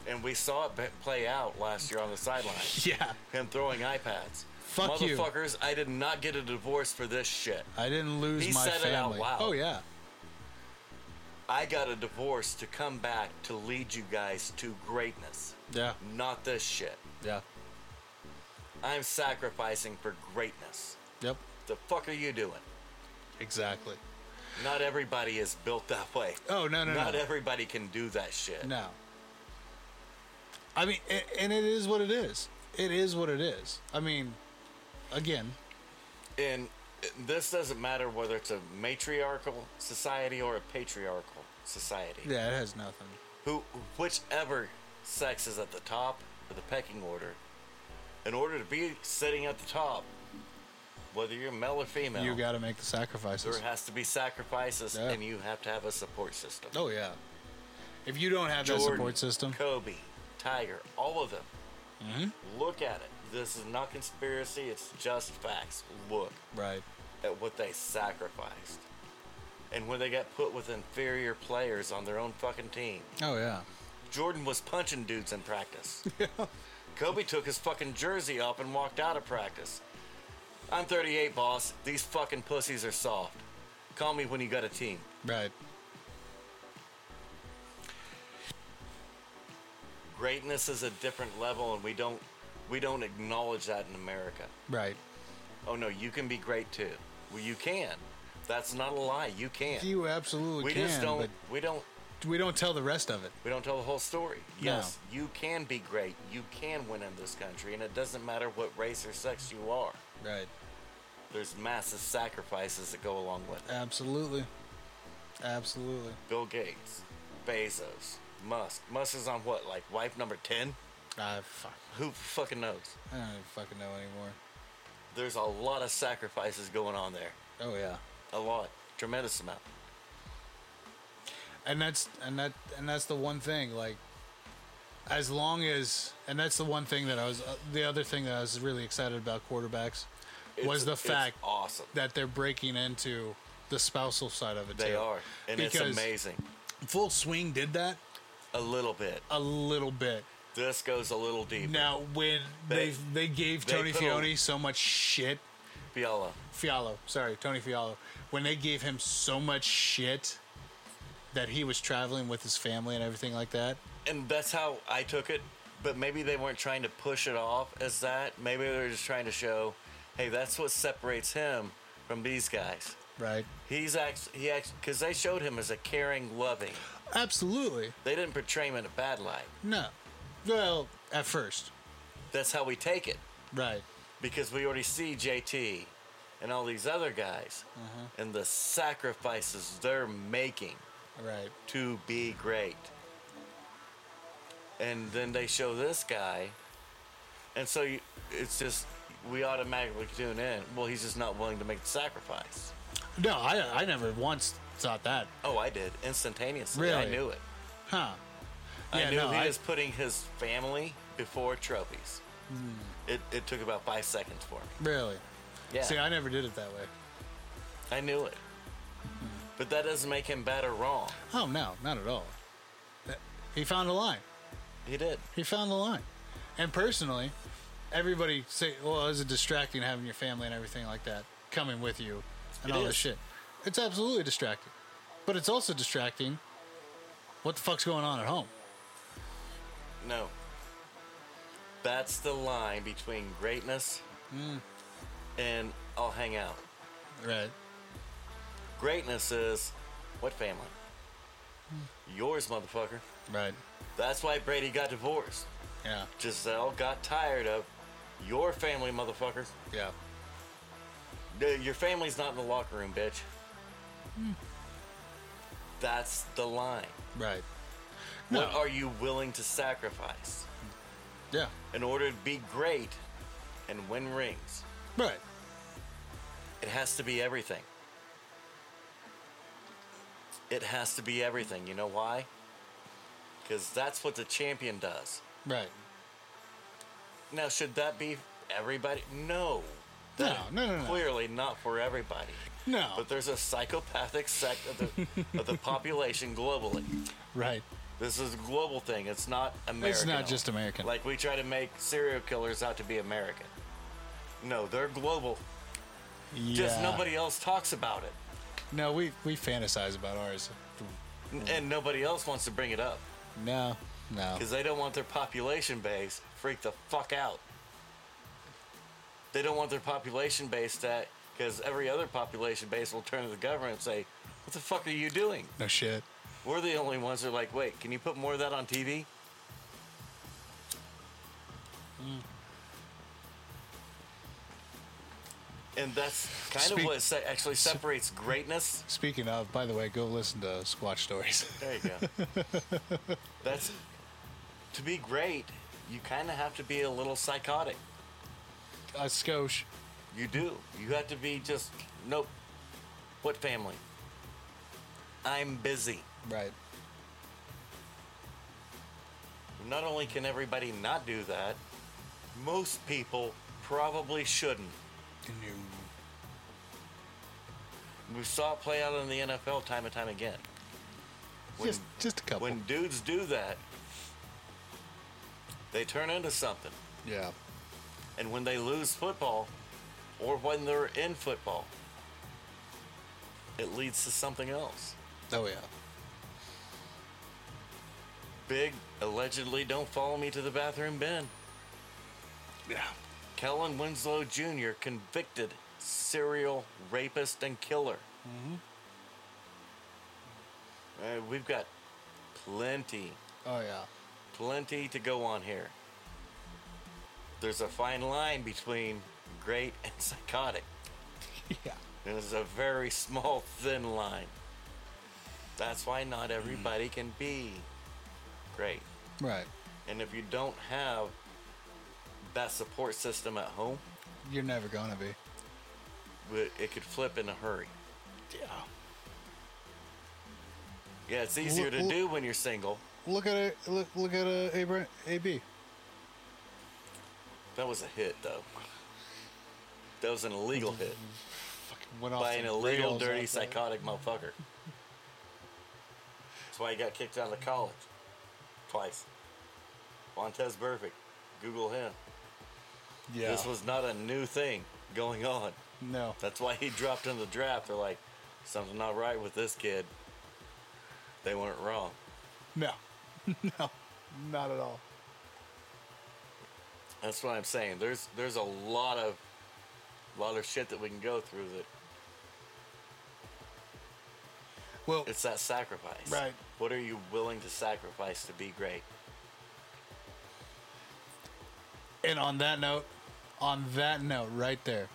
S3: And we saw it be- play out last year on the sidelines.
S1: Yeah.
S3: Him throwing iPads.
S1: Fuck you.
S3: Motherfuckers, I did not get a divorce for this shit.
S1: I didn't lose
S3: He
S1: my
S3: said it out
S1: family.
S3: loud.
S1: Oh yeah.
S3: I got a divorce to come back to lead you guys to greatness.
S1: Yeah.
S3: Not this shit.
S1: Yeah.
S3: I'm sacrificing for greatness.
S1: Yep.
S3: The fuck are you doing?
S1: Exactly.
S3: Not everybody is built that way.
S1: Oh no no
S3: Not
S1: no
S3: everybody can do that shit.
S1: no. I mean, a- and it is what it is. It is what it is. I mean, again,
S3: And this doesn't matter whether it's a matriarchal society or a patriarchal society.
S1: yeah, it has nothing.
S3: Who, whichever sex is at the top of the pecking order, in order to be sitting at the top, whether you're male or female,
S1: You got to make the
S3: there
S1: sacrifices.
S3: has to be sacrifices,
S1: Yeah.
S3: and you have to have a support system.
S1: Oh yeah. If you don't have that
S3: Jordan,
S1: support system,
S3: Kobe, Tiger, all of them.
S1: Mm-hmm.
S3: Look at it. This is not conspiracy. It's just facts. Look
S1: right?
S3: at what they sacrificed, and when they got put with inferior players on their own fucking team.
S1: Oh yeah.
S3: Jordan was punching dudes in practice. Kobe took his fucking jersey up and walked out of practice. I'm 38, boss. These fucking pussies are soft. Call me when you got a team.
S1: Right.
S3: Greatness is a different level, and we don't we don't acknowledge that in America.
S1: Right.
S3: Oh no, you can be great too. Well, you can. That's not a lie. You can.
S1: You absolutely
S3: we
S1: can,
S3: just don't.
S1: but
S3: We don't.
S1: we don't tell the rest of it.
S3: We don't tell the whole story.
S1: No.
S3: Yes, you can be great. You can win in this country, and it doesn't matter what race or sex you are.
S1: Right.
S3: There's massive sacrifices that go along with it.
S1: Absolutely. Absolutely.
S3: Bill Gates, Bezos, Musk. Musk is on what, like wife number ten?
S1: I Ah, fuck.
S3: Who fucking knows?
S1: I don't even fucking know anymore.
S3: There's a lot of sacrifices going on there.
S1: Oh yeah.
S3: A lot. tremendous amount.
S1: and that's and that and that's the one thing like as long as and that's the one thing that i was uh, the other thing that i was really excited about quarterbacks
S3: It's-
S1: was the
S3: it's
S1: fact
S3: awesome.
S1: that they're breaking into the spousal side of it
S3: They
S1: too.
S3: are, and
S1: Because-
S3: it's amazing.
S1: full swing did that
S3: A little bit.
S1: a little bit
S3: This goes a little deeper.
S1: now when they
S3: They-
S1: they, gave
S3: they
S1: tony
S3: put a-
S1: Fione so much shit
S3: Fiala.
S1: Fiallo, sorry, Tony Fiallo, when they gave him so much shit that he was traveling with his family and everything like that.
S3: and that's how I took it. But maybe they weren't trying to push it off as that. Maybe they were just trying to show, hey, that's what separates him from these guys.
S1: Right.
S3: He's actually he actually because they showed him as a caring, loving.
S1: Absolutely.
S3: They didn't portray him in a bad light.
S1: No. Well, at first.
S3: That's how we take it
S1: Right.
S3: because we already see JT and all these other guys
S1: Uh-huh.
S3: and the sacrifices they're making
S1: Right.
S3: to be great. And then they show this guy, and so you, it's just we automatically tune in. Well, he's just not willing to make the sacrifice.
S1: No, I I never once thought that.
S3: Oh, I did instantaneously. I
S1: Really?
S3: knew it.
S1: Huh.
S3: I knew
S1: no,
S3: he
S1: I-
S3: was putting his family before trophies.
S1: Hmm.
S3: It, it took about five seconds for me.
S1: Really.
S3: Yeah,
S1: See, I never did it that way.
S3: I knew it. But that doesn't make him bad or wrong.
S1: Oh no, not at all. That- He found a line.
S3: He did.
S1: He found the line. And personally, everybody say, "Well, it's a distracting having your family and everything like that coming with you and
S3: It
S1: all this
S3: is.
S1: shit." It's absolutely distracting, but it's also distracting. What the fuck's going on at home?
S3: No. That's the line between greatness and I'll hang out.
S1: Right.
S3: Greatness is what family? Yours, motherfucker.
S1: Right.
S3: That's why Brady got divorced.
S1: Yeah.
S3: Giselle got tired of your family, motherfucker.
S1: Yeah.
S3: The- Your family's not in the locker room, bitch. That's the line.
S1: Right.
S3: What are you willing to sacrifice
S1: Yeah.
S3: in order to be great and win rings?
S1: Right.
S3: It has to be everything. It has to be everything. You know why? Because that's what the champion does.
S1: Right.
S3: Now, should that be everybody? No.
S1: No,
S3: That-
S1: no, no, no.
S3: Clearly not for everybody.
S1: No.
S3: But there's a psychopathic sect of the, of the population globally.
S1: Right.
S3: This is a global thing. It's not American.
S1: It's not just American.
S3: Like we try to make serial killers out to be American. No, they're global.
S1: Yeah.
S3: Just nobody else talks about it.
S1: No, we we fantasize about ours.
S3: and nobody else wants to bring it up
S1: No. No.
S3: because they don't want their population base freak the fuck out. They don't want their population base that because every other population base will turn to the government and say, "What the fuck are you doing?"
S1: No shit.
S3: We're the only ones that are like, "Wait, can you put more of that on TV?"
S1: Mm.
S3: And that's kind
S1: Speak-
S3: of what se- actually separates greatness
S1: Speaking of, by the way, go listen to Squatch Stories.
S3: There you go. That's to be great. You kind of have to be a little psychotic.
S1: A skosh.
S3: You do. You have to be just nope. What family? I'm busy.
S1: Right.
S3: Not only can everybody not do that, most people probably shouldn't. We saw it play out in the NFL time and time again. When-
S1: just just a couple.
S3: when dudes do that, they turn into something.
S1: yeah.
S3: and when they lose football or when they're in football it leads to something else
S1: Oh yeah.
S3: big allegedly don't follow me to the bathroom bin
S1: Yeah.
S3: kellen winslow jr convicted serial rapist and killer Uh, we've got plenty
S1: Oh yeah.
S3: plenty to go on here there's a fine line between great and psychotic
S1: Yeah.
S3: It was a very small, thin line. That's why not everybody can be great.
S1: Right.
S3: And if you don't have that support system at home,
S1: You're never gonna be.
S3: wi- it could flip in a hurry.
S1: Yeah.
S3: Yeah, it's easier to
S1: Wh- wh-
S3: do when you're single.
S1: Look at it. Look, look at uh, Abra- AB.
S3: That was a hit, though. That was an illegal
S1: Mm-hmm.
S3: hit
S1: Fucking went off
S3: by
S1: the
S3: an illegal,
S1: rails out
S3: dirty,
S1: there.
S3: psychotic motherfucker. That's why he got kicked out of college twice. Montez Perfect. Google him.
S1: Yeah.
S3: This was not a new thing going on.
S1: no.
S3: That's why he dropped in the draft. They're like, something not right with this kid. They weren't wrong.
S1: No. no. Not at all.
S3: That's what I'm saying. There's there's a lot of lot of shit that we can go through that
S1: Well,
S3: It's that sacrifice.
S1: Right.
S3: What are you willing to sacrifice to be great?
S1: and on that note, on that note right there,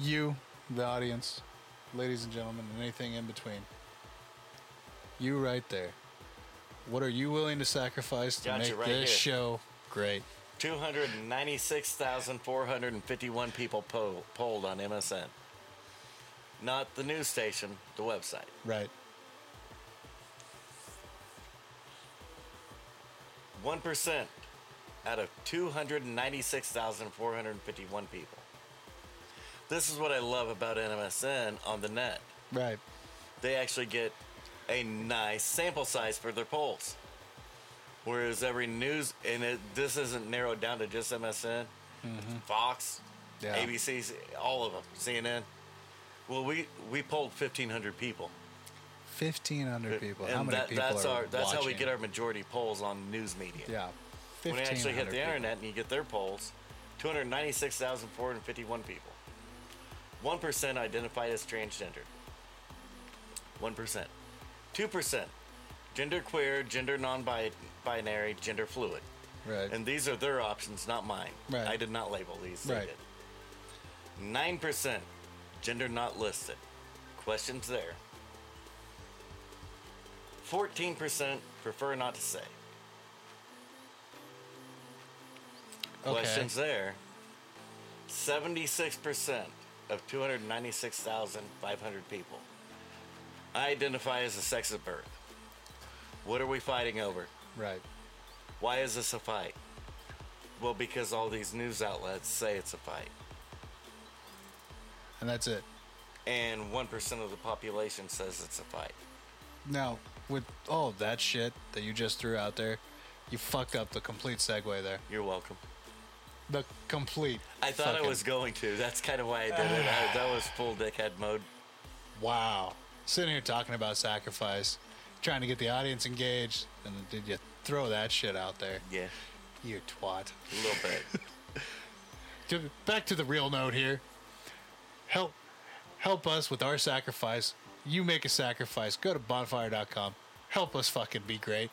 S1: you, the audience, ladies and gentlemen, and anything in between, you right there. What are you willing to sacrifice to
S3: Gotcha,
S1: make
S3: right
S1: this
S3: here.
S1: show great?
S3: 296,451 people po- polled on MSN. Not the news station, the website.
S1: Right.
S3: 1% out of 296,451 people. This is what I love about MSN on the net.
S1: Right.
S3: they actually get a nice sample size for their polls. Whereas every news, and it, this isn't narrowed down to just MSN, Fox,
S1: Mm-hmm. Yeah.
S3: ABC, all of them, CNN. Well, we we polled fifteen hundred people.
S1: Fifteen hundred people.
S3: And
S1: how many
S3: that,
S1: people
S3: that's
S1: are
S3: our that's how we
S1: watching?
S3: get our majority polls on news media.
S1: Yeah.
S3: When you actually hit
S1: 1,500
S3: the
S1: people.
S3: internet and you get their polls, two hundred ninety six thousand four hundred fifty one people. One percent identified as transgender. One percent. Two percent. Gender queer, gender non binary, gender fluid.
S1: Right.
S3: And these are their options, not mine.
S1: Right.
S3: I did not label these. They
S1: Right.
S3: did. Nine percent gender not listed. Questions there. Fourteen percent prefer not to say. Questions there. Seventy-six percent of two hundred ninety-six thousand five hundred people identify as a sex of birth. What are we fighting over?
S1: Right.
S3: Why is this a fight? Well, because all these news outlets say it's a fight.
S1: And that's it.
S3: And 1% of the population says it's a fight.
S1: Now, with all of that shit that you just threw out there, you fucked up the complete segue there.
S3: You're welcome.
S1: The complete.
S3: I thought I
S1: fucking-
S3: was going to. That's kind of why I did it. I, that was full dickhead mode.
S1: Wow. Sitting here talking about sacrifice, trying to get the audience engaged, and did you throw that shit out there?
S3: Yeah.
S1: You twat.
S3: A little bit.
S1: To- Back to the real note here. Help, help us with our sacrifice. You make a sacrifice. Go to bonfire.com. Help us fucking be great.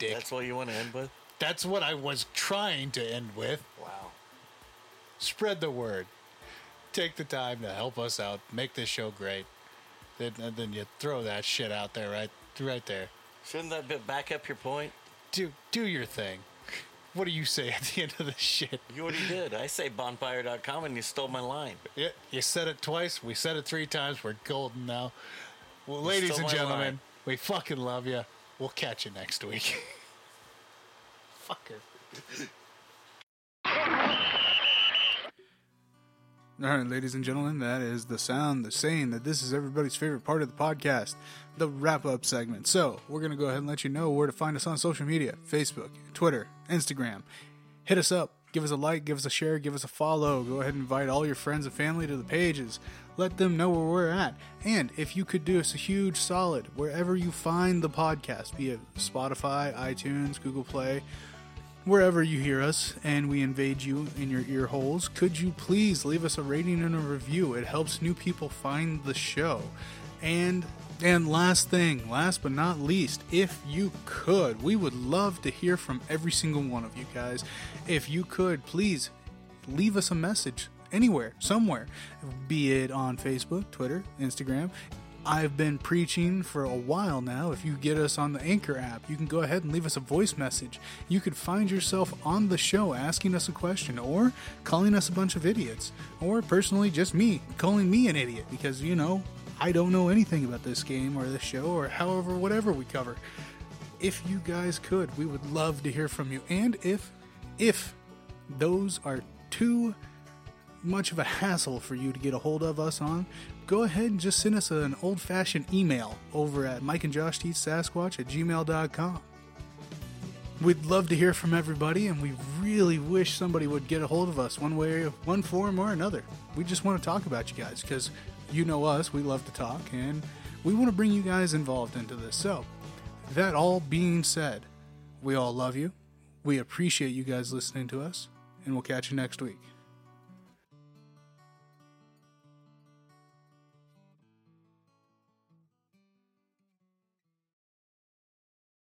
S1: Dick.
S3: That's what you want to end with?
S1: That's what I was trying to end with.
S3: Wow.
S1: spread the word. Take the time to help us out, make this show great. Then, and then you throw that shit out there, right, right there.
S3: Shouldn't that bit back up your point?
S1: Do do your thing. What do you say at the end of this shit?
S3: You already did. I say bonfire.com and you stole my line.
S1: Yeah, you said it twice. We said it three times. We're golden now. Well, ladies
S3: stole
S1: and
S3: my
S1: gentlemen,
S3: line.
S1: we fucking love you. We'll catch you next week. Fucker.
S2: All right, ladies and gentlemen, that is the sound, the saying that this is everybody's favorite part of the podcast, the wrap up segment. So, we're going to go ahead and let you know where to find us on social media Facebook, Twitter, Instagram. Hit us up, give us a like, give us a share, give us a follow. Go ahead and invite all your friends and family to the pages. Let them know where we're at. And if you could do us a huge solid, wherever you find the podcast, be it Spotify, iTunes, Google Play, wherever you hear us and we invade you in your ear holes, could you please leave us a rating and a review? It helps new people find the show. And and last thing, last but not least, if you could, we would love to hear from every single one of you guys. If you could, please leave us a message anywhere, somewhere, be it on Facebook, Twitter, Instagram. I've been preaching for a while now. If you get us on the Anchor app, you can go ahead and leave us a voice message. You could find yourself on the show asking us a question or calling us a bunch of idiots, or personally, just me calling me an idiot because, you know, I don't know anything about this game or this show or however, whatever we cover. If you guys could, we would love to hear from you. And if, if those are too much of a hassle for you to get a hold of us on, go ahead and just send us an old fashioned email over at Mike and Josh Teach Sasquatch at gmail.com. We'd love to hear from everybody, and we really wish somebody would get a hold of us one way, one form, or another. We just want to talk about you guys because you know us, we love to talk, and we want to bring you guys involved into this. So, that all being said, we all love you. We appreciate you guys listening to us, and we'll catch you next week.